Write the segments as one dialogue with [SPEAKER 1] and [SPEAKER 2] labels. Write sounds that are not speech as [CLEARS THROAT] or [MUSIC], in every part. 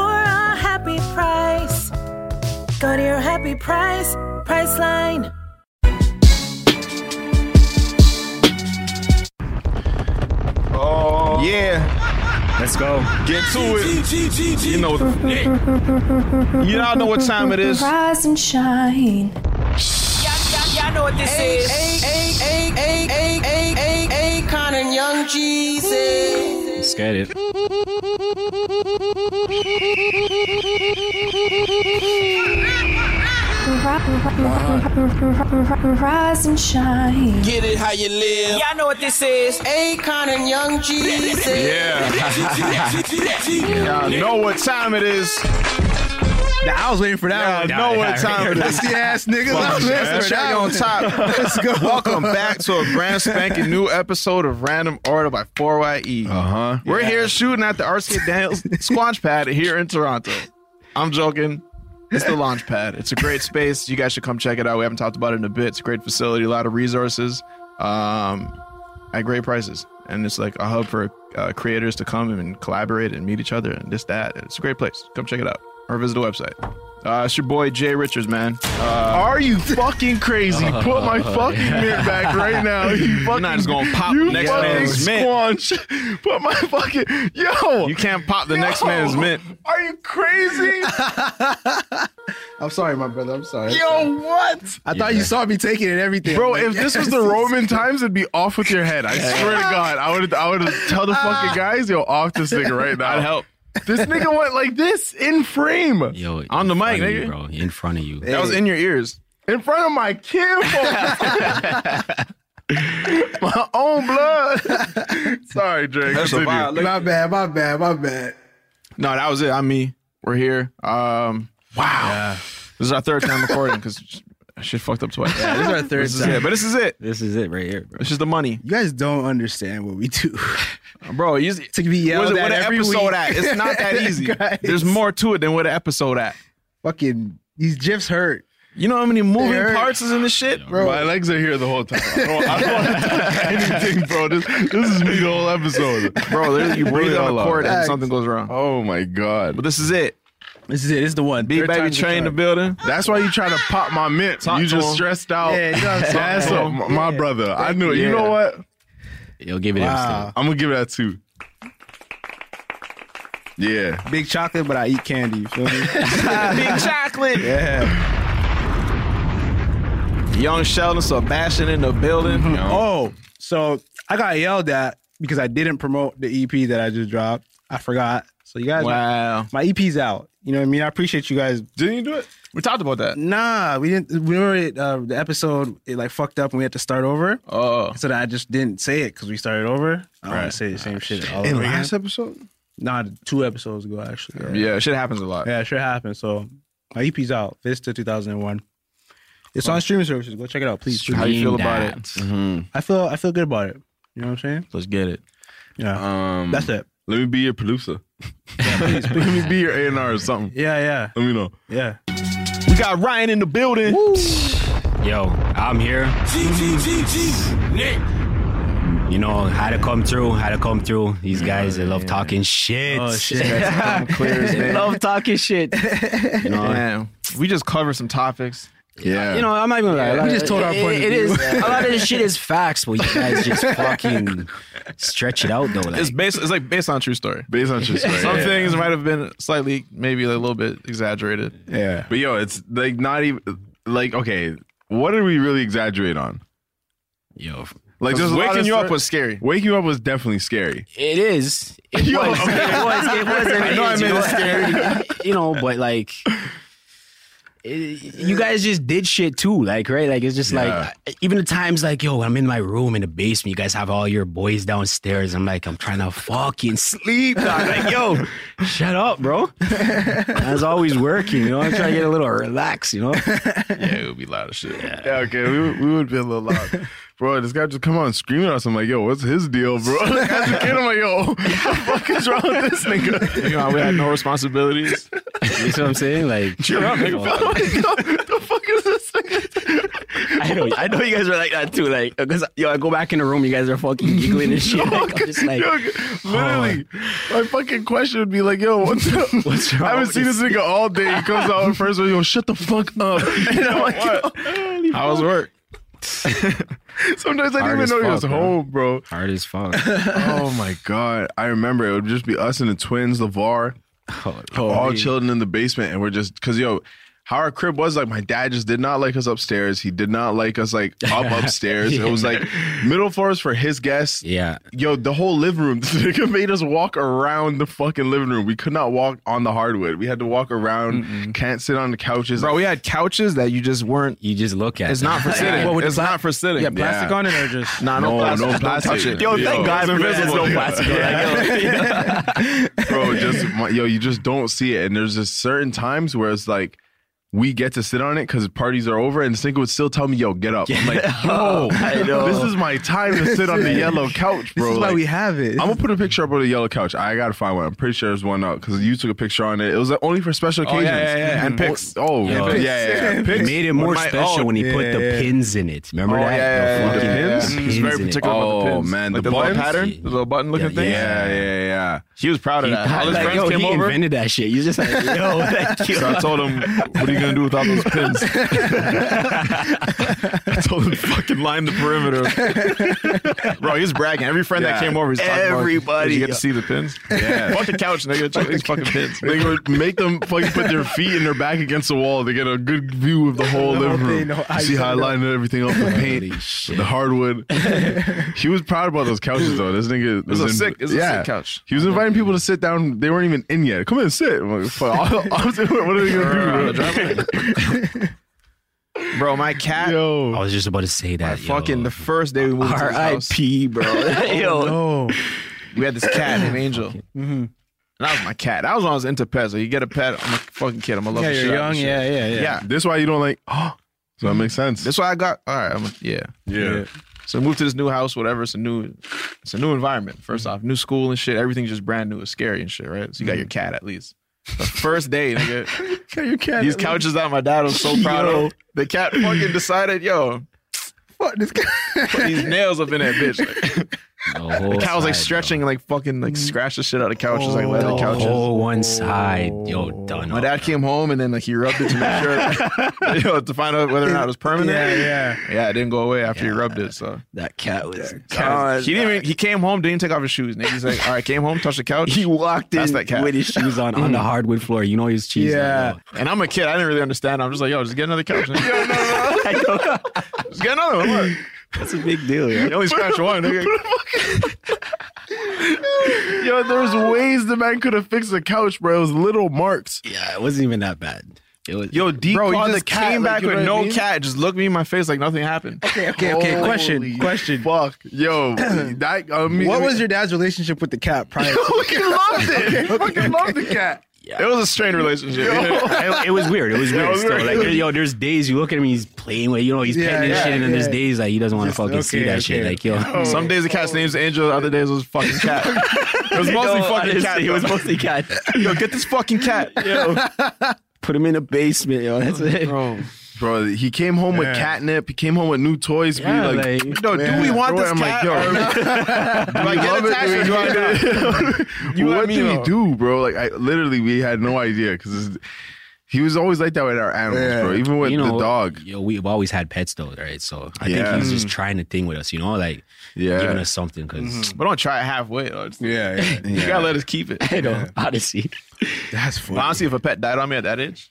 [SPEAKER 1] a happy price. Go to your happy price, Priceline.
[SPEAKER 2] Oh,
[SPEAKER 3] Yeah,
[SPEAKER 4] Let's go.
[SPEAKER 2] get to it. You know,
[SPEAKER 3] you all know what time it is.
[SPEAKER 5] Rise and shine.
[SPEAKER 1] Y'all know what this is.
[SPEAKER 4] Let's get it.
[SPEAKER 5] Rise and shine.
[SPEAKER 6] Get it how you live.
[SPEAKER 1] Y'all know what this is.
[SPEAKER 6] Akon and Young Jesus.
[SPEAKER 3] Yeah, y'all know what time it is.
[SPEAKER 7] I was waiting for
[SPEAKER 3] Y'all
[SPEAKER 7] that.
[SPEAKER 3] know [LAUGHS] what time it is.
[SPEAKER 7] Dusty ass niggas. I was waiting for
[SPEAKER 3] Cherry
[SPEAKER 7] that
[SPEAKER 3] on
[SPEAKER 7] one.
[SPEAKER 3] top. Let's go. Welcome back to a brand spanking new episode of Random Order by 4YE. Uh huh. We're here shooting at the RC Daniels Squanch Pad here in Toronto. I'm joking. It's the launch pad. It's a great space. You guys should come check it out. We haven't talked about it in a bit. It's a great facility, a lot of resources um, at great prices. And it's like a hub for uh, creators to come and collaborate and meet each other and this, that. It's a great place. Come check it out or visit the website. Uh, it's your boy Jay Richards, man. Uh,
[SPEAKER 2] are you
[SPEAKER 3] [LAUGHS]
[SPEAKER 2] fucking crazy? Put my fucking mint back right now. You fucking,
[SPEAKER 3] not just gonna pop
[SPEAKER 2] you
[SPEAKER 3] next
[SPEAKER 2] fucking
[SPEAKER 3] man's mint.
[SPEAKER 2] squanch. [LAUGHS] Put my fucking yo.
[SPEAKER 3] you can't pop the next man's mint.
[SPEAKER 2] Are you
[SPEAKER 3] [LAUGHS]
[SPEAKER 2] crazy?
[SPEAKER 7] I'm sorry, my brother. I'm sorry.
[SPEAKER 2] yo, what?
[SPEAKER 7] I thought you saw me taking it and everything.
[SPEAKER 2] Bro,
[SPEAKER 7] I'm like,
[SPEAKER 2] if this was
[SPEAKER 3] [LAUGHS]
[SPEAKER 7] yes.
[SPEAKER 2] the Roman times, it'd be off with your head. I swear to God, I would I would tell the fucking guys, yo,
[SPEAKER 3] [LAUGHS]
[SPEAKER 2] off this nigga right now.
[SPEAKER 3] Ah. I'd help.
[SPEAKER 2] This nigga went like this in frame,
[SPEAKER 4] Yo,
[SPEAKER 3] On the
[SPEAKER 4] in
[SPEAKER 3] mic,
[SPEAKER 4] front of
[SPEAKER 3] nigga.
[SPEAKER 4] you, bro. In front of you.
[SPEAKER 3] That was in your ears.
[SPEAKER 2] in front of my kinfolk, my own blood. Sorry, Drake.
[SPEAKER 3] That's a
[SPEAKER 2] Continue.
[SPEAKER 3] vibe. Look-
[SPEAKER 7] My bad, my bad, my bad.
[SPEAKER 3] No, that was it. I'm me. We're here. Um, wow. This is our third time recording because [LAUGHS] shit fucked up twice.
[SPEAKER 7] This is our third
[SPEAKER 3] This is
[SPEAKER 7] time.
[SPEAKER 3] it. But this is it.
[SPEAKER 4] This is it right here, bro.
[SPEAKER 3] It's just the money,
[SPEAKER 7] You guys don't understand what
[SPEAKER 2] [LAUGHS]
[SPEAKER 7] we do.
[SPEAKER 3] bro. You just,
[SPEAKER 7] To be yelled
[SPEAKER 3] What is it-
[SPEAKER 7] at
[SPEAKER 3] what an
[SPEAKER 7] every
[SPEAKER 3] episode
[SPEAKER 7] week.
[SPEAKER 3] at? It's not
[SPEAKER 7] [LAUGHS]
[SPEAKER 3] that easy.
[SPEAKER 7] Guys.
[SPEAKER 3] There's more to it than what an episode at.
[SPEAKER 7] Fucking these gifs hurt.
[SPEAKER 3] You know how many moving
[SPEAKER 7] hurt.
[SPEAKER 3] parts is in this shit,
[SPEAKER 2] Bro, my legs are here the whole time. I don't, I don't want to do anything, bro. This, this is me the whole episode. [LAUGHS]
[SPEAKER 3] bro. there's- You breathe on
[SPEAKER 2] all
[SPEAKER 3] the
[SPEAKER 2] out.
[SPEAKER 3] cord and
[SPEAKER 7] Facts.
[SPEAKER 3] something goes wrong.
[SPEAKER 2] Oh my
[SPEAKER 3] But
[SPEAKER 2] god,
[SPEAKER 3] this is it.
[SPEAKER 7] This is it. This is the one.
[SPEAKER 3] Big
[SPEAKER 7] Third
[SPEAKER 3] baby
[SPEAKER 7] time's a
[SPEAKER 3] train the
[SPEAKER 7] charm.
[SPEAKER 3] building.
[SPEAKER 7] [LAUGHS]
[SPEAKER 2] that's why you try to pop my mint.
[SPEAKER 3] Talk
[SPEAKER 2] you
[SPEAKER 3] to
[SPEAKER 2] just
[SPEAKER 3] him.
[SPEAKER 2] stressed out.
[SPEAKER 7] Yeah, you gotta talk
[SPEAKER 2] that's
[SPEAKER 7] to
[SPEAKER 2] what,
[SPEAKER 7] him.
[SPEAKER 2] my brother. I knew it. You
[SPEAKER 3] Yeah.
[SPEAKER 2] know what?
[SPEAKER 4] Yo, give it
[SPEAKER 7] Wow.
[SPEAKER 2] I'm gonna give it that two. Yeah,
[SPEAKER 7] Big chocolate, but I eat candy. You
[SPEAKER 3] [LAUGHS]
[SPEAKER 7] feel me?
[SPEAKER 3] Oh. Big chocolate.
[SPEAKER 7] yeah.
[SPEAKER 3] Young Sheldon Sebastian in the building.
[SPEAKER 2] Mm-hmm.
[SPEAKER 7] Oh, so I got yelled at because I didn't promote the EP that I just dropped. I forgot. So you guys,
[SPEAKER 3] wow.
[SPEAKER 7] my EP's out. You know what I mean? I appreciate you guys
[SPEAKER 2] didn't you do it?
[SPEAKER 3] We talked about that.
[SPEAKER 7] Nah, we didn't. We were at uh, the episode. It like fucked up, and we had to start over.
[SPEAKER 3] Oh.
[SPEAKER 7] So that I just didn't say it because we started over. I don't want to say the same shit. All over again.
[SPEAKER 2] episode?
[SPEAKER 7] Nah, two episodes ago actually.
[SPEAKER 3] Yeah, shit happens a lot.
[SPEAKER 7] yeah, sure happened. So my EP's out. Vista 2001. It's on streaming services. Go check it out, please.
[SPEAKER 3] How you feel
[SPEAKER 4] Being
[SPEAKER 3] about
[SPEAKER 4] that.
[SPEAKER 3] it?
[SPEAKER 7] I feel I feel good about it. You know what I'm saying?
[SPEAKER 3] Let's get it.
[SPEAKER 7] Yeah,
[SPEAKER 2] Um,
[SPEAKER 7] that's it.
[SPEAKER 2] let me be
[SPEAKER 3] [LAUGHS]
[SPEAKER 2] your producer. [LAUGHS] let me be your A and R or something.
[SPEAKER 7] Yeah, yeah,
[SPEAKER 2] Let me know.
[SPEAKER 7] yeah.
[SPEAKER 3] We got Ryan in the building.
[SPEAKER 4] Mm-hmm. Yo, I'm here. You know, had to come through, had to come through. These guys, they love talking shit.
[SPEAKER 7] Oh
[SPEAKER 4] [LAUGHS]
[SPEAKER 7] shit.
[SPEAKER 4] they love talking shit. You know,
[SPEAKER 3] Damn. We just covered some topics.
[SPEAKER 2] Yeah,
[SPEAKER 4] you know I'm not even gonna lie.
[SPEAKER 7] we just told our
[SPEAKER 4] It-
[SPEAKER 7] point of
[SPEAKER 4] It
[SPEAKER 7] view.
[SPEAKER 4] is a lot of this shit
[SPEAKER 7] [LAUGHS]
[SPEAKER 4] is facts, but you guys just fucking stretch it out though. Like,
[SPEAKER 3] It's based. It's like based on a true story.
[SPEAKER 2] based on just
[SPEAKER 3] Some things might have been slightly, maybe a little bit exaggerated.
[SPEAKER 7] yeah.
[SPEAKER 2] But yo, it's like not even like okay. What did we really exaggerate on?
[SPEAKER 4] yo,
[SPEAKER 2] Like just
[SPEAKER 3] waking you up was scary.
[SPEAKER 2] waking you up was definitely scary.
[SPEAKER 4] It is. It was. It was. It was. and
[SPEAKER 3] I know I
[SPEAKER 4] is,
[SPEAKER 3] made
[SPEAKER 4] [LAUGHS] you
[SPEAKER 3] it
[SPEAKER 4] You know, but like, it- you guys just did shit too, like right? Like it's just
[SPEAKER 2] Yeah.
[SPEAKER 4] like even the times like yo, I'm in my room in the basement. You guys have all your boys downstairs. I'm like, I'm trying to fucking sleep. dog. like yo, shut up, bro. I was always working. You know, I'm trying to get a little relaxed. You know,
[SPEAKER 3] Yeah, it would be loud as shit.
[SPEAKER 2] Yeah, okay, we, would- we would be a little loud. [LAUGHS] Bro, this guy just come out and screaming at us. I'm like, yo, what's his deal, bro? [LAUGHS] Like, as a kid, I'm like, yo, [LAUGHS] what the fuck is wrong with this [LAUGHS]
[SPEAKER 3] [LAUGHS]
[SPEAKER 2] nigga?
[SPEAKER 3] You know, we had no
[SPEAKER 2] [LAUGHS]
[SPEAKER 3] responsibilities.
[SPEAKER 4] you see what I'm saying? Like,
[SPEAKER 3] Cheer up, nigga.
[SPEAKER 2] the fuck is this nigga?
[SPEAKER 4] I know, I know you guys are like that too. Like, because yo, I go back in the room, you guys are fucking giggling and shit. Like, I'm just like,
[SPEAKER 2] Yo, literally,
[SPEAKER 3] Oh.
[SPEAKER 2] my fucking question would be like, yo, what's up?
[SPEAKER 3] [LAUGHS]
[SPEAKER 4] What's wrong
[SPEAKER 2] I haven't
[SPEAKER 4] with
[SPEAKER 2] seen this nigga all day. He comes out first, yo, shut the fuck up. [LAUGHS] And I'm like,
[SPEAKER 3] How was work?
[SPEAKER 2] yo, [LAUGHS] sometimes I
[SPEAKER 4] Hard
[SPEAKER 2] didn't even
[SPEAKER 4] as
[SPEAKER 2] know he
[SPEAKER 4] fuck,
[SPEAKER 2] was
[SPEAKER 4] bro.
[SPEAKER 2] home, bro.
[SPEAKER 4] hard as fuck.
[SPEAKER 2] Oh
[SPEAKER 3] [LAUGHS]
[SPEAKER 2] my god, I remember it would just be us and the twins, Lavar, all children in the basement, and we're just because yo, how our crib was like. My dad just did not like us upstairs. He did not like us like
[SPEAKER 3] [LAUGHS]
[SPEAKER 2] up upstairs. It was like middle floors for [LAUGHS] his guests.
[SPEAKER 4] Yeah.
[SPEAKER 2] Yo, the whole living room, [LAUGHS] this nigga made us walk around the fucking living room. We could not walk on the hardwood. We had to walk around. Can't sit on the couches.
[SPEAKER 3] Bro, we had couches that you just weren't.
[SPEAKER 4] You just look at
[SPEAKER 3] It's
[SPEAKER 4] it. [LAUGHS]
[SPEAKER 3] not for sitting.
[SPEAKER 7] What, with
[SPEAKER 3] it's
[SPEAKER 7] the pla-
[SPEAKER 3] not for sitting.
[SPEAKER 7] Yeah, plastic
[SPEAKER 2] Yeah.
[SPEAKER 7] on it or just
[SPEAKER 3] Nah, no,
[SPEAKER 2] No,
[SPEAKER 3] plastic.
[SPEAKER 2] no
[SPEAKER 3] Don't touch
[SPEAKER 2] plastic.
[SPEAKER 3] it.
[SPEAKER 2] Yo,
[SPEAKER 4] thank God
[SPEAKER 3] it's
[SPEAKER 4] for this. There's no
[SPEAKER 3] invisible. [LAUGHS]
[SPEAKER 4] plastic. Like, yo,
[SPEAKER 2] [LAUGHS] bro just my, yo you just don't see it and there's just certain times where it's like we get to sit on it because parties are over and Cinco would still tell me yo get up I'm like yo
[SPEAKER 4] I know.
[SPEAKER 2] this is my time to sit on the yellow couch bro
[SPEAKER 7] this is why
[SPEAKER 2] Like,
[SPEAKER 7] we have it.
[SPEAKER 2] I'm gonna put a picture up on the yellow couch. I gotta find one. I'm pretty sure there's one up because you took a picture on it. It was only for special
[SPEAKER 3] Oh, yeah,
[SPEAKER 2] occasions.
[SPEAKER 3] yeah, yeah. And pics.
[SPEAKER 2] Oh,
[SPEAKER 4] Yeah,
[SPEAKER 2] yeah,
[SPEAKER 4] pics.
[SPEAKER 2] yeah, yeah.
[SPEAKER 4] It made it more
[SPEAKER 3] my
[SPEAKER 4] special
[SPEAKER 3] own.
[SPEAKER 4] when he put the
[SPEAKER 7] Yeah.
[SPEAKER 4] pins in it. Remember
[SPEAKER 3] Oh,
[SPEAKER 4] that?
[SPEAKER 3] yeah,
[SPEAKER 4] the
[SPEAKER 3] yeah,
[SPEAKER 4] fucking
[SPEAKER 3] yeah, yeah.
[SPEAKER 4] pins
[SPEAKER 3] He was Mm, very
[SPEAKER 4] in it.
[SPEAKER 3] particular about the
[SPEAKER 2] Oh,
[SPEAKER 3] pins.
[SPEAKER 2] man,
[SPEAKER 3] Like
[SPEAKER 2] the
[SPEAKER 3] the, little
[SPEAKER 2] buttons?
[SPEAKER 3] pattern, the little button looking
[SPEAKER 4] [LAUGHS] Yeah,
[SPEAKER 3] thing.
[SPEAKER 2] Yeah, yeah, yeah.
[SPEAKER 3] He was proud of
[SPEAKER 4] He,
[SPEAKER 3] that. All his
[SPEAKER 4] like,
[SPEAKER 3] friends
[SPEAKER 4] yo,
[SPEAKER 3] came
[SPEAKER 4] he
[SPEAKER 3] over. [LAUGHS]
[SPEAKER 4] invented that shit. You just like, yo, like,
[SPEAKER 3] So I
[SPEAKER 4] yo.
[SPEAKER 3] told him, "What are you gonna do with all those [LAUGHS] pins?" I told him, "Fucking line the perimeter." [LAUGHS] Bro, he's bragging. Every friend that
[SPEAKER 2] Yeah.
[SPEAKER 3] came over, he's talking about,
[SPEAKER 4] Everybody.
[SPEAKER 3] "Did you get to see the pins.
[SPEAKER 2] Yeah.
[SPEAKER 3] fuck the couch, nigga. Check these fucking pins.
[SPEAKER 2] They would make
[SPEAKER 7] [LAUGHS]
[SPEAKER 2] them fucking put their feet and their back against the wall to get a good view of the whole
[SPEAKER 7] The whole
[SPEAKER 2] living
[SPEAKER 7] thing,
[SPEAKER 2] room.
[SPEAKER 7] the whole
[SPEAKER 2] You see
[SPEAKER 7] eyes
[SPEAKER 2] how I
[SPEAKER 7] lined up.
[SPEAKER 2] lined everything up with paint,
[SPEAKER 4] Holy
[SPEAKER 2] with
[SPEAKER 4] shit.
[SPEAKER 2] the
[SPEAKER 7] [LAUGHS]
[SPEAKER 2] hardwood. he was proud about those couches though. This nigga
[SPEAKER 3] was a
[SPEAKER 2] in-
[SPEAKER 3] sick- it was a sick couch.
[SPEAKER 2] He was inviting people to sit down. They weren't even in yet. Come in, sit. I'm like, fuck, [LAUGHS] I was- what are they
[SPEAKER 3] On
[SPEAKER 2] gonna
[SPEAKER 3] the
[SPEAKER 2] do? bro?
[SPEAKER 3] driveway. Bro, my cat.
[SPEAKER 4] I
[SPEAKER 2] Yo,
[SPEAKER 4] was just about to say
[SPEAKER 3] my
[SPEAKER 4] that. yo.
[SPEAKER 3] fucking the first day we moved to this house, [LAUGHS]
[SPEAKER 4] R.I.P. Bro, [LAUGHS] yo,
[SPEAKER 7] oh,
[SPEAKER 3] we had this cat named Angel. And
[SPEAKER 7] Mm-hmm.
[SPEAKER 3] that was my cat. That was when I was into pets. So you get a pet, I'm a fucking kid. I'm a love
[SPEAKER 7] yeah,
[SPEAKER 3] the shit
[SPEAKER 7] you're
[SPEAKER 3] out of
[SPEAKER 7] young.
[SPEAKER 3] this shit.
[SPEAKER 7] Yeah, yeah, yeah.
[SPEAKER 3] yeah.
[SPEAKER 2] [LAUGHS] this why you don't like. [GASPS] so
[SPEAKER 7] Hmm.
[SPEAKER 2] that makes sense.
[SPEAKER 3] That's why I got. All right, I'm a, yeah.
[SPEAKER 2] yeah.
[SPEAKER 3] So I moved to this new house, whatever. It's a new, it's a new environment. 1st
[SPEAKER 7] Mm-hmm.
[SPEAKER 3] off, new school and shit. Everything's just brand new. It's scary and shit, right? So you got your cat at least. The first day, nigga.
[SPEAKER 7] [LAUGHS] You can't.
[SPEAKER 3] These couches that my dad
[SPEAKER 7] [LAUGHS]
[SPEAKER 3] was so proud of. The cat fucking decided, yo,
[SPEAKER 7] Fuck this guy.
[SPEAKER 3] put these nails up in that bitch.
[SPEAKER 7] [LAUGHS]
[SPEAKER 3] Like,
[SPEAKER 4] the
[SPEAKER 3] the cat was like stretching, and like fucking, like
[SPEAKER 7] Mm.
[SPEAKER 3] scratched the Oh. shit out of couches, like leather
[SPEAKER 4] the
[SPEAKER 3] couches.
[SPEAKER 4] whole one side. Yo, done.
[SPEAKER 3] My
[SPEAKER 4] up.
[SPEAKER 3] dad came home and then like he rubbed it to make [LAUGHS] sure, you know, to find out whether or not it was permanent.
[SPEAKER 7] Yeah, yeah.
[SPEAKER 3] Yeah, it didn't go away after he rubbed it. So Uh,
[SPEAKER 4] That cat was.
[SPEAKER 3] God, he didn't. Even, he came home, didn't take off his shoes. Nigga, he's like, all right, came home, touched the [LAUGHS] couch.
[SPEAKER 4] He walked
[SPEAKER 3] That's
[SPEAKER 4] in
[SPEAKER 3] that cat.
[SPEAKER 4] with his shoes
[SPEAKER 3] [LAUGHS]
[SPEAKER 4] on on the hardwood floor. You know his cheese.
[SPEAKER 7] Yeah.
[SPEAKER 3] and I'm a kid. I didn't really understand. I'm just like, yo, just get another couch. [LAUGHS] Nigga. Yo, no, no, no. just get another one. Look.
[SPEAKER 4] that's a big deal.
[SPEAKER 3] You only scratch [LAUGHS] one. Nigga. [LAUGHS]
[SPEAKER 2] Yo, there's ways the man could have fixed the couch, bro. It was little marks.
[SPEAKER 4] Yeah, it wasn't even that bad. It was.
[SPEAKER 3] Yo, deep bro,
[SPEAKER 2] clawed
[SPEAKER 3] he
[SPEAKER 2] the
[SPEAKER 3] just
[SPEAKER 2] cat,
[SPEAKER 3] came
[SPEAKER 2] like,
[SPEAKER 3] back
[SPEAKER 2] you know
[SPEAKER 3] with
[SPEAKER 2] what I
[SPEAKER 3] no
[SPEAKER 2] mean?
[SPEAKER 3] cat. Just looked me in my face like nothing happened. [LAUGHS] Okay,
[SPEAKER 7] Okay, okay.
[SPEAKER 2] Holy
[SPEAKER 7] Question,
[SPEAKER 2] [LAUGHS]
[SPEAKER 4] [LAUGHS]
[SPEAKER 7] question.
[SPEAKER 2] Fuck,
[SPEAKER 7] [CLEARS THROAT]
[SPEAKER 2] yo, that. I mean,
[SPEAKER 7] What was your dad's relationship with the cat [LAUGHS] prior?
[SPEAKER 2] I [LAUGHS] fucking loved it. fucking loved the cat.
[SPEAKER 3] It was a strained relationship.
[SPEAKER 4] it, it was weird. It was weird.
[SPEAKER 2] was
[SPEAKER 4] still.
[SPEAKER 2] weird.
[SPEAKER 4] Like, yo, there's days you look at him, he's playing with, you know, he's
[SPEAKER 7] Yeah,
[SPEAKER 4] petting his
[SPEAKER 7] yeah,
[SPEAKER 4] shit, and then there's
[SPEAKER 7] yeah.
[SPEAKER 4] days like he doesn't want to
[SPEAKER 7] Just,
[SPEAKER 4] fucking see
[SPEAKER 7] okay,
[SPEAKER 4] that
[SPEAKER 7] okay.
[SPEAKER 4] shit. Like, [LAUGHS] [LAUGHS] yo,
[SPEAKER 3] Some days the cat's name's Angel, other days it was fucking cat. It was mostly fucking cat.
[SPEAKER 4] It was
[SPEAKER 3] though.
[SPEAKER 4] mostly cat.
[SPEAKER 3] [LAUGHS] yo, get this fucking cat. Yo,
[SPEAKER 4] Put him in a basement, yo. That's it.
[SPEAKER 3] bro.
[SPEAKER 2] Bro, he came home with catnip. He came home with new toys.
[SPEAKER 4] Yeah,
[SPEAKER 2] we like,
[SPEAKER 4] like-
[SPEAKER 2] no,
[SPEAKER 3] Do we want
[SPEAKER 2] Bro,
[SPEAKER 3] this
[SPEAKER 2] I'm like,
[SPEAKER 3] cat?
[SPEAKER 2] yo,
[SPEAKER 3] or-
[SPEAKER 2] [LAUGHS]
[SPEAKER 3] do I get attached or do I not? You
[SPEAKER 2] what
[SPEAKER 3] and me,
[SPEAKER 2] did he
[SPEAKER 3] though.
[SPEAKER 2] do, bro? Like, I literally, we had no idea because he was always like that with our animals, bro. Even with
[SPEAKER 4] you know,
[SPEAKER 2] the dog.
[SPEAKER 4] Yo, we've always had pets though, right? So I
[SPEAKER 2] Yeah.
[SPEAKER 4] think he's just trying to thing with us, you know, like
[SPEAKER 2] Yeah.
[SPEAKER 4] giving us something because [LAUGHS]
[SPEAKER 3] But don't try it halfway. Though. It's-
[SPEAKER 7] yeah, yeah.
[SPEAKER 3] [LAUGHS] You gotta let us keep it.
[SPEAKER 4] you know, honestly, [LAUGHS]
[SPEAKER 7] That's
[SPEAKER 3] But
[SPEAKER 7] funny.
[SPEAKER 3] honestly, if a pet died on me at that age,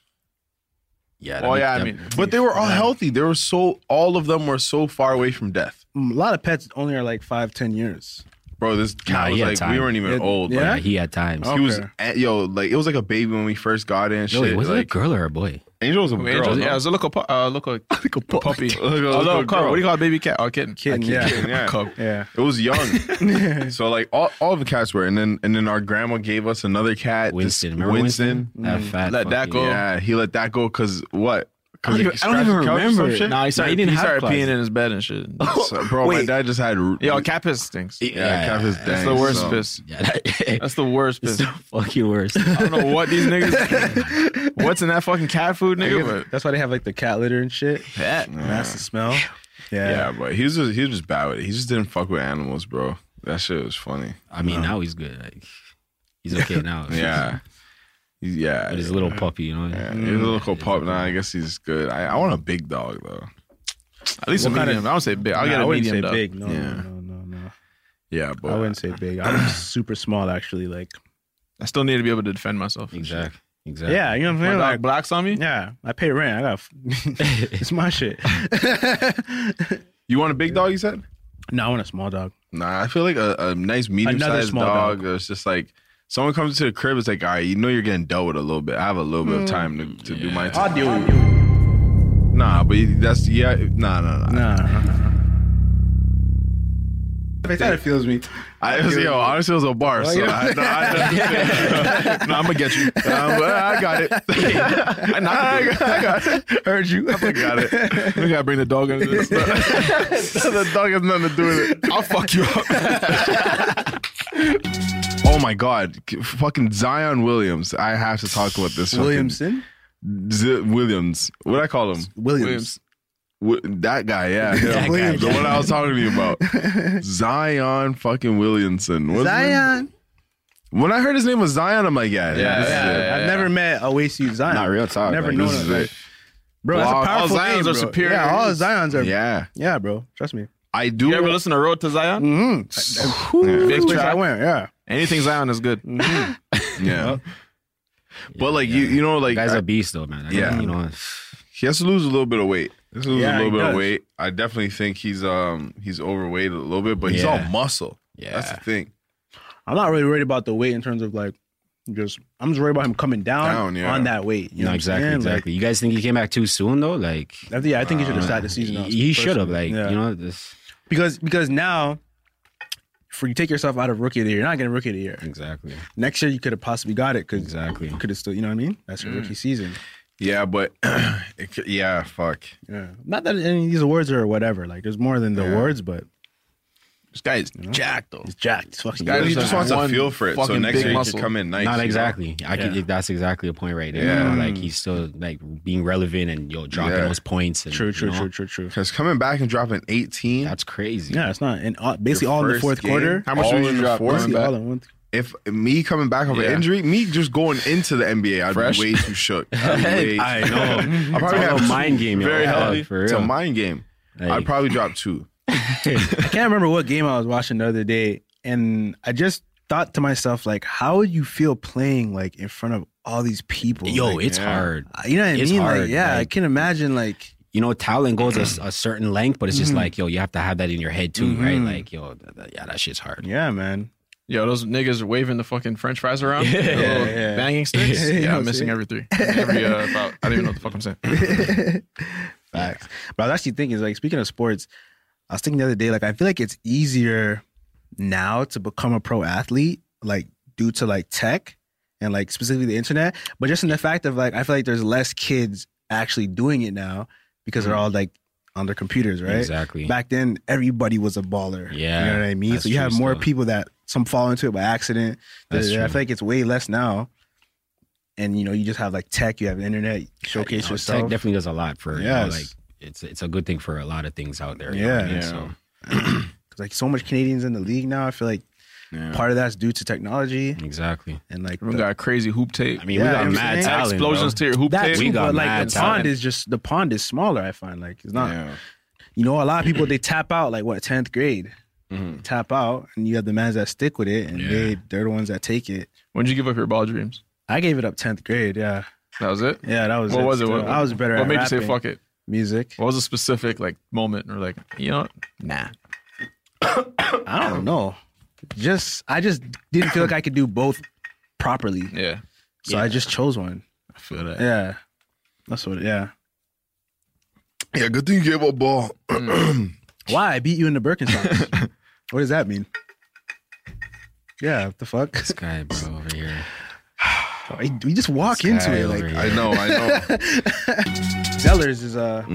[SPEAKER 4] yeah.
[SPEAKER 3] oh
[SPEAKER 4] that-
[SPEAKER 3] yeah, I
[SPEAKER 4] that-
[SPEAKER 3] mean,
[SPEAKER 2] But they were all healthy. They were so all of them were so far away from death.
[SPEAKER 7] a lot of pets only are like five, ten years.
[SPEAKER 2] Bro, this
[SPEAKER 4] Nah,
[SPEAKER 2] cat
[SPEAKER 4] he had
[SPEAKER 2] was like,
[SPEAKER 4] time.
[SPEAKER 2] we weren't even
[SPEAKER 7] Yeah,
[SPEAKER 2] old.
[SPEAKER 7] yeah?
[SPEAKER 2] Like,
[SPEAKER 4] He had times.
[SPEAKER 2] He was
[SPEAKER 7] Okay.
[SPEAKER 2] at, yo like it was like a baby when we first got in.
[SPEAKER 4] Yo,
[SPEAKER 2] shit,
[SPEAKER 4] was it a
[SPEAKER 2] like
[SPEAKER 4] girl or a boy?
[SPEAKER 2] Angel was a girl.
[SPEAKER 3] Angel,
[SPEAKER 2] no?
[SPEAKER 3] yeah, it was a local, pu- uh, local, local puppy.
[SPEAKER 2] Look, look,
[SPEAKER 3] Oh,
[SPEAKER 2] look,
[SPEAKER 3] no,
[SPEAKER 2] look,
[SPEAKER 3] cub.
[SPEAKER 2] girl.
[SPEAKER 3] What do you call a baby cat? Oh, kitten.
[SPEAKER 7] Kitten,
[SPEAKER 3] A
[SPEAKER 7] yeah.
[SPEAKER 2] Yeah.
[SPEAKER 3] Cub.
[SPEAKER 7] [LAUGHS] Yeah.
[SPEAKER 2] It
[SPEAKER 4] [LAUGHS]
[SPEAKER 2] was young. so like all, all the cats were, and then and then our grandma gave us another cat. this
[SPEAKER 4] Winston. Remember Winston?
[SPEAKER 2] Winston. Mm.
[SPEAKER 4] That fat
[SPEAKER 3] Let that
[SPEAKER 4] fucking-
[SPEAKER 3] go.
[SPEAKER 2] Yeah, he let that go because what?
[SPEAKER 4] I don't even- I don't even remember it.
[SPEAKER 3] Nah, he started,
[SPEAKER 4] He didn't
[SPEAKER 3] he
[SPEAKER 4] have
[SPEAKER 3] started
[SPEAKER 4] claws.
[SPEAKER 3] peeing in his bed and shit.
[SPEAKER 2] [LAUGHS] So, bro, my
[SPEAKER 4] Wait.
[SPEAKER 2] dad just had.
[SPEAKER 3] Yo, cat piss stinks.
[SPEAKER 4] Yeah,
[SPEAKER 2] Yeah, cat is
[SPEAKER 3] That's
[SPEAKER 2] dang.
[SPEAKER 3] the worst
[SPEAKER 2] so-
[SPEAKER 3] piss.
[SPEAKER 4] Yeah, [LAUGHS] that,
[SPEAKER 3] That's the worst
[SPEAKER 4] it's
[SPEAKER 3] piss.
[SPEAKER 4] the fucking worst.
[SPEAKER 3] I don't know what these
[SPEAKER 2] [LAUGHS]
[SPEAKER 3] niggas. What's in that fucking cat food,
[SPEAKER 7] I guess
[SPEAKER 3] nigga?
[SPEAKER 7] That's why they have like the cat litter and shit. And That's the smell. Yeah.
[SPEAKER 2] Yeah, but he was just, he was just bad with it. He just didn't fuck with animals, bro. That shit was funny.
[SPEAKER 4] I mean, now he's good. Like, he's okay now.
[SPEAKER 2] [LAUGHS] Yeah, He-
[SPEAKER 4] [LAUGHS]
[SPEAKER 2] yeah.
[SPEAKER 4] But he's a little puppy, you know.
[SPEAKER 2] yeah. He's a little pup now. I guess he's good. I, I want a big dog though.
[SPEAKER 3] At least a medium. I don't say big. I'll
[SPEAKER 7] Nah,
[SPEAKER 3] get
[SPEAKER 7] I
[SPEAKER 3] a
[SPEAKER 7] wouldn't
[SPEAKER 3] medium.
[SPEAKER 7] say
[SPEAKER 3] dog.
[SPEAKER 7] big. No,
[SPEAKER 2] Yeah.
[SPEAKER 7] no, no, no, no.
[SPEAKER 2] Yeah, but
[SPEAKER 7] I wouldn't say
[SPEAKER 3] [CLEARS THROAT]
[SPEAKER 7] big. I'm super small actually. Like,
[SPEAKER 3] I still need to be able to defend myself.
[SPEAKER 4] Exactly. Exactly.
[SPEAKER 7] yeah, you know what I'm
[SPEAKER 3] My
[SPEAKER 7] saying?
[SPEAKER 3] dog
[SPEAKER 7] Like,
[SPEAKER 3] blacks on me.
[SPEAKER 7] yeah, I pay rent. I got
[SPEAKER 3] [LAUGHS]
[SPEAKER 7] [LAUGHS] it's my shit.
[SPEAKER 2] [LAUGHS] you want a big dog? You said.
[SPEAKER 7] no, I want a small dog.
[SPEAKER 2] Nah, I feel like a, a nice medium sized
[SPEAKER 7] small
[SPEAKER 2] dog,
[SPEAKER 7] dog.
[SPEAKER 2] It's just like someone comes to the crib, it's like, all right, you know you're getting dealt with a little bit. I have a little bit
[SPEAKER 7] Mm.
[SPEAKER 2] of time to, to do my time. Nah, but that's yeah, nah, nah, nah.
[SPEAKER 7] Nah. If that feels me.
[SPEAKER 2] I it was, yo, honestly, it was a bar, so I, nah, I, [LAUGHS] nah, I'm gonna get you. Nah, but I got [LAUGHS] it. I, nah, I got- I got [LAUGHS] it.
[SPEAKER 7] Heard you.
[SPEAKER 2] I got it. We gotta bring the dog into [LAUGHS] this. the dog has nothing to do with it. I'll fuck you up. [LAUGHS] oh my god, K- fucking Zion Williams. I have to talk about this. fucking-
[SPEAKER 7] Williamson?
[SPEAKER 2] Z- Williams. What I call him?
[SPEAKER 7] Williams.
[SPEAKER 2] Wi- [LAUGHS] that guy. Yeah, him.
[SPEAKER 4] guy,
[SPEAKER 2] the
[SPEAKER 4] yeah.
[SPEAKER 2] one I was talking to you [LAUGHS] about. Zion fucking Williamson. What's his name?
[SPEAKER 7] Zion.
[SPEAKER 2] When I heard his name was Zion, I'm like, yeah, yeah, this is it.
[SPEAKER 7] I've never met a waist you Zion.
[SPEAKER 8] Not real talk.
[SPEAKER 7] Never
[SPEAKER 8] like,
[SPEAKER 7] known
[SPEAKER 8] this
[SPEAKER 7] of
[SPEAKER 8] is
[SPEAKER 7] that.
[SPEAKER 8] it.
[SPEAKER 7] Bro, that's a
[SPEAKER 2] All
[SPEAKER 7] powerful
[SPEAKER 3] Zions
[SPEAKER 7] name,
[SPEAKER 3] are
[SPEAKER 7] bro.
[SPEAKER 3] superior
[SPEAKER 7] Yeah, all
[SPEAKER 3] names.
[SPEAKER 7] Zions are. Yeah.
[SPEAKER 2] Yeah,
[SPEAKER 7] yeah, bro. Trust me.
[SPEAKER 2] I do.
[SPEAKER 3] You ever listen to Road to Zion?
[SPEAKER 7] Ooh,
[SPEAKER 3] Big
[SPEAKER 7] that's where I
[SPEAKER 3] track.
[SPEAKER 7] went. Yeah.
[SPEAKER 2] [LAUGHS]
[SPEAKER 3] Anything Zion is good.
[SPEAKER 2] Mm-hmm. Yeah, but like you, you know, like
[SPEAKER 4] Guy's
[SPEAKER 2] I-
[SPEAKER 4] a beast though, man. Like,
[SPEAKER 2] Yeah.
[SPEAKER 4] you know. [SIGHS]
[SPEAKER 2] he has to lose a little bit of weight. He has to lose
[SPEAKER 7] Yeah,
[SPEAKER 2] a
[SPEAKER 7] he
[SPEAKER 2] little bit
[SPEAKER 7] does.
[SPEAKER 2] of weight. I definitely think he's um he's overweight a little bit, but he's
[SPEAKER 4] Yeah.
[SPEAKER 2] all muscle. Yeah, that's
[SPEAKER 4] Yeah.
[SPEAKER 2] the thing.
[SPEAKER 7] I'm not really worried about the weight in terms of like just I'm just worried about him coming down,
[SPEAKER 2] Down, yeah.
[SPEAKER 7] on that weight. You know
[SPEAKER 4] No,
[SPEAKER 7] what I'm
[SPEAKER 4] exactly,
[SPEAKER 7] saying? Like,
[SPEAKER 4] exactly. you guys think he came back too soon though? Like uh,
[SPEAKER 7] I think, yeah, I think he should have started the season. out
[SPEAKER 4] he, he should have,
[SPEAKER 7] personally.
[SPEAKER 4] like
[SPEAKER 7] Yeah.
[SPEAKER 4] you know, this
[SPEAKER 7] because because now, for you take yourself out of rookie of the year, you're not getting rookie of the year.
[SPEAKER 4] exactly,
[SPEAKER 7] Next year you could have possibly got it because
[SPEAKER 4] exactly.
[SPEAKER 7] could have still, you know what I mean? That's your
[SPEAKER 2] Mm.
[SPEAKER 7] rookie season.
[SPEAKER 2] Yeah, but [CLEARS THROAT] it, c- yeah, fuck.
[SPEAKER 7] Yeah, not that any of these awards are whatever. Like there's more than the awards, but
[SPEAKER 3] This guy is jacked though.
[SPEAKER 7] it's jacked. It's fucking
[SPEAKER 3] guy
[SPEAKER 2] he
[SPEAKER 3] is
[SPEAKER 7] good.
[SPEAKER 3] just
[SPEAKER 2] just wants to
[SPEAKER 3] one
[SPEAKER 2] feel for it. So
[SPEAKER 3] fucking
[SPEAKER 2] next
[SPEAKER 3] big
[SPEAKER 2] year he
[SPEAKER 3] muscle.
[SPEAKER 2] could come in nice. you
[SPEAKER 4] Not
[SPEAKER 2] know?
[SPEAKER 4] exactly. I could.
[SPEAKER 7] Yeah.
[SPEAKER 4] That's exactly the point right there.
[SPEAKER 2] Yeah.
[SPEAKER 4] You know? Like he's still like being relevant and yo dropping
[SPEAKER 2] Yeah.
[SPEAKER 4] those points. And,
[SPEAKER 7] [LAUGHS] True,
[SPEAKER 4] you
[SPEAKER 7] true,
[SPEAKER 4] know,
[SPEAKER 7] true, true, true.
[SPEAKER 2] Because coming back and dropping 18,
[SPEAKER 4] That's crazy.
[SPEAKER 7] Yeah, it's not. And all, basically all in the
[SPEAKER 2] first
[SPEAKER 7] fourth
[SPEAKER 2] game,
[SPEAKER 7] quarter.
[SPEAKER 2] How much
[SPEAKER 3] all
[SPEAKER 2] would
[SPEAKER 3] in
[SPEAKER 2] you
[SPEAKER 3] the
[SPEAKER 2] drop?
[SPEAKER 3] fourth
[SPEAKER 2] Going
[SPEAKER 7] Basically
[SPEAKER 2] back-
[SPEAKER 7] all in one.
[SPEAKER 2] If me coming back off
[SPEAKER 3] Yeah.
[SPEAKER 2] an injury, me just going into the NBA, I'd
[SPEAKER 3] Fresh.
[SPEAKER 2] be way too shook. I'd be way-
[SPEAKER 4] I know.
[SPEAKER 2] I probably
[SPEAKER 4] It's a
[SPEAKER 2] have
[SPEAKER 4] little
[SPEAKER 2] two-
[SPEAKER 4] mind game, yo.
[SPEAKER 2] Very
[SPEAKER 4] Yeah,
[SPEAKER 2] healthy.
[SPEAKER 4] for
[SPEAKER 2] It's a
[SPEAKER 4] real.
[SPEAKER 2] mind game.
[SPEAKER 4] Like-
[SPEAKER 2] I'd probably drop two.
[SPEAKER 7] I can't remember what game I was watching the other day, and I just thought to myself, like, how would you feel playing like in front of all these people?
[SPEAKER 4] Yo,
[SPEAKER 7] Like,
[SPEAKER 4] it's
[SPEAKER 2] yeah.
[SPEAKER 4] hard.
[SPEAKER 7] Uh, you know what I
[SPEAKER 4] it's
[SPEAKER 7] mean?
[SPEAKER 4] hard,
[SPEAKER 7] like, yeah, I
[SPEAKER 4] like-
[SPEAKER 7] can imagine. Like,
[SPEAKER 4] you know, talent goes a, s-
[SPEAKER 7] Mm-hmm.
[SPEAKER 4] a certain length, but it's just like, yo, you have to have that in your head too,
[SPEAKER 7] Mm-hmm.
[SPEAKER 4] right? Like, yo, th- th- yeah, that shit's hard.
[SPEAKER 7] yeah, [LAUGHS] man.
[SPEAKER 3] Yo, those niggas are waving the fucking French fries around, yeah,
[SPEAKER 7] yeah.
[SPEAKER 3] banging sticks.
[SPEAKER 7] You
[SPEAKER 3] Yeah,
[SPEAKER 7] know what I'm
[SPEAKER 3] I'm missing
[SPEAKER 7] saying?
[SPEAKER 3] every three. Every uh, about, I don't even know what the fuck I'm saying.
[SPEAKER 7] Facts. But I was actually thinking, like, speaking of sports, I was thinking the other day, like, I feel like it's easier now to become a pro athlete, like, due to like tech and like specifically the internet, but just in the fact of like, I feel like there's less kids actually doing it now because they're all like on their computers, right?
[SPEAKER 4] Exactly.
[SPEAKER 7] Back then, everybody was a baller.
[SPEAKER 4] Yeah,
[SPEAKER 7] You know what I mean?
[SPEAKER 4] that's
[SPEAKER 7] So you
[SPEAKER 4] true
[SPEAKER 7] have more
[SPEAKER 4] still.
[SPEAKER 7] people that some fall into it by accident.
[SPEAKER 4] That's
[SPEAKER 7] I
[SPEAKER 4] true.
[SPEAKER 7] feel like it's way less now. And you know, you just have like tech, you have internet, you
[SPEAKER 4] You
[SPEAKER 7] showcase
[SPEAKER 4] know,
[SPEAKER 7] yourself.
[SPEAKER 4] Tech definitely does a lot for, you know,
[SPEAKER 7] Yes.
[SPEAKER 4] like, it's it's a good thing for a lot of things out there. you know what I
[SPEAKER 7] Yeah.
[SPEAKER 4] mean?
[SPEAKER 7] Yeah. Cause like so much Canadians in the league now. I feel like part of that's due to technology
[SPEAKER 4] So, exactly.
[SPEAKER 7] and like
[SPEAKER 3] We
[SPEAKER 7] the-
[SPEAKER 3] got crazy hoop tape.
[SPEAKER 4] I mean,
[SPEAKER 7] Yeah,
[SPEAKER 4] we got
[SPEAKER 7] I'm
[SPEAKER 4] mad
[SPEAKER 7] saying-
[SPEAKER 4] talent.
[SPEAKER 3] explosions
[SPEAKER 4] bro.
[SPEAKER 3] to your hoop
[SPEAKER 7] that
[SPEAKER 3] tape.
[SPEAKER 7] too,
[SPEAKER 4] we got
[SPEAKER 7] but like
[SPEAKER 4] mad
[SPEAKER 7] the
[SPEAKER 4] talent.
[SPEAKER 7] pond is just the pond is smaller. I find like it's not.
[SPEAKER 2] Yeah.
[SPEAKER 7] You know, a lot of people they tap out like what tenth grade,
[SPEAKER 4] Mm-hmm.
[SPEAKER 7] tap out, and you have the mans that stick with it, and they they're the ones that take it.
[SPEAKER 3] When did you give up your ball dreams?
[SPEAKER 7] I gave it up tenth grade. Yeah,
[SPEAKER 3] That was it.
[SPEAKER 7] yeah, that was.
[SPEAKER 3] What was it?
[SPEAKER 7] still.
[SPEAKER 3] What,
[SPEAKER 7] I was better.
[SPEAKER 3] What
[SPEAKER 7] at
[SPEAKER 3] made you say
[SPEAKER 7] rapping.
[SPEAKER 3] fuck it?
[SPEAKER 7] music?
[SPEAKER 3] What was a specific like moment or like you know? what? Nah.
[SPEAKER 7] I don't know. just I just didn't feel like I could do both properly.
[SPEAKER 3] Yeah.
[SPEAKER 7] So I just chose one.
[SPEAKER 3] I feel that.
[SPEAKER 7] Yeah. That's what yeah.
[SPEAKER 2] Yeah, good thing you gave up ball.
[SPEAKER 7] Why? I beat you in
[SPEAKER 3] [LAUGHS]
[SPEAKER 7] the Birkenstocks. what does that mean? Yeah, what the fuck? [LAUGHS]
[SPEAKER 4] This guy, bro, over here.
[SPEAKER 7] We just walk into
[SPEAKER 4] Guy
[SPEAKER 7] it
[SPEAKER 4] over
[SPEAKER 7] like
[SPEAKER 4] here.
[SPEAKER 2] I know, I [LAUGHS] know.
[SPEAKER 7] Zellers is uh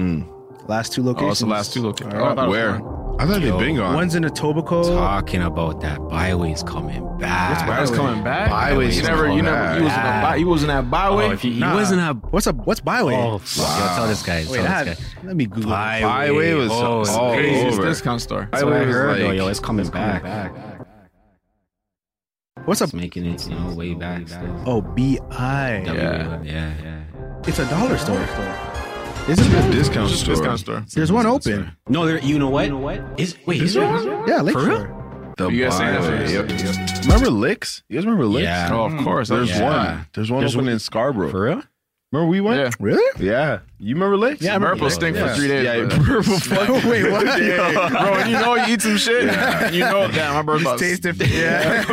[SPEAKER 7] last two locations.
[SPEAKER 3] Oh, it's the last two locations.
[SPEAKER 7] Alright.
[SPEAKER 3] Oh, I thought it was
[SPEAKER 2] Where?
[SPEAKER 3] one.
[SPEAKER 2] I thought
[SPEAKER 4] Yo,
[SPEAKER 2] they been gone.
[SPEAKER 7] One's in Etobicoke.
[SPEAKER 4] Talking about that byway's coming back.
[SPEAKER 3] Byway's coming back.
[SPEAKER 2] Byway's
[SPEAKER 3] you never, you
[SPEAKER 2] coming
[SPEAKER 3] never,
[SPEAKER 2] back.
[SPEAKER 3] you was in that. By, you was in that byway.
[SPEAKER 4] Oh, if you, he
[SPEAKER 7] Nah.
[SPEAKER 4] wasn't a.
[SPEAKER 7] What's up? What's byway?
[SPEAKER 4] Oh, fuck. Yo, tell this guy.
[SPEAKER 7] Wait,
[SPEAKER 4] tell
[SPEAKER 7] that-
[SPEAKER 4] this guy.
[SPEAKER 7] let me Google. it.
[SPEAKER 2] Byway was
[SPEAKER 4] oh, it's
[SPEAKER 2] all
[SPEAKER 4] crazy.
[SPEAKER 3] Craziest
[SPEAKER 2] over.
[SPEAKER 3] discount store.
[SPEAKER 4] That's what I
[SPEAKER 2] Byway was
[SPEAKER 4] heard, though.
[SPEAKER 2] like-
[SPEAKER 4] Yo, it's coming back.
[SPEAKER 7] What's up?
[SPEAKER 4] It's making its you know, way back. still.
[SPEAKER 7] Oh, bi.
[SPEAKER 4] Yeah, yeah, yeah.
[SPEAKER 7] It's a dollar store.
[SPEAKER 2] It's a discount
[SPEAKER 3] Just
[SPEAKER 2] store.
[SPEAKER 3] discount store.
[SPEAKER 7] There's one open.
[SPEAKER 4] No, there, you know what? You know what? Is wait, is there?
[SPEAKER 7] Yeah, Lake
[SPEAKER 4] For real?
[SPEAKER 7] Shore.
[SPEAKER 2] The
[SPEAKER 3] You guys saying that
[SPEAKER 2] Byway,
[SPEAKER 3] first?
[SPEAKER 2] Yep. Remember Licks? You guys remember Licks?
[SPEAKER 4] Yeah.
[SPEAKER 3] Oh, of course.
[SPEAKER 2] There's
[SPEAKER 3] Yeah.
[SPEAKER 2] one. There's one
[SPEAKER 4] There's
[SPEAKER 2] open
[SPEAKER 4] one-
[SPEAKER 2] in Scarborough.
[SPEAKER 4] For real?
[SPEAKER 2] Remember we went?
[SPEAKER 3] Yeah.
[SPEAKER 2] [LAUGHS]
[SPEAKER 7] Really?
[SPEAKER 2] Yeah. You remember Licks?
[SPEAKER 7] Yeah, I remember
[SPEAKER 3] Purple
[SPEAKER 7] Licks,
[SPEAKER 3] stink
[SPEAKER 2] Yeah.
[SPEAKER 3] for three days.
[SPEAKER 2] Yeah,
[SPEAKER 3] bro. [LAUGHS]
[SPEAKER 2] purple fucking.
[SPEAKER 7] Wait, what?
[SPEAKER 3] Yeah. bro, and you know you eat some shit. You know, damn, my bird box. [LAUGHS]
[SPEAKER 7] Taste different. [LAUGHS] Yeah.